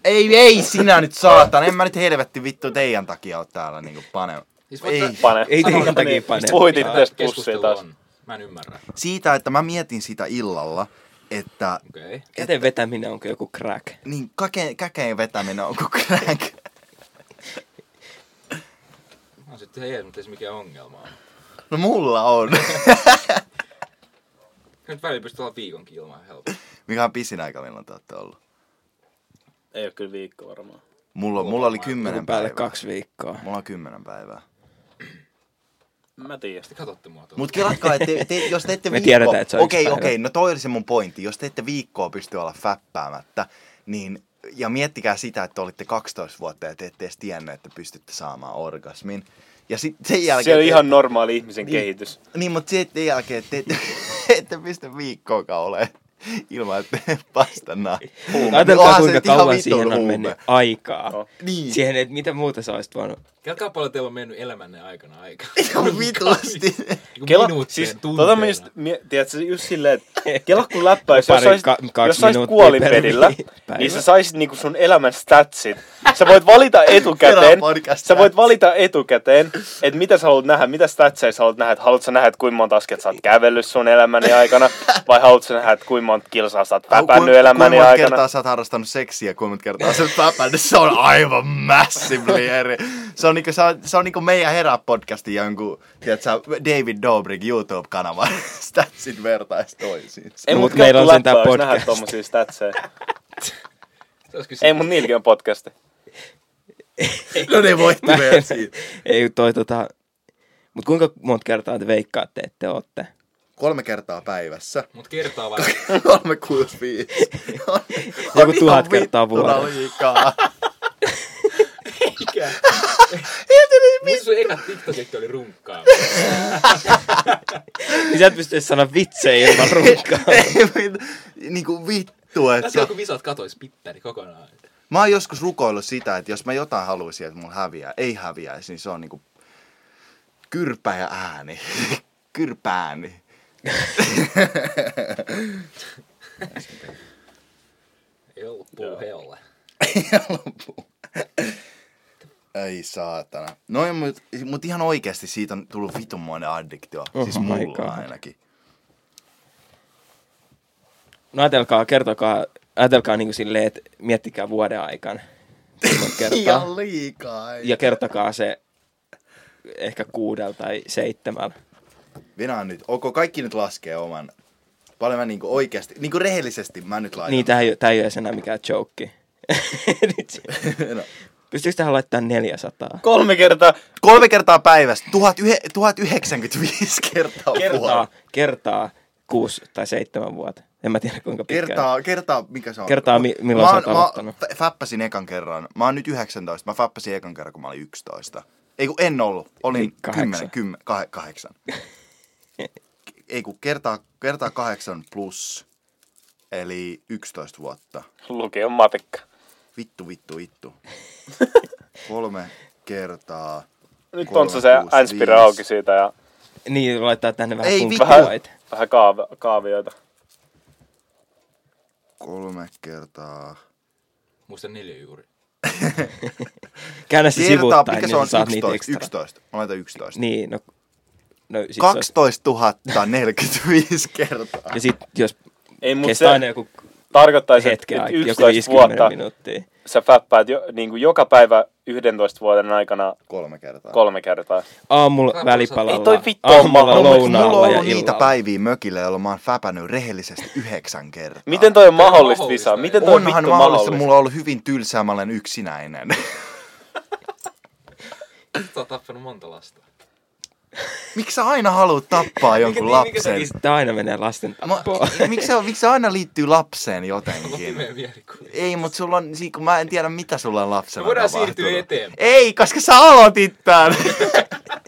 [SPEAKER 1] Ei, ei sinä nyt saatan. En mä nyt helvetti vittu teidän takia oo täällä niinku pane.
[SPEAKER 4] Siis
[SPEAKER 1] Ei.
[SPEAKER 4] voit sä-
[SPEAKER 2] Pane.
[SPEAKER 3] Ei
[SPEAKER 4] Sanoin,
[SPEAKER 3] tietenkään
[SPEAKER 4] että
[SPEAKER 3] pane.
[SPEAKER 4] mistä
[SPEAKER 2] Voitit
[SPEAKER 4] tää
[SPEAKER 2] Niin, tästä
[SPEAKER 4] keskustelu
[SPEAKER 2] pussia taas.
[SPEAKER 4] on? Mä en ymmärrä.
[SPEAKER 1] Siitä, että mä mietin sitä illalla, että
[SPEAKER 4] Okei. Okay.
[SPEAKER 3] Käteen vetäminen onko joku crack?
[SPEAKER 1] niin kake, käkeen vetäminen on kuin crack.
[SPEAKER 4] No sitten ihan jees, mutta ei se mikään ongelma on.
[SPEAKER 1] No mulla on.
[SPEAKER 4] Nyt välillä pystyy olla viikonkin ilman helppoa.
[SPEAKER 1] Mikä on pisin aika, milloin te olette ollut?
[SPEAKER 6] Ei ole kyllä viikko varmaan.
[SPEAKER 1] Mulla, mulla oli
[SPEAKER 3] Joku
[SPEAKER 1] kymmenen
[SPEAKER 3] päälle
[SPEAKER 1] päivää.
[SPEAKER 3] kaksi viikkoa.
[SPEAKER 1] Mulla on kymmenen päivää.
[SPEAKER 6] Mä tiedän.
[SPEAKER 4] Sitten katsotte mua tuolla.
[SPEAKER 1] Mut kelatkaa, että te, te, jos te ette
[SPEAKER 3] Me
[SPEAKER 1] viikkoa...
[SPEAKER 3] tiedetään, että se on yksi
[SPEAKER 1] Okei,
[SPEAKER 3] päivä.
[SPEAKER 1] okei, no toi oli se mun pointti. Jos te ette viikkoa pysty olla fäppäämättä, niin... Ja miettikää sitä, että olitte 12 vuotta ja te ette edes tiennyt, että pystytte saamaan orgasmin. Ja sitten sen jälkeen...
[SPEAKER 2] Se on
[SPEAKER 1] te-
[SPEAKER 2] ihan normaali ihmisen
[SPEAKER 1] Niin.
[SPEAKER 2] kehitys.
[SPEAKER 1] Niin, mutta sen jälkeen te ette, ette pysty viikkoonkaan ole ilman, että pasta nahki.
[SPEAKER 3] Ajatelkaa kuinka kauan siihen on mennyt aikaa.
[SPEAKER 2] No.
[SPEAKER 1] Niin.
[SPEAKER 3] Siihen, että mitä muuta sä olisit voinut.
[SPEAKER 4] Kelkaa paljon teillä on mennyt elämänne aikana aikaa.
[SPEAKER 1] Ihan vitusti.
[SPEAKER 4] Joku
[SPEAKER 2] Kela,
[SPEAKER 4] minuuttien,
[SPEAKER 2] siis, tota
[SPEAKER 4] tunteina.
[SPEAKER 2] mistä, mie, tiedätkö, just silleen, että kela kun läppäisi,
[SPEAKER 3] Pari
[SPEAKER 2] jos saisit,
[SPEAKER 3] ka- kaksi
[SPEAKER 2] jos saisit
[SPEAKER 3] minuuttia
[SPEAKER 2] kuolinpedillä,
[SPEAKER 3] per päivä.
[SPEAKER 2] niin sä saisit niinku sun elämän statsit. Sä voit valita etukäteen,
[SPEAKER 1] Kela podcast
[SPEAKER 2] sä voit
[SPEAKER 1] stats.
[SPEAKER 2] valita etukäteen, että mitä sä haluat nähdä, mitä statseja sä haluat nähdä, että haluat sä nähdä, että kuinka monta askelta sä oot kävellyt sun elämäni aikana, vai haluat sä nähdä, että kuinka monta kilsaa sä oot väpännyt elämäni
[SPEAKER 1] kuinka monta
[SPEAKER 2] aikana.
[SPEAKER 1] kertaa sä oot harrastanut seksiä, kuinka monta kertaa sä oot väpännyt, se on aivan massively eri. Se on niinku, se on, se on niinku meidän herää podcastin jonkun, tiedät sä, David Dobrik YouTube-kanava. Statsit vertais toisiinsa.
[SPEAKER 2] Ei
[SPEAKER 3] Mut
[SPEAKER 2] mut meillä on sen tää podcast. Nähdä
[SPEAKER 3] podcast.
[SPEAKER 2] tommosia statseja.
[SPEAKER 4] Se olisi
[SPEAKER 2] Ei
[SPEAKER 4] kyllä
[SPEAKER 2] mut niilläkin on podcasti.
[SPEAKER 1] No ne voitti
[SPEAKER 3] Mä
[SPEAKER 1] meidät
[SPEAKER 3] en,
[SPEAKER 1] siitä.
[SPEAKER 3] ei toi tota... Mut kuinka monta kertaa te veikkaatte, että te ootte?
[SPEAKER 1] Kolme kertaa päivässä.
[SPEAKER 4] Mut kertaa vaan.
[SPEAKER 1] 365. On- on
[SPEAKER 3] Joku
[SPEAKER 1] ihan
[SPEAKER 3] tuhat kertaa
[SPEAKER 1] vittuna
[SPEAKER 3] vuodessa.
[SPEAKER 1] liikaa.
[SPEAKER 4] Mikä? Mut sun ekat TikTokit oli runkkaa.
[SPEAKER 3] Niin sä et pysty edes sanoa vitsejä ilman runkaa.
[SPEAKER 1] Ei mit- niinku vittu, että
[SPEAKER 4] Tässä
[SPEAKER 1] sä...
[SPEAKER 4] on kun visat katois pittäri kokonaan.
[SPEAKER 1] Mä oon joskus rukoillut sitä, että jos mä jotain haluaisin, että mulla häviää, ei häviäisi, niin se on niinku kyrpä ja ääni. Kyrpääni.
[SPEAKER 4] Ei ollut puu heolle.
[SPEAKER 1] Ei saatana. No mutta mut ihan oikeasti siitä on tullut vitunmoinen addiktio.
[SPEAKER 3] Oh
[SPEAKER 1] Oh siis
[SPEAKER 3] my
[SPEAKER 1] mulla
[SPEAKER 3] God.
[SPEAKER 1] ainakin.
[SPEAKER 3] No ajatelkaa, kertokaa, ajatelkaa niinku silleen, että miettikää vuoden aikana. kuinka monta kertaa.
[SPEAKER 1] Ihan liikaa. ei.
[SPEAKER 3] Ja kertokaa se ehkä kuudella tai seitsemällä.
[SPEAKER 1] Venaan nyt. Onko kaikki nyt laskee oman? Paljon mä niinku oikeasti, niinku rehellisesti mä nyt laitan.
[SPEAKER 3] Niin, tää ei, oo- tää ei ole edes enää mikään joke. Nyt se-
[SPEAKER 1] no.
[SPEAKER 3] Pystyykö tähän laittamaan 400?
[SPEAKER 2] Kolme kertaa
[SPEAKER 1] Kolme kertaa päivästä, 1900 1095 kertaa
[SPEAKER 3] Kertaa,
[SPEAKER 1] vuodessa.
[SPEAKER 3] kertaa kuusi tai seitsemän vuotta. En mä tiedä kuinka pitkään.
[SPEAKER 1] Kertaa, kertaa, mikä se on?
[SPEAKER 3] Kertaa, mi- milloin
[SPEAKER 1] Mä
[SPEAKER 3] sä
[SPEAKER 1] oon-
[SPEAKER 3] oot
[SPEAKER 1] mä
[SPEAKER 3] aloittanut.
[SPEAKER 1] fä- fäppäsin ekan kerran. Mä oon nyt 19. Mä fäppäsin ekan kerran, kun mä olin 11. Ei kun en ollut. Olin
[SPEAKER 3] Eli
[SPEAKER 1] 10,
[SPEAKER 3] kahdeksan.
[SPEAKER 1] 10, 8. Ei kun kertaa, kertaa 8 plus, eli 11 vuotta.
[SPEAKER 2] lukion matikka.
[SPEAKER 1] Vittu, vittu, vittu. Kolme kertaa.
[SPEAKER 2] Nyt
[SPEAKER 1] Kolme,
[SPEAKER 2] on se se
[SPEAKER 1] kuusi,
[SPEAKER 2] äänspire
[SPEAKER 1] viisi.
[SPEAKER 2] auki siitä ja
[SPEAKER 3] Niin, laittaa tänne vähän
[SPEAKER 1] Ei
[SPEAKER 3] punkkia.
[SPEAKER 1] vittu.
[SPEAKER 2] vähän kaav- kaavioita.
[SPEAKER 1] Kolme kertaa.
[SPEAKER 4] Muista neljä juuri.
[SPEAKER 3] Käännä se
[SPEAKER 1] Kertaa,
[SPEAKER 3] sivuuttain,
[SPEAKER 1] mikä
[SPEAKER 3] niin
[SPEAKER 1] se no, on?
[SPEAKER 3] sä saat niitä
[SPEAKER 1] 11.
[SPEAKER 3] ekstra.
[SPEAKER 1] 11. Mä laitan 11.
[SPEAKER 3] Niin, no, no sit se on-
[SPEAKER 1] 12 045 kertaa.
[SPEAKER 3] Ja sit jos
[SPEAKER 2] Ei, mut
[SPEAKER 3] kestää
[SPEAKER 2] se-
[SPEAKER 3] aina joku
[SPEAKER 2] Tarkoittaisi, että
[SPEAKER 3] hetken
[SPEAKER 2] nyt
[SPEAKER 3] aikaa, joku
[SPEAKER 2] 11
[SPEAKER 3] 50
[SPEAKER 2] vuotta
[SPEAKER 3] minuuttia.
[SPEAKER 2] sä fäppäät jo, niin kuin joka päivä 11 vuoden aikana
[SPEAKER 1] Kolme kertaa.
[SPEAKER 2] kolme kertaa.
[SPEAKER 3] Aamulla
[SPEAKER 4] Ei
[SPEAKER 3] välipalalla,
[SPEAKER 2] toi vittu ole
[SPEAKER 3] aamulla,
[SPEAKER 2] mahdollista.
[SPEAKER 1] Mulla
[SPEAKER 3] lounaalla
[SPEAKER 1] on
[SPEAKER 3] ja
[SPEAKER 1] ollut niitä
[SPEAKER 3] illalla.
[SPEAKER 1] päiviä mökillä, jolloin mä oon fäpännyt rehellisesti yhdeksän kertaa.
[SPEAKER 2] Miten toi on mahdollista,
[SPEAKER 4] mahdollista,
[SPEAKER 2] Visa?
[SPEAKER 4] ei.
[SPEAKER 2] Miten toi on
[SPEAKER 1] Onhan
[SPEAKER 2] vittu
[SPEAKER 1] mahdollista,
[SPEAKER 2] mahdollista?
[SPEAKER 1] mulla on ollut hyvin tylsää, mä olen yksinäinen.
[SPEAKER 4] Sä oot tappanut monta lasta.
[SPEAKER 1] Miksi sä aina haluat tappaa
[SPEAKER 2] Niin,
[SPEAKER 1] jonkun lapsen?
[SPEAKER 3] Tämä aina menee lasten
[SPEAKER 1] Mä-
[SPEAKER 3] tappoon.
[SPEAKER 1] Miksi se, miksi se aina liittyy lapseen jotenkin?
[SPEAKER 4] Lopimeen mielikuvi.
[SPEAKER 1] Ei, mutta sulla on, si- kun mä en tiedä mitä sulla on lapsena
[SPEAKER 4] Me voidaan
[SPEAKER 1] tapahtunut.
[SPEAKER 4] siirtyä eteenpäin.
[SPEAKER 1] Ei, koska sä aloitit tän.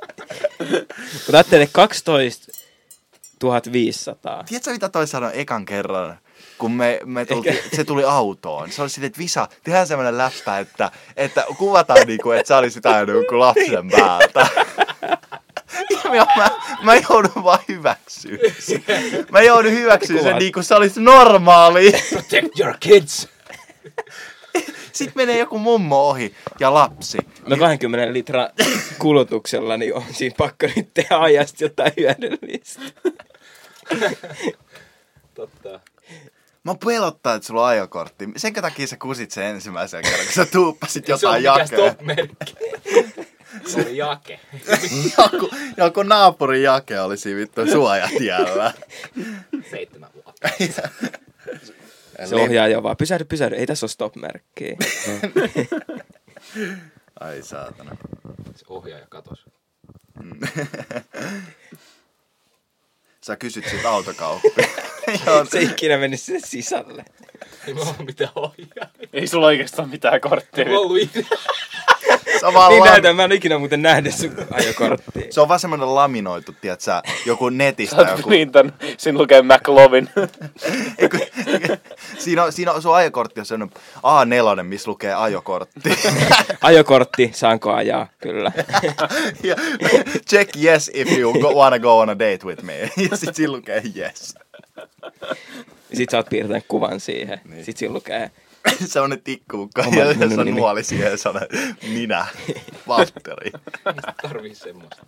[SPEAKER 3] Mutta ajattele 12 1500.
[SPEAKER 1] Tiedätkö mitä toi sanoi ekan kerran, kun me, me tultiin, se tuli autoon? Se oli silleen, että Visa, tehdään semmoinen läppä, että, että kuvataan niinku, että sä olisit aina joku lapsen päältä. Ja mä, mä, mä joudun vaan hyväksyä. sen. Mä joudun hyväksyä sen niinku,
[SPEAKER 3] Kuvaat.
[SPEAKER 1] niin kuin sä olisit normaali.
[SPEAKER 4] Protect your kids!
[SPEAKER 1] Sitten menee joku mummo ohi ja lapsi.
[SPEAKER 3] No 20 litran kulutuksella, niin on siinä pakko nyt tehdä ajasta jotain hyödyllistä.
[SPEAKER 4] Totta.
[SPEAKER 1] Mä pelottaa, että sulla on ajokortti. Sen takia sä kusit sen ensimmäisen kerran, kun sä tuuppasit
[SPEAKER 4] Ei se ole
[SPEAKER 1] jotain
[SPEAKER 4] mikään
[SPEAKER 1] jakea.
[SPEAKER 4] stop-merkki. Se oli jake.
[SPEAKER 1] Joku, joku naapurin jake olisi vittu suojatiellä.
[SPEAKER 4] Seitsemän vuotta.
[SPEAKER 3] Se ohjaa jo vaan, pysähdy, pysähdy, ei tässä ole stop-merkkiä.
[SPEAKER 1] Ai saatana.
[SPEAKER 4] Se ohjaaja katosi.
[SPEAKER 1] Sä kysyt sit autokauppia. Joo,
[SPEAKER 3] Se ei ikinä mennyt sinne sisälle.
[SPEAKER 4] Ei mulla ole mitään ohjaajaa.
[SPEAKER 2] Ei sulla oikeastaan mitään korttia.
[SPEAKER 4] Mulla on ollut itse.
[SPEAKER 1] samalla
[SPEAKER 3] Niin
[SPEAKER 1] lam-
[SPEAKER 3] näytän, mä en ikinä muuten nähnyt sun ajokorttia.
[SPEAKER 1] Se on vaan semmoinen laminoitu, tiedät sä, joku
[SPEAKER 2] Sä
[SPEAKER 1] netistä
[SPEAKER 2] oot niin-
[SPEAKER 1] joku.
[SPEAKER 2] printan, siinä lukee McLovin.
[SPEAKER 1] Ei, kun- siinä, on, siinä on sun ajokortti on semmoinen A4, missä lukee ajokortti.
[SPEAKER 3] Ajokortti, saanko ajaa? Kyllä.
[SPEAKER 1] ja, check yes if you go, wanna go on a date with me. ja sit siinä lukee yes.
[SPEAKER 3] Sitten sä oot piirtänyt kuvan siihen. Niin. Sitten siinä lukee,
[SPEAKER 1] se on ne tikkukka,
[SPEAKER 3] Oma
[SPEAKER 1] ja se on
[SPEAKER 3] nimi.
[SPEAKER 1] nuoli siihen ja sanoo, minä, Valtteri.
[SPEAKER 4] Tarvii semmoista.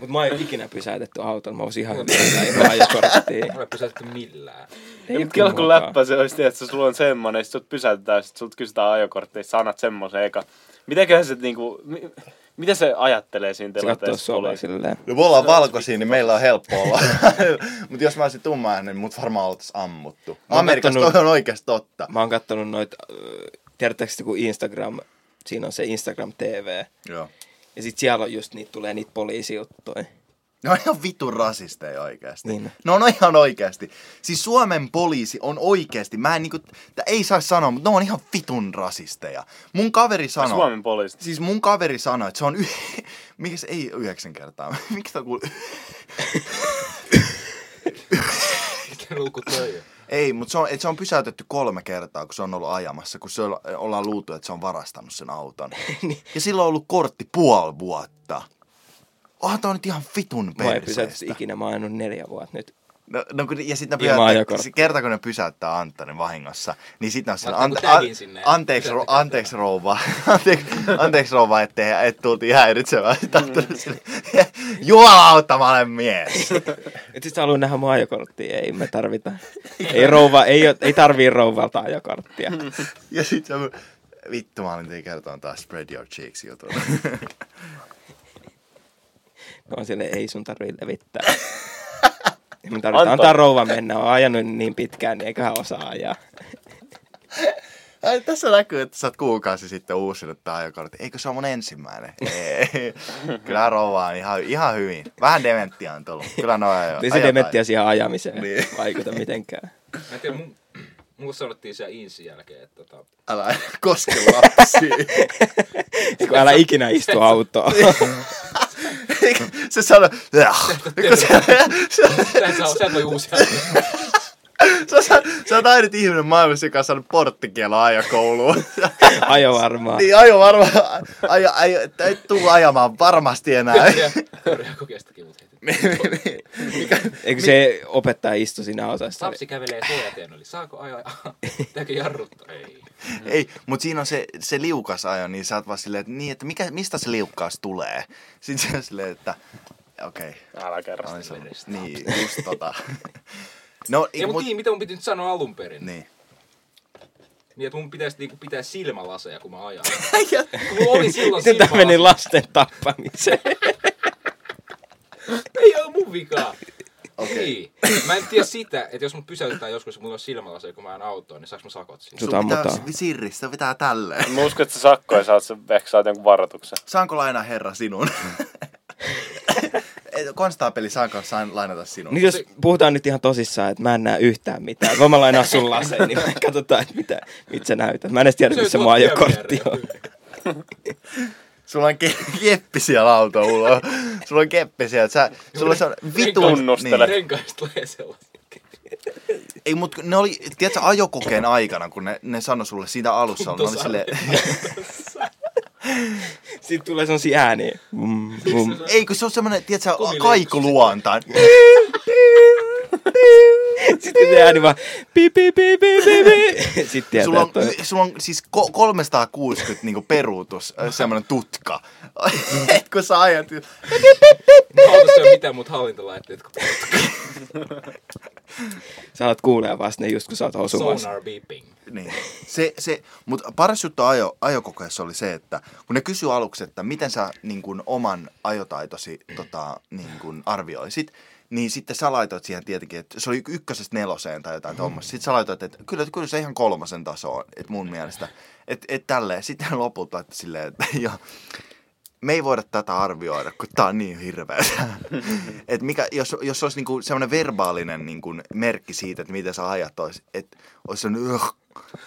[SPEAKER 3] mut mä oon ikinä pysäytetty autolla, mä oon ihan hyvin ilman ajokorttia.
[SPEAKER 4] Mulla ei pysäytetty millään.
[SPEAKER 3] Ei oo
[SPEAKER 2] Kyllä kun
[SPEAKER 3] kummakaan.
[SPEAKER 2] läppä se olisi, että sulla on semmonen, sit sut pysäytetään, sit sut kysytään ajokortteja, sä annat semmosen eka. Mitenköhän se niinku, mi- mitä se ajattelee siinä
[SPEAKER 3] Se katsoo
[SPEAKER 2] tilanteessa?
[SPEAKER 3] sua
[SPEAKER 2] kun oli-
[SPEAKER 3] vaan silleen.
[SPEAKER 1] No me ollaan valkoisia, niin meillä on helppo olla. Mutta jos mä olisin tumma, niin mut varmaan oltais ammuttu.
[SPEAKER 3] oon
[SPEAKER 1] Amerikassa
[SPEAKER 3] kattonut-
[SPEAKER 1] toi on oikeesti totta.
[SPEAKER 3] Mä oon kattonut noita, äh, tiedättekö te, kun Instagram, siinä on se Instagram TV.
[SPEAKER 1] Joo.
[SPEAKER 3] Ja sit siellä on just niitä, tulee niitä poliisijuttuja.
[SPEAKER 1] Ne on ihan vitun rasisteja oikeasti.
[SPEAKER 3] Niin.
[SPEAKER 1] Niin. No on ihan oikeasti. Siis Suomen poliisi on oikeasti, mä en niinku, tää ei saa sanoa, mutta ne on ihan vitun rasisteja. Mun kaveri sanoi.
[SPEAKER 2] Suomen poliisit.
[SPEAKER 1] Siis mun kaveri sanoi, että se on y... Mikäs ei yhdeksän kertaa? Miksi tää kuuluu?
[SPEAKER 4] Mikä luku toi on?
[SPEAKER 1] Ei, mutta se on, et se on pysäytetty kolme kertaa, kun se on ollut ajamassa, kun se on, ollaan luultu, että se on varastanut sen auton.
[SPEAKER 3] Niin.
[SPEAKER 1] Ja sillä on ollut kortti puoli vuotta. Onhan tää on nyt ihan vitun
[SPEAKER 3] Mä en pysäytetty
[SPEAKER 1] perseestä.
[SPEAKER 3] ikinä, mä oon ajanut neljä vuotta nyt.
[SPEAKER 1] No, no kun, ja sitten
[SPEAKER 3] Ilman ajokorttia.
[SPEAKER 1] se kerta kun ne pysäyttää Anttanen vahingossa, niin sitten on sen,
[SPEAKER 4] Laittaako
[SPEAKER 1] ante,
[SPEAKER 4] tagin sinne?
[SPEAKER 1] anteeksi, ro, anteeksi rouva, anteeksi, anteeksi rouva, että et tultiin häiritsemään. Mm. Juolauta, mä olen mies.
[SPEAKER 3] Et sit sä haluun nähdä mun ajokorttia, ei me tarvita. Ei, rouva, ei, oo- ei tarvii rouvalta ajokorttia.
[SPEAKER 1] ja sitten se vittu mä olin tein kertoa taas spread your cheeks jutun.
[SPEAKER 3] No on silleen, ei sun tarvii levittää. Ei mun tarvitse antaa
[SPEAKER 2] Antaa.
[SPEAKER 3] rouva mennä, on ajanut niin pitkään, niin eiköhän osaa ajaa.
[SPEAKER 1] Ai, tässä näkyy, että sä oot kuukausi sitten uusinut tää ajokortti. Eikö se ole mun ensimmäinen? Ei. Kyllä rouva on ihan, ihan hyvin. Vähän dementtiä on tullut. Kyllä noin ajo.
[SPEAKER 3] Niin se
[SPEAKER 1] ajotaan.
[SPEAKER 3] dementtiä siihen ajamiseen
[SPEAKER 1] Niin.
[SPEAKER 3] vaikuta mitenkään.
[SPEAKER 4] Mä en tiedä, mun, mulle sanottiin siellä insin jälkeen, että tota,
[SPEAKER 1] Älä koske lapsia.
[SPEAKER 3] Kun älä ikinä istu autoon.
[SPEAKER 1] Niin. se sanoi, "Jah." Kun se, se,
[SPEAKER 4] sä et saa, sä et voi uusia.
[SPEAKER 1] sä, sä, sä oot ainut ihminen maailmassa, joka on saanut porttikielon ajokouluun.
[SPEAKER 3] Ajo varmaan.
[SPEAKER 1] niin ajo varmaan, ajo, ajo, ei tuu ajamaan varmasti enää.
[SPEAKER 4] Ja Korea kokeestakin mut heti.
[SPEAKER 3] Niin,
[SPEAKER 1] Niin.
[SPEAKER 3] Eikö se opettaja istu siinä osassa?
[SPEAKER 4] Lapsi kävelee suojateen yli. Saako ajaa? Pitääkö jarruttaa? Ei.
[SPEAKER 1] ei, mut siinä on se, se liukas ajo, niin sä oot vaan silleen, että, niin, että mikä, mistä se liukkaus tulee? Sitten se on silleen, että okei.
[SPEAKER 2] Älä kerro.
[SPEAKER 1] Okay, niin, just tota. No,
[SPEAKER 4] Ei,
[SPEAKER 1] mut,
[SPEAKER 4] mutta niin, mitä mun piti nyt sanoa alun perin? Niin.
[SPEAKER 1] niin.
[SPEAKER 4] että mun pitäisi niinku pitää silmälaseja, kun mä ajan. kun mulla oli niin silloin
[SPEAKER 3] Miten tämä meni lasten tappamiseen?
[SPEAKER 4] Ei oo mun vikaa.
[SPEAKER 1] Okei.
[SPEAKER 4] Niin. Mä en tiedä sitä, että jos mut pysäytetään joskus ja mulla on silmälaseja, kun mä ajan autoon, niin saaks mä sakot siitä?
[SPEAKER 3] Sut
[SPEAKER 1] Sun pitää,
[SPEAKER 3] ammutaan.
[SPEAKER 1] Sirri, se pitää tälleen.
[SPEAKER 2] Mä uskon, että sä sakkoja saat, sä ehkä saat jonkun varoituksen.
[SPEAKER 1] saanko lainaa herra sinun? Ei, Konstaapeli, saanko sain lainata sinun?
[SPEAKER 3] Niin jos puhutaan nyt ihan tosissaan, että mä en näe yhtään mitään. Voin mä lainaa sun lasen, niin katsotaan, että mitä, mitä sä näytät. Mä en edes tiedä, missä mun ajokortti on.
[SPEAKER 1] Sulla on ke- keppi siellä auto ulo. Sulla on keppi siellä. Sä, sulla se on vitun... Niin.
[SPEAKER 2] Tunnustele.
[SPEAKER 4] Renkaista tulee sellaisia.
[SPEAKER 1] Ei, mut ne oli, tiedätkö, ajokokeen aikana, kun ne, ne sanoi sulle siitä alussa, ne oli sille,
[SPEAKER 3] Sitten tulee sellaisia ääniä. Mm,
[SPEAKER 4] Siis
[SPEAKER 3] mm.
[SPEAKER 1] ei kun se on semmoinen, tiedätkö,
[SPEAKER 4] Kumileikki.
[SPEAKER 1] kaikuluontaan.
[SPEAKER 3] Sitten se ääni vaan pi pi pi pi pi pi. Sitten tietää,
[SPEAKER 1] Sulla on,
[SPEAKER 3] että on-
[SPEAKER 1] sulla on siis ko- 360 niinku peruutus, äh, semmoinen tutka. Et kun sä ajat,
[SPEAKER 4] Autossa ei ole mitään muuta hallintalaitteita kuin
[SPEAKER 3] sä alat kuulee vasta ne just kun sä oot hosumassa.
[SPEAKER 4] sonar beeping.
[SPEAKER 1] niin. Se, se, mutta paras juttu ajo, ajokokeessa oli se, että kun ne kysyi aluksi, että miten sä niin kun, oman ajotaitosi tota, niin kun, arvioisit, niin sitten sä laitoit siihen tietenkin, että se oli ykkösestä neloseen tai jotain tuommoista. Sitten sä laitoit, että kyllä, kyllä se ihan kolmosen tasoon, että mun mielestä. Että et tälleen. Sitten lopulta laittoi silleen, että joo, me ei voida tätä arvioida, kun tämä on niin hirveä. et mikä, jos, jos olisi niinku semmoinen verbaalinen niinku merkki siitä, että mitä sä ajat, olisi, että olisi semmoinen, "Ugh",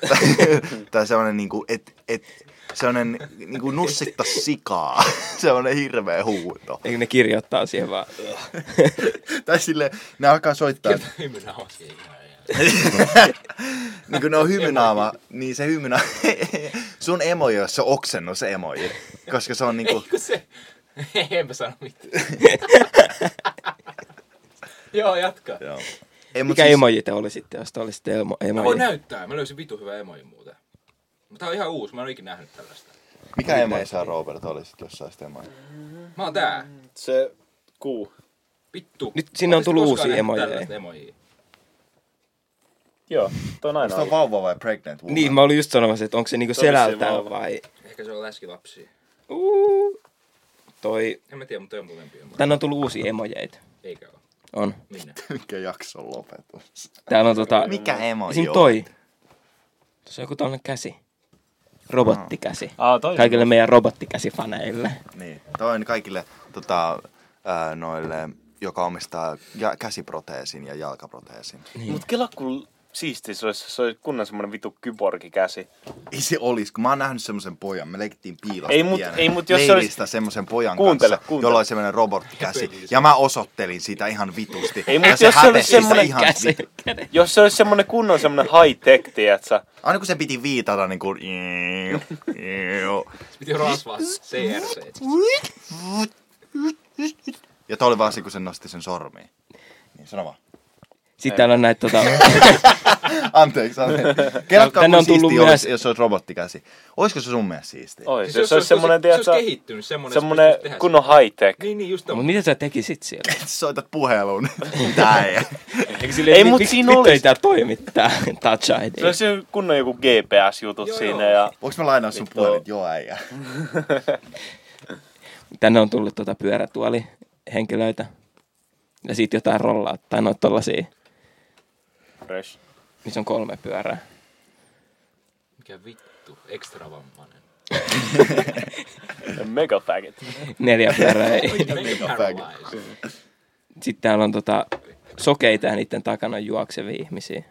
[SPEAKER 1] tai- tai semmoinen, niinku, et, et, semmoinen niinku nussitta sikaa, semmoinen hirveä huuto.
[SPEAKER 3] Eikö ne kirjoittaa siihen vaan?
[SPEAKER 1] Tai sille ne alkaa soittaa,
[SPEAKER 4] Hymynä on siinä.
[SPEAKER 1] niin kun ne on hymynaama, niin se hymyna, sun emoji, jos se oksennus se emoji, koska se on niinku,
[SPEAKER 4] Eikö se? Enpä sano mitään. Joo, jatka.
[SPEAKER 1] joo. Ei, mut
[SPEAKER 3] Mikä emoji te olisitte, jos te olisitte emo-
[SPEAKER 4] Mä voin
[SPEAKER 3] emoji?
[SPEAKER 4] näyttää. Mä löysin vitu hyvän emojin muuten. Mutta tää on ihan uusi. Mä en ole ikinä nähnyt tällaista.
[SPEAKER 1] Mikä emoji sä Robert olisit, jos sä olisit emoji?
[SPEAKER 4] Mä oon tää.
[SPEAKER 6] Se kuu.
[SPEAKER 4] Vittu.
[SPEAKER 3] Nyt sinne on
[SPEAKER 4] Ootteko
[SPEAKER 3] tullut
[SPEAKER 4] koskaan
[SPEAKER 3] uusia
[SPEAKER 4] nähnyt
[SPEAKER 3] emojeja.
[SPEAKER 4] tällaista emojia?
[SPEAKER 6] Joo, toi on aina
[SPEAKER 1] Onko se
[SPEAKER 6] ollut.
[SPEAKER 1] vauva vai pregnant woman?
[SPEAKER 3] Niin, mä olin just sanomassa, että onko se niinku
[SPEAKER 6] Toi on
[SPEAKER 3] selältään
[SPEAKER 6] se vaan-
[SPEAKER 3] vai...
[SPEAKER 4] Ehkä se on läskilapsia.
[SPEAKER 3] Uu. Toi...
[SPEAKER 4] En mä tiedä, mutta toi on mun lempiemoni.
[SPEAKER 3] Tänne on tullut uusia emojeita.
[SPEAKER 4] Eikä oo.
[SPEAKER 3] On.
[SPEAKER 4] Minä.
[SPEAKER 1] Mikä jakson lopetus? Mm.
[SPEAKER 3] Täällä on tota...
[SPEAKER 1] Mikä emoji
[SPEAKER 3] Esim. toi. Tuossa on joku tällainen käsi. Robottikäsi.
[SPEAKER 6] Aa, toi on
[SPEAKER 3] Kaikille meidän robottikäsifaneille.
[SPEAKER 1] Niin, toi on kaikille tota, ää, noille, joka omistaa ja, käsiproteesin ja jalkaproteesin.
[SPEAKER 6] Mut kela kun siisti se olisi, se olisi kunnon semmonen vitu kyborgikäsi.
[SPEAKER 1] Ei se olis, kun mä oon nähnyt semmoisen pojan, me leikittiin piilosta
[SPEAKER 6] Ei mut-
[SPEAKER 1] pienen
[SPEAKER 6] ei mut jos se olis-
[SPEAKER 1] leiristä semmoisen pojan
[SPEAKER 6] Kuuntele,
[SPEAKER 1] kanssa,
[SPEAKER 6] kuuntele.
[SPEAKER 1] jolla oli semmoinen robottikäsi. Ja mä osoittelin sitä ihan vitusti.
[SPEAKER 6] Ei mut
[SPEAKER 1] ja
[SPEAKER 6] jos se olis
[SPEAKER 1] häpesi sitä
[SPEAKER 6] semmonen
[SPEAKER 1] ihan
[SPEAKER 3] Käsi.
[SPEAKER 1] vitu-
[SPEAKER 6] Jos se olisi semmonen kunnon semmonen high-tech, tietsä.
[SPEAKER 1] Aina kun se piti viitata niin kuin...
[SPEAKER 4] Se piti rasvaa CRC.
[SPEAKER 1] Ja toi oli vaan se, kun se nosti sen sormiin. Niin, sano vaan.
[SPEAKER 3] Sitten täällä on näitä tota...
[SPEAKER 1] Anteeksi, anteeksi. Kelatkaa, no,
[SPEAKER 3] Tänne on
[SPEAKER 1] on
[SPEAKER 3] tullut
[SPEAKER 1] siistiä olisi,
[SPEAKER 3] myös-
[SPEAKER 1] jos olisi robottikäsi. Olisiko se sun mielestä siistiä?
[SPEAKER 6] Ois,
[SPEAKER 4] Siis
[SPEAKER 6] jos se olisi semmonen,
[SPEAKER 4] se
[SPEAKER 6] tietsä,
[SPEAKER 4] olisi kehittynyt semmonen,
[SPEAKER 6] semmonen
[SPEAKER 4] että se pystyisi tehdä
[SPEAKER 6] kunnon high-tech.
[SPEAKER 4] sitä. Niin, niin, just
[SPEAKER 3] Mut
[SPEAKER 4] tommonen.
[SPEAKER 3] mitä sä tekisit siellä?
[SPEAKER 1] Soitat puhelun. Tää ei.
[SPEAKER 3] Eikö silleen,
[SPEAKER 6] Ei,
[SPEAKER 3] mi-
[SPEAKER 6] mut
[SPEAKER 3] miksi-
[SPEAKER 6] siinä
[SPEAKER 3] vittu
[SPEAKER 6] olisi-
[SPEAKER 3] ei tää toimi tää Touch
[SPEAKER 6] Se
[SPEAKER 3] ID?
[SPEAKER 6] olisi kunnon joku GPS-jutut
[SPEAKER 4] Joo,
[SPEAKER 6] siinä
[SPEAKER 4] joo.
[SPEAKER 6] ja...
[SPEAKER 1] Voinko mä lainaa sun puhelin? Joo, äijä.
[SPEAKER 3] Tänne on tullut tota pyörätuolihenkilöitä. Ja sit jotain rollaa, tai noita tollasia,
[SPEAKER 6] Fresh.
[SPEAKER 3] missä on kolme pyörää.
[SPEAKER 4] Mikä vittu, ekstravammainen.
[SPEAKER 6] Mega faggot.
[SPEAKER 3] Neljä pyörää ei.
[SPEAKER 4] Paralyzed.
[SPEAKER 3] Sitten täällä on tota, sokeita ja niiden takana on juoksevia ihmisiä.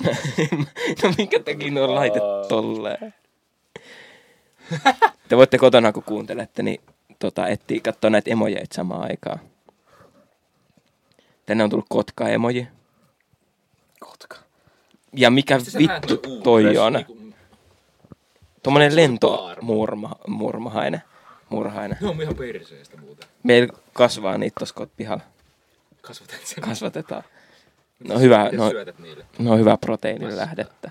[SPEAKER 3] no minkä takia ne on laitettu tolleen? Te voitte kotona, kun kuuntelette, niin tota, etsiä katsoa näitä emojeita samaan aikaan. Tänne on tullut kotka-emoji.
[SPEAKER 6] Kotka.
[SPEAKER 3] Ja mikä
[SPEAKER 4] Mistä sä näet
[SPEAKER 3] vittu
[SPEAKER 4] noin
[SPEAKER 3] toi
[SPEAKER 4] uudet?
[SPEAKER 3] on?
[SPEAKER 4] Niinku-
[SPEAKER 3] Tuommoinen
[SPEAKER 4] vaarma.
[SPEAKER 3] lentomurmahainen. Murhainen.
[SPEAKER 4] Ne on ihan perseestä muuten.
[SPEAKER 3] Meillä kasvaa niitä tuossa kot- pihalla.
[SPEAKER 4] Kasvatat sen.
[SPEAKER 3] Kasvatetaan. No hyvä,
[SPEAKER 4] Miten
[SPEAKER 3] no,
[SPEAKER 4] syötät niille?
[SPEAKER 3] no hyvä proteiinin lähdettä.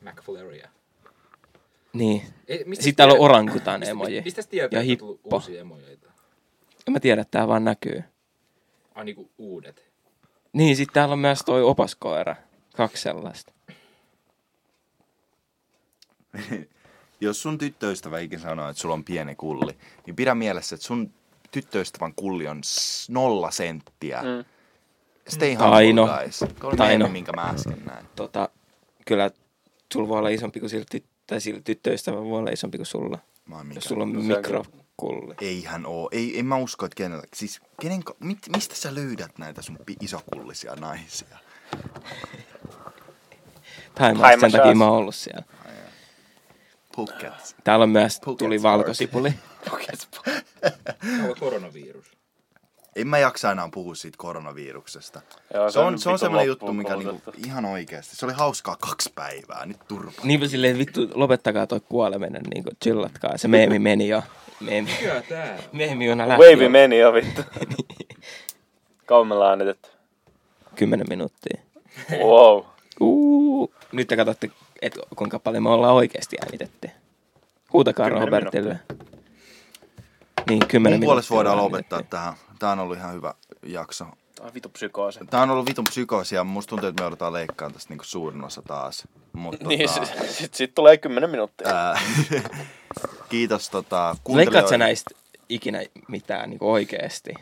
[SPEAKER 4] McFlurrya.
[SPEAKER 3] Niin.
[SPEAKER 4] Ei, mistä
[SPEAKER 3] Sitten täällä on
[SPEAKER 4] tiedät-
[SPEAKER 3] orangutan emoji.
[SPEAKER 4] Mistä, mistä tietää,
[SPEAKER 3] ja
[SPEAKER 4] että on tullut
[SPEAKER 3] hippo.
[SPEAKER 4] uusia emojeita?
[SPEAKER 3] En mä tiedä, tää vaan näkyy.
[SPEAKER 4] Ai niinku uudet.
[SPEAKER 3] Niin, sitten täällä on myös toi opaskoira. Kaksi sellaista.
[SPEAKER 1] Jos sun tyttöystävä ikin sanoo, että sulla on pieni kulli, niin pidä mielessä, että sun tyttöystävän kulli on s- nolla senttiä. Mm. Stay humble,
[SPEAKER 3] Taino.
[SPEAKER 1] guys. Tuo oli
[SPEAKER 3] Taino.
[SPEAKER 1] meme, minkä mä äsken näin.
[SPEAKER 3] Tota, kyllä sulla voi olla isompi kuin sillä, tyt- tai sillä tyttöystävä voi olla isompi kuin sulla.
[SPEAKER 1] Mä oon
[SPEAKER 3] Jos
[SPEAKER 1] mikä.
[SPEAKER 3] sulla on mikrokulli.
[SPEAKER 1] Eihän oo. Ei, en mä usko, että kenellä. Siis kenen, ka- mit, mistä sä löydät näitä sun pi- isokullisia naisia?
[SPEAKER 3] Tai
[SPEAKER 6] Ai, mä
[SPEAKER 3] sen takia
[SPEAKER 6] saan-
[SPEAKER 3] mä oon ollut siellä.
[SPEAKER 1] Pukket.
[SPEAKER 3] Täällä on myös,
[SPEAKER 1] Puket's
[SPEAKER 3] tuli
[SPEAKER 1] work.
[SPEAKER 3] valkosipuli.
[SPEAKER 1] Pukket.
[SPEAKER 4] Täällä on koronavirus.
[SPEAKER 1] En mä jaksa enää puhua siitä koronaviruksesta.
[SPEAKER 6] Joo,
[SPEAKER 1] se, on, se on
[SPEAKER 6] vitun
[SPEAKER 1] semmoinen juttu,
[SPEAKER 6] loppuun
[SPEAKER 1] mikä niinku,
[SPEAKER 6] koulutettu.
[SPEAKER 1] ihan oikeasti. Se oli hauskaa kaksi päivää, nyt turpa.
[SPEAKER 3] Niinpä Niin silleen, vittu, lopettakaa toi kuoleminen, niinku chillatkaa. Se meemi meni jo. Meemi,
[SPEAKER 4] Mikä tää on?
[SPEAKER 3] meemi jona lähti.
[SPEAKER 6] Wave
[SPEAKER 3] jo.
[SPEAKER 6] meni jo vittu. Kauan me ollaan äänitetty.
[SPEAKER 3] 10 minuuttia.
[SPEAKER 6] Wow.
[SPEAKER 3] Uu. Nyt te katsotte, et kuinka paljon me ollaan oikeasti äänitetty. Huutakaa
[SPEAKER 6] Kymmenen
[SPEAKER 3] Robertille. Niin, kymmenen
[SPEAKER 1] Mun puolesta
[SPEAKER 3] minuuttia
[SPEAKER 1] voidaan
[SPEAKER 3] ollaan
[SPEAKER 1] lopettaa
[SPEAKER 3] äänitetty.
[SPEAKER 1] tähän. Tää on ollut ihan hyvä jakso.
[SPEAKER 6] Tää on vitu psykoosi.
[SPEAKER 1] Tää on ollut vitun psykoosia, mutta musta tuntuu, että me joudutaan leikkaamaan tästä niinku suurin osa taas. Mut
[SPEAKER 6] Niin,
[SPEAKER 1] tota,
[SPEAKER 6] sit, sit, sit tulee 10 minuuttia.
[SPEAKER 1] ää, kiitos tota,
[SPEAKER 3] Leikkaat sä
[SPEAKER 1] kuuntelijoille.
[SPEAKER 3] näistä ikinä mitään niin oikeesti?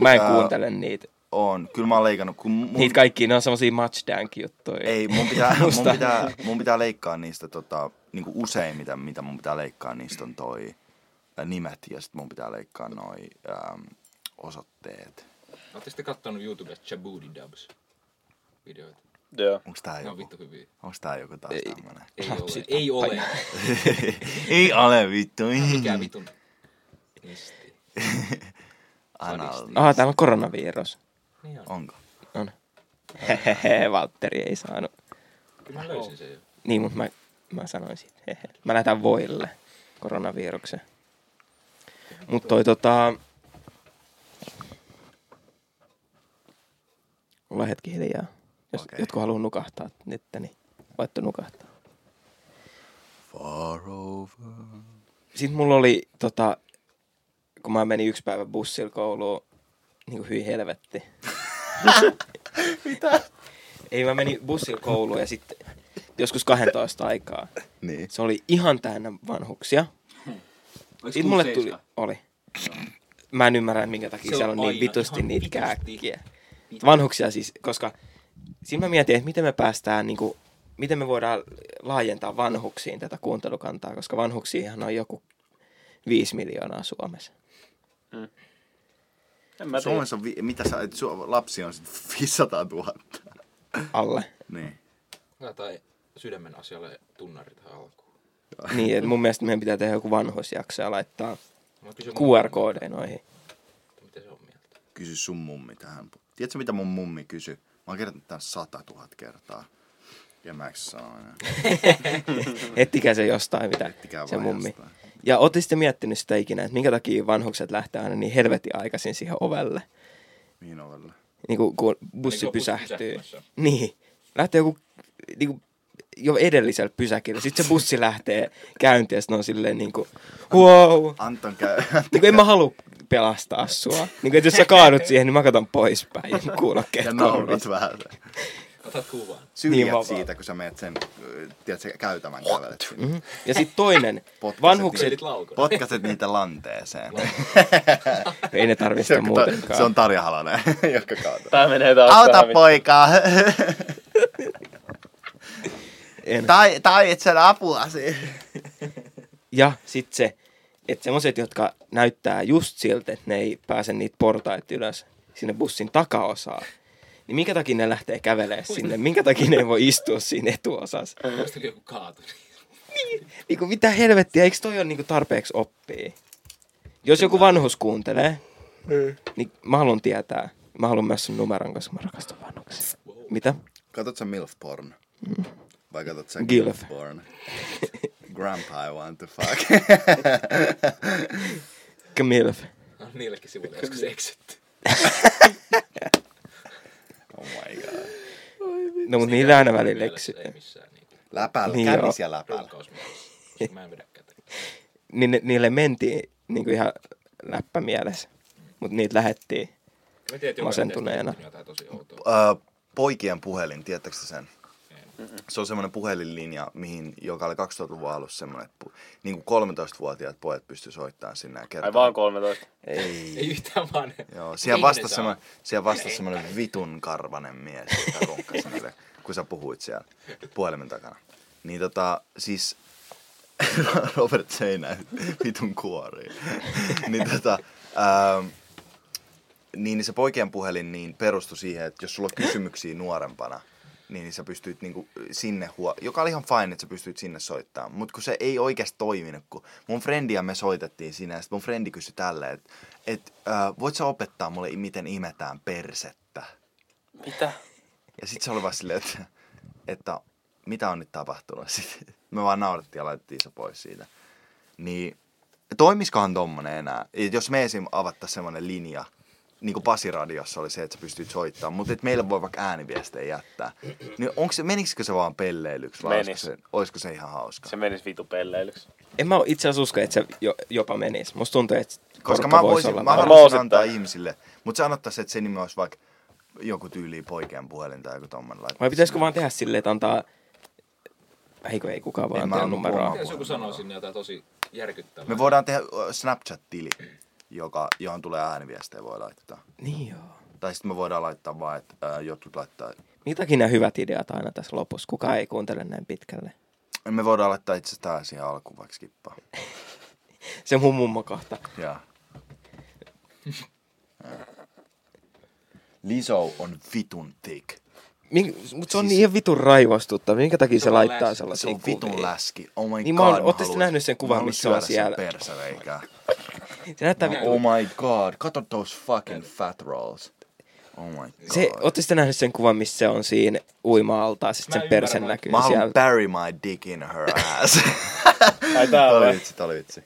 [SPEAKER 3] Mä en
[SPEAKER 1] Ää,
[SPEAKER 3] kuuntele niitä.
[SPEAKER 1] On. Kyllä mä oon leikannut. Kun mun,
[SPEAKER 3] Niitä kaikki, ne on semmosia matchdank-juttuja.
[SPEAKER 1] Ei, mun pitää, mun,
[SPEAKER 3] Musta.
[SPEAKER 1] pitää, mun pitää leikkaa niistä tota, niinku usein, mitä, mitä mun pitää leikkaa, niistä on toi ä, nimet ja sitten mun pitää leikkaa noi äm, osoitteet.
[SPEAKER 4] Oletteko te kattonut YouTubesta Chabudi Dubs? Videoita.
[SPEAKER 6] Joo.
[SPEAKER 1] Onks tää
[SPEAKER 4] Ne on
[SPEAKER 1] joku?
[SPEAKER 4] No vittu hyviä.
[SPEAKER 1] Onks tää joku taas tämmönen?
[SPEAKER 4] Ei ole. Ei ole.
[SPEAKER 1] Ei ole vittu.
[SPEAKER 3] Mm.
[SPEAKER 4] Mikä vitun. Nisti.
[SPEAKER 1] Anal.
[SPEAKER 3] Aha, täällä on koronavirus.
[SPEAKER 4] Niin on.
[SPEAKER 1] Onko?
[SPEAKER 3] On. Hehehe, Valtteri ei saanut.
[SPEAKER 4] Kyllä mä löysin sen jo.
[SPEAKER 3] Niin, mutta mä, mä sanoin siitä. Hehe. Mä lähetän voille koronaviruksen. Mutta toi tota... Olla hetki hiljaa. Jos
[SPEAKER 1] Okei.
[SPEAKER 3] okay. jotkut haluaa nukahtaa nyt, niin voitte nukahtaa.
[SPEAKER 1] Far over.
[SPEAKER 3] Sitten mulla oli tota... Kun mä menin yksi päivä bussilla kouluun, niin kuin hyi helvetti. Mitä? Ei, mä menin bussilla kouluun ja sitten joskus 12 aikaa.
[SPEAKER 1] Niin.
[SPEAKER 3] Se oli ihan täynnä vanhuksia.
[SPEAKER 4] Oliko
[SPEAKER 3] Sitten mulle tuli, oli. Mä en ymmärrä, minkä takia
[SPEAKER 4] Se
[SPEAKER 3] siellä on
[SPEAKER 4] on
[SPEAKER 3] niin
[SPEAKER 4] aina
[SPEAKER 3] vitusti
[SPEAKER 4] ihan
[SPEAKER 3] niitä
[SPEAKER 4] vitusti.
[SPEAKER 3] kääkkiä. Vanhuksia siis, koska siinä mä mietin, että miten me päästään, niin kuin, miten me voidaan laajentaa vanhuksiin tätä kuuntelukantaa, koska vanhuksiahan on joku 5 miljoonaa Suomessa.
[SPEAKER 6] En mä tiedä.
[SPEAKER 1] Suomessa on, vi- mitä sä, et, su- lapsi on sit 500 000.
[SPEAKER 3] Alle.
[SPEAKER 1] Niin.
[SPEAKER 4] Laitetaan sydämen asialle tunnari tähän alkuun.
[SPEAKER 3] Niin, että mun mielestä meidän pitää tehdä joku vanhusjakso ja laittaa
[SPEAKER 4] Mä kysyn
[SPEAKER 3] QR-koodeja noihin.
[SPEAKER 4] multa, Mitä se on mieltä?
[SPEAKER 1] Kysy sun mummi tähän. Tiedätkö mitä mun mummi kysy? Mä oon kertonut tän 100 000 kertaa. Ja mä en sano enää.
[SPEAKER 3] Ettikää se jostain, mitä
[SPEAKER 1] Ettikää
[SPEAKER 3] se
[SPEAKER 1] vaan
[SPEAKER 3] mummi.
[SPEAKER 1] jostain.
[SPEAKER 3] Ja ootte sitten miettinyt sitä ikinä, että minkä takia vanhukset lähtee aina niin helvetin aikaisin siihen ovelle.
[SPEAKER 1] Mihin ovelle?
[SPEAKER 3] Niin kuin, kun bussi
[SPEAKER 4] Niin kuin bussi
[SPEAKER 3] pysähtyy.
[SPEAKER 4] pysähtymässä.
[SPEAKER 3] Niin. Lähtee joku niin kuin, jo edellisellä pysäkillä. Sitten se bussi lähtee käyntiin ja sitten on silleen niin kuin, wow.
[SPEAKER 1] Anton käy.
[SPEAKER 3] Niin kuin, en mä halua pelastaa sua. Niin kuin, että jos sä kaadut siihen, niin mä katon poispäin ja kuulokkeet
[SPEAKER 1] ja
[SPEAKER 3] korvissa.
[SPEAKER 1] naurat vähän.
[SPEAKER 4] Otat kuvan.
[SPEAKER 1] Syrjät
[SPEAKER 3] Niin vaan-
[SPEAKER 1] niin siitä, kun sä meet sen, ö, tiedätkö, käytävän kävelet sinne.
[SPEAKER 3] Mhm. Ja sitten toinen,
[SPEAKER 1] Potkaset
[SPEAKER 3] vanhukset,
[SPEAKER 4] Selit laukun.
[SPEAKER 1] Potkaset niitä lanteeseen.
[SPEAKER 3] ei ne tarvitse
[SPEAKER 1] se,
[SPEAKER 3] sitä
[SPEAKER 1] on, tota-
[SPEAKER 3] muutenkaan.
[SPEAKER 1] se on Tarja Halonen, joka kaatuu.
[SPEAKER 6] Tää menee taas
[SPEAKER 1] Auta
[SPEAKER 6] tähän
[SPEAKER 1] poikaa.
[SPEAKER 3] En.
[SPEAKER 1] tai, tai et sen apuasi.
[SPEAKER 3] Ja sitten se, että semmoiset, jotka näyttää just siltä, että ne ei pääse niitä portaita ylös sinne bussin takaosaan, niin minkä takia ne lähtee kävelee sinne? Minkä takia ne ei voi istua siinä etuosassa?
[SPEAKER 4] Muista joku kaatu.
[SPEAKER 3] Niin kuin, mitä helvettiä, eikö toi ole niin kuin tarpeeksi oppii? Jos joku vanhus kuuntelee, niin mä haluan tietää. Mä haluan myös sun numeron, koska mä rakastan vanhuksia. Mitä?
[SPEAKER 1] Katot sä MILF porn? Vai katot sä
[SPEAKER 3] Mm. Gilf.
[SPEAKER 1] GILF porn? Grandpa I want to fuck.
[SPEAKER 3] Milf.
[SPEAKER 4] No niillekin sivuille joskus eksytty.
[SPEAKER 1] oh my god.
[SPEAKER 3] No, mutta niillä aina välillä eksy.
[SPEAKER 4] Ei missään niinku
[SPEAKER 1] Läpällä,
[SPEAKER 3] Niin
[SPEAKER 1] niin
[SPEAKER 3] joo.
[SPEAKER 1] kännis ja läpällä.
[SPEAKER 4] runkausmielessä. koska Mä en vedä kätä.
[SPEAKER 3] Niin ne- niille mentiin niin kuin ihan läppämielessä, mutta niitä lähettiin
[SPEAKER 4] Mä tiedän, että
[SPEAKER 3] Masentuneena.
[SPEAKER 4] jokainen teistä on jotain tosi outoa.
[SPEAKER 1] Ö, Äh, poikien puhelin, tiedättekö te sen? Se on semmoinen puhelinlinja, mihin, joka oli 2000-luvun alussa semmoinen, että pu- niin kuin 13-vuotiaat pojat pysty soittamaan sinne ja
[SPEAKER 6] Ai
[SPEAKER 1] kertomaan.
[SPEAKER 6] vaan 13.
[SPEAKER 1] Ei.
[SPEAKER 4] Ei yhtään vanhempi.
[SPEAKER 1] Joo, siellä vastasi semmoinen, siellä vastasi semmoinen vitun karvanen mies, joka konkkasi niille, kun sä puhuit siellä puhelimen takana. Niin tota, siis Robert Seinä vitun kuori. niin tota, ähm, niin se poikien puhelin niin perustui siihen, että jos sulla on kysymyksiä nuorempana, niin, niin sä pystyit niinku sinne huo... Joka oli ihan fine, että sä pystyit sinne soittamaan. Mutta kun se ei oikeasti toiminut, kun mun frendiä me soitettiin sinä, ja sit mun frendi kysyi tälleen, että et, äh, voit sä opettaa mulle, miten imetään persettä?
[SPEAKER 6] Mitä?
[SPEAKER 1] Ja sit se oli vaan silleen, että, että mitä on nyt tapahtunut? Sit me vaan naurettiin ja laitettiin se pois siitä. Niin toimiskohan tommonen enää? Et Jos me esim. avattaisiin semmonen linja, niin kuin Pasiradiossa oli se, että sä pystyt soittamaan, mutta et meillä voi vaikka ääniviestejä jättää. Niin onko se, menisikö se vaan pelleilyksi vai olisiko
[SPEAKER 6] Menis.
[SPEAKER 1] se, olisiko se ihan hauska?
[SPEAKER 6] Se menisi vitu pelleilyksi.
[SPEAKER 3] En mä itse asiassa usko, että se jo, jopa menisi. Musta tuntuu, että
[SPEAKER 1] Koska
[SPEAKER 3] porukka
[SPEAKER 1] mä
[SPEAKER 3] voisi
[SPEAKER 1] voisin,
[SPEAKER 3] olla
[SPEAKER 1] mä
[SPEAKER 3] varma.
[SPEAKER 6] varmaan
[SPEAKER 1] haluaisin antaa
[SPEAKER 6] osittain.
[SPEAKER 1] ihmisille, mutta sanottaisiin, että se nimi olisi vaikka joku tyyli poikien puhelin tai joku tommonen laittaa.
[SPEAKER 3] Vai pitäisikö vaan tehdä silleen, että antaa... Eikö ei kukaan
[SPEAKER 1] En
[SPEAKER 3] vaan
[SPEAKER 1] mä
[SPEAKER 3] antaa
[SPEAKER 1] halua
[SPEAKER 3] numeroa.
[SPEAKER 1] puhua.
[SPEAKER 4] Jos joku sanoo sinne jotain tosi järkyttävää.
[SPEAKER 1] Me voidaan tehdä ö, Snapchat-tili, joka, johon tulee ääniviestejä voi laittaa.
[SPEAKER 3] Niin joo.
[SPEAKER 1] Tai sitten me voidaan laittaa vaan, että ää, jotkut laittaa...
[SPEAKER 3] Mitäkin nämä hyvät ideat aina tässä lopussa. Kukaan ei kuuntele näin pitkälle.
[SPEAKER 1] Me voidaan laittaa itse asiassa tää siihen alkuun vaikka skippaa.
[SPEAKER 3] Se mun mummo kohta.
[SPEAKER 1] Jaa. Liso on vitun thick.
[SPEAKER 3] Mink, mut se on siis... ihan vitun raivostutta. Minkä takia se
[SPEAKER 4] on
[SPEAKER 3] laittaa
[SPEAKER 4] läski.
[SPEAKER 1] Se
[SPEAKER 3] sellaisia
[SPEAKER 1] on vitun
[SPEAKER 3] kuvia?
[SPEAKER 1] läski. Oh my
[SPEAKER 3] Niin mä
[SPEAKER 1] god.
[SPEAKER 3] oon- ootte sitten
[SPEAKER 1] haluaisin-
[SPEAKER 3] nähnyt sen kuvan,
[SPEAKER 1] mä haluan
[SPEAKER 3] missä on
[SPEAKER 1] syödä
[SPEAKER 3] siellä?
[SPEAKER 1] Sen persäreikää.
[SPEAKER 3] Se näyttää vitun...
[SPEAKER 1] Oh my god. Kato those fucking fat rolls. Oh my god.
[SPEAKER 3] Se, ootte sitten nähnyt sen kuvan, missä se on siinä uima-altaa, sit
[SPEAKER 4] Mä
[SPEAKER 3] sen
[SPEAKER 4] ymmärrän,
[SPEAKER 3] persen
[SPEAKER 4] mä-
[SPEAKER 3] näkyy
[SPEAKER 1] Mä haluan
[SPEAKER 3] siellä.
[SPEAKER 1] bury my dick in her ass.
[SPEAKER 6] Ai
[SPEAKER 1] tää
[SPEAKER 6] tää
[SPEAKER 1] oli
[SPEAKER 6] on.
[SPEAKER 1] vitsi, tää oli vitsi.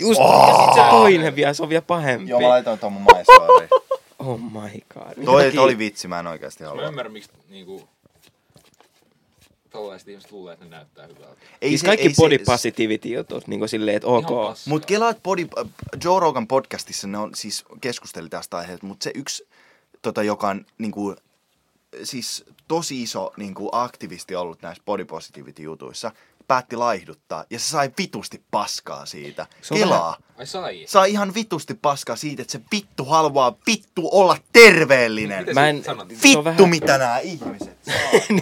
[SPEAKER 3] Just, ja sit se toinen vielä, se on vielä pahempi.
[SPEAKER 1] Joo, mä laitoin ton mun maistoriin.
[SPEAKER 3] Oh my god. Minkä
[SPEAKER 1] Toi,
[SPEAKER 3] takia-
[SPEAKER 1] toi oli vitsi, mä en
[SPEAKER 3] Siis
[SPEAKER 1] oikeasti halua.
[SPEAKER 4] Mä ymmärrän, miksi niinku... Tällaiset ihmiset luulee, että ne näyttää hyvältä.
[SPEAKER 1] Ei
[SPEAKER 3] siis
[SPEAKER 1] se-
[SPEAKER 3] kaikki
[SPEAKER 1] ei se-
[SPEAKER 3] body positivity jutut, niin kuin silleen, että
[SPEAKER 4] Ihan
[SPEAKER 3] ok.
[SPEAKER 4] paskaa.
[SPEAKER 1] Mut kelaat body, äh, Joe Rogan podcastissa ne on siis keskusteli tästä aiheesta, mutta se yksi, tota, joka on niinku, siis tosi iso niinku, aktivisti ollut näissä body positivity jutuissa, päätti laihduttaa ja se sai vitusti paskaa siitä.
[SPEAKER 3] Se on
[SPEAKER 1] Kelaa.
[SPEAKER 4] Ai sai.
[SPEAKER 1] Saa ihan vitusti paskaa siitä, että se vittu haluaa vittu olla terveellinen.
[SPEAKER 4] Mitä
[SPEAKER 3] Mä en,
[SPEAKER 4] sä sanot?
[SPEAKER 3] se on
[SPEAKER 1] Vittu
[SPEAKER 3] vähän-
[SPEAKER 1] mitä nämä ihmiset saa.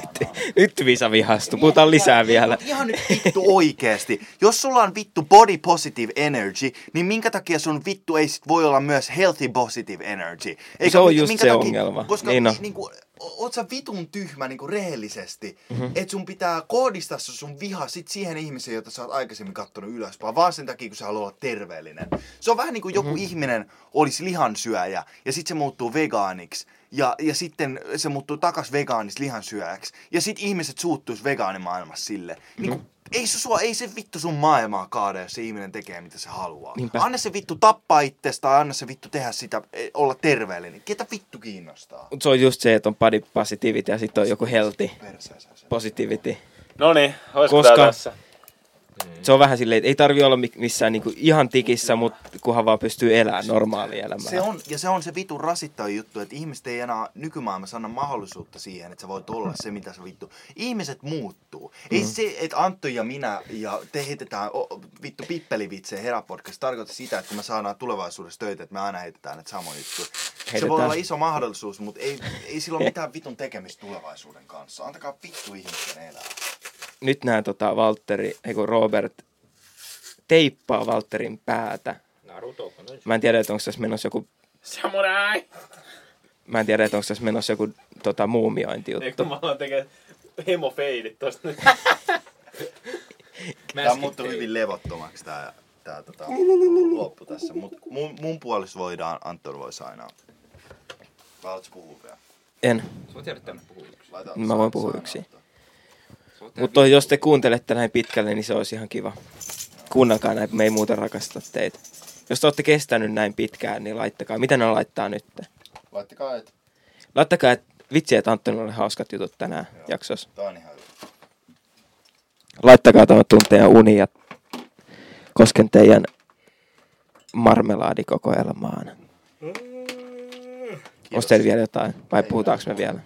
[SPEAKER 3] Nyt Visa vihastuu, puhutaan lisää vielä.
[SPEAKER 1] Ihan nyt vittu oikeesti. Jos sulla on vittu body positive energy, niin minkä takia sun vittu ei sit voi olla myös healthy positive energy? Eikä
[SPEAKER 3] Se on
[SPEAKER 1] mi-
[SPEAKER 3] just
[SPEAKER 1] minkä
[SPEAKER 3] se ongelma.
[SPEAKER 1] Koska
[SPEAKER 3] Niin
[SPEAKER 1] niin
[SPEAKER 3] on.
[SPEAKER 1] niinku, o- oot sä vitun tyhmä niinku rehellisesti, mm-hmm. että sun pitää kohdistaa se sun viha sit siihen ihmiseen, jota sä oot aikaisemmin kattonut ylöspäin, vaan sen takia, kun sä haluat olla terveellinen. Se on vähän niin kuin joku mm-hmm. ihminen olisi lihansyöjä ja sit se muuttuu vegaaniksi. Ja, ja sitten se muuttuu takas vegaanis lihansyöjäksi. Ja sit ihmiset suuttuis vegaanimaailmassa sille. Niin kuin, ei, se sua, ei se vittu sun maailmaa kaada, jos se ihminen tekee mitä se haluaa.
[SPEAKER 3] Niinpä.
[SPEAKER 1] Anna se vittu tappaa itsestä tai anna se vittu tehdä sitä, eh, olla terveellinen. Ketä vittu kiinnostaa?
[SPEAKER 3] Mut se on just se, että on body positivity ja sitten on joku healthy
[SPEAKER 1] Perseeseen se.
[SPEAKER 3] positivity.
[SPEAKER 6] No niin, olisiko
[SPEAKER 3] Koska-
[SPEAKER 6] Koska... tää tässä?
[SPEAKER 3] Se on vähän silleen, että ei tarvi olla mi- missään niinku ihan tikissä, mutta kunhan vaan pystyy elämään normaalia elämää.
[SPEAKER 1] Se on, ja se on se vitun rasittava juttu, että ihmiset ei enää nykymaailmassa anna mahdollisuutta siihen, että sä voit olla se, mitä sä vittu. Ihmiset muuttuu. Mm-hmm. Ei se, että Antto ja minä ja te heitetään o, o, vittu pippelivitsejä herapodcast tarkoita sitä, että me saadaan tulevaisuudessa töitä, että me aina heitetään näitä samoja juttuja. Se
[SPEAKER 3] Heitetään.
[SPEAKER 1] voi olla iso mahdollisuus, mutta ei, ei sillä ole mitään vitun tekemistä tulevaisuuden kanssa. Antakaa vittu ihmisten elää.
[SPEAKER 3] Nyt nää tota Valtteri, ei kun Robert, teippaa Valtterin päätä.
[SPEAKER 4] Naruto, no
[SPEAKER 3] Mä en tiedä, että onko tässä menossa joku...
[SPEAKER 6] Samurai!
[SPEAKER 3] Mä en tiedä, että onko tässä menossa joku tota,
[SPEAKER 6] Eikö
[SPEAKER 3] muumiointijuttu.
[SPEAKER 6] mä oon tekee hemofeidit tosta nyt?
[SPEAKER 1] Tämä muuttuu hyvin levottomaksi tämä, tämä tota,
[SPEAKER 3] no,
[SPEAKER 1] loppu tässä, mutta mun, mun puolesta voidaan, Anton voi sainaa. Mä haluatko puhua vielä?
[SPEAKER 3] En.
[SPEAKER 4] Sä voit jäädä tänne puhumaan.
[SPEAKER 1] Laita,
[SPEAKER 3] Mä
[SPEAKER 1] sa-
[SPEAKER 3] voin puhua
[SPEAKER 1] sainaa
[SPEAKER 3] yksin.
[SPEAKER 1] ottaa.
[SPEAKER 3] Mutta jos te kuuntelette näin pitkälle, niin se olisi ihan kiva. Kuunnelkaa näin, me ei muuten rakasta teitä. Jos te olette kestänyt näin pitkään, niin laittakaa. Mitä ne laittaa nyt?
[SPEAKER 1] Laittakaa, että
[SPEAKER 3] Laittakaa, että vitsi, että Antonilla oli hauskat jutut tänään Joo. jaksossa.
[SPEAKER 1] tää on ihan hyvä.
[SPEAKER 3] Laittakaa tämä tunteja uni ja kosken teidän marmelaadikokoelmaan. Onko teillä vielä jotain? Vai puhutaanko me vielä?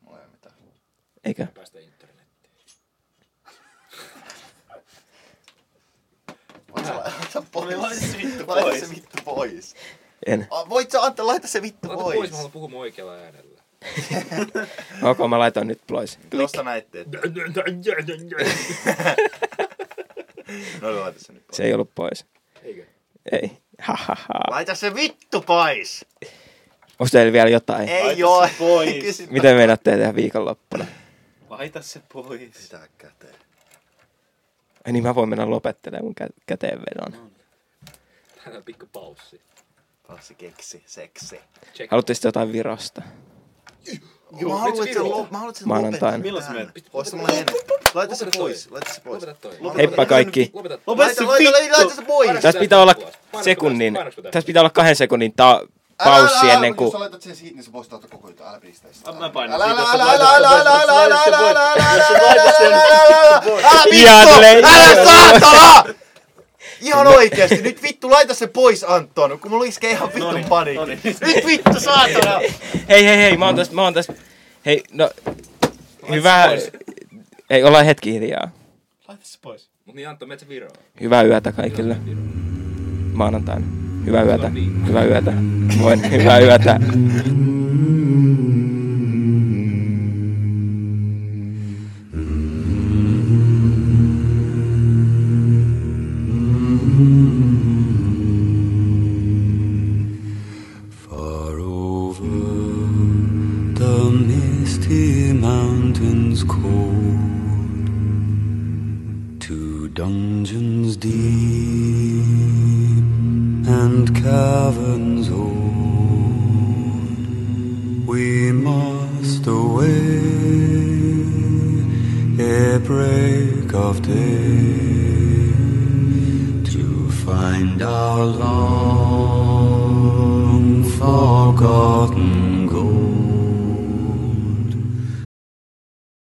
[SPEAKER 1] Mulla ei ole mitään.
[SPEAKER 3] Eikö?
[SPEAKER 4] Päästä internettiin.
[SPEAKER 1] Voit sä laittaa sen pois? Laita se vittu pois.
[SPEAKER 3] En.
[SPEAKER 1] Ah, Voit sä Anton, laita se vittu
[SPEAKER 4] Laita pois, mä
[SPEAKER 1] pois.
[SPEAKER 4] haluan puhua mun oikealla äänellä.
[SPEAKER 3] Ok, mä laitan nyt pois.
[SPEAKER 1] Tuosta näitte, että... No niin, laita se nyt pois.
[SPEAKER 3] Se ei ollut pois.
[SPEAKER 4] Eikö?
[SPEAKER 3] Ei. Ha, ha, ha.
[SPEAKER 1] Laita se vittu pois!
[SPEAKER 3] Onko teillä vielä jotain?
[SPEAKER 1] Ei
[SPEAKER 6] Laita
[SPEAKER 1] oo.
[SPEAKER 6] se pois.
[SPEAKER 1] Kysy-
[SPEAKER 3] Miten meinaatte tehdä viikonloppuna?
[SPEAKER 6] Laita se pois.
[SPEAKER 1] Mitä käteen?
[SPEAKER 3] Ai niin, mä voin mennä lopettelemaan mun kä-
[SPEAKER 1] Mm.
[SPEAKER 3] käteenvedon.
[SPEAKER 4] Tänään pikku paussi.
[SPEAKER 1] Passi keksi, seksi.
[SPEAKER 4] Check.
[SPEAKER 3] Haluatte sitten jotain virosta?
[SPEAKER 1] Joo, mä haluan, että se lo- mä haluan, että se
[SPEAKER 3] Maanantaina.
[SPEAKER 1] lopettaa
[SPEAKER 6] Milloin se
[SPEAKER 1] tämän.
[SPEAKER 6] menet?
[SPEAKER 1] Ois semmonen ennen. Laita se
[SPEAKER 4] Lopeta
[SPEAKER 1] pois,
[SPEAKER 4] toi.
[SPEAKER 1] laita se pois.
[SPEAKER 4] Lopeta toi.
[SPEAKER 1] Lopeta
[SPEAKER 3] Heippa
[SPEAKER 1] toi.
[SPEAKER 3] kaikki.
[SPEAKER 4] Lopeta.
[SPEAKER 1] Laita, laita, laita, laita se pois.
[SPEAKER 3] Tässä pitää olla sekunnin, tässä pitää olla kahden sekunnin ta- paussi ennen kuin...
[SPEAKER 1] Jos sä laitat sen siitä, niin se poistaa koko juttu. Älä pistä sitä.
[SPEAKER 2] Mä painan
[SPEAKER 1] Älä,
[SPEAKER 2] siitä,
[SPEAKER 1] älä,
[SPEAKER 2] jos sä
[SPEAKER 1] älä,
[SPEAKER 2] voit,
[SPEAKER 1] älä,
[SPEAKER 2] jos
[SPEAKER 1] älä,
[SPEAKER 2] sä voit,
[SPEAKER 1] älä,
[SPEAKER 2] jos sä
[SPEAKER 1] älä, älä,
[SPEAKER 2] voit.
[SPEAKER 1] älä, älä, älä,
[SPEAKER 2] Jos sä voit, jos sä
[SPEAKER 1] älä, älä, älä, älä,
[SPEAKER 3] Jäätelö.
[SPEAKER 1] vittu! Älä saatana! Ihan oikeesti, nyt vittu laita se pois Anton, kun mulla iskee ihan vittu
[SPEAKER 2] Noniin, noniin.
[SPEAKER 1] paniikki. Nyt vittu saatana!
[SPEAKER 3] Hei, hei, hei, mä oon tässä, mä oon tässä. Hei, no, hyvää... Ei, olla hetki hiljaa.
[SPEAKER 2] Laita se pois.
[SPEAKER 4] Mut niin Antto, metsä Viroon.
[SPEAKER 3] Hyvää yötä kaikille. Maanantaina. Hyvää yötä. Hyvää yötä. Voin, hyvää yötä.
[SPEAKER 7] Far over the misty mountains cold to dungeons deep and caverns old we must away a break of day to find our long forgotten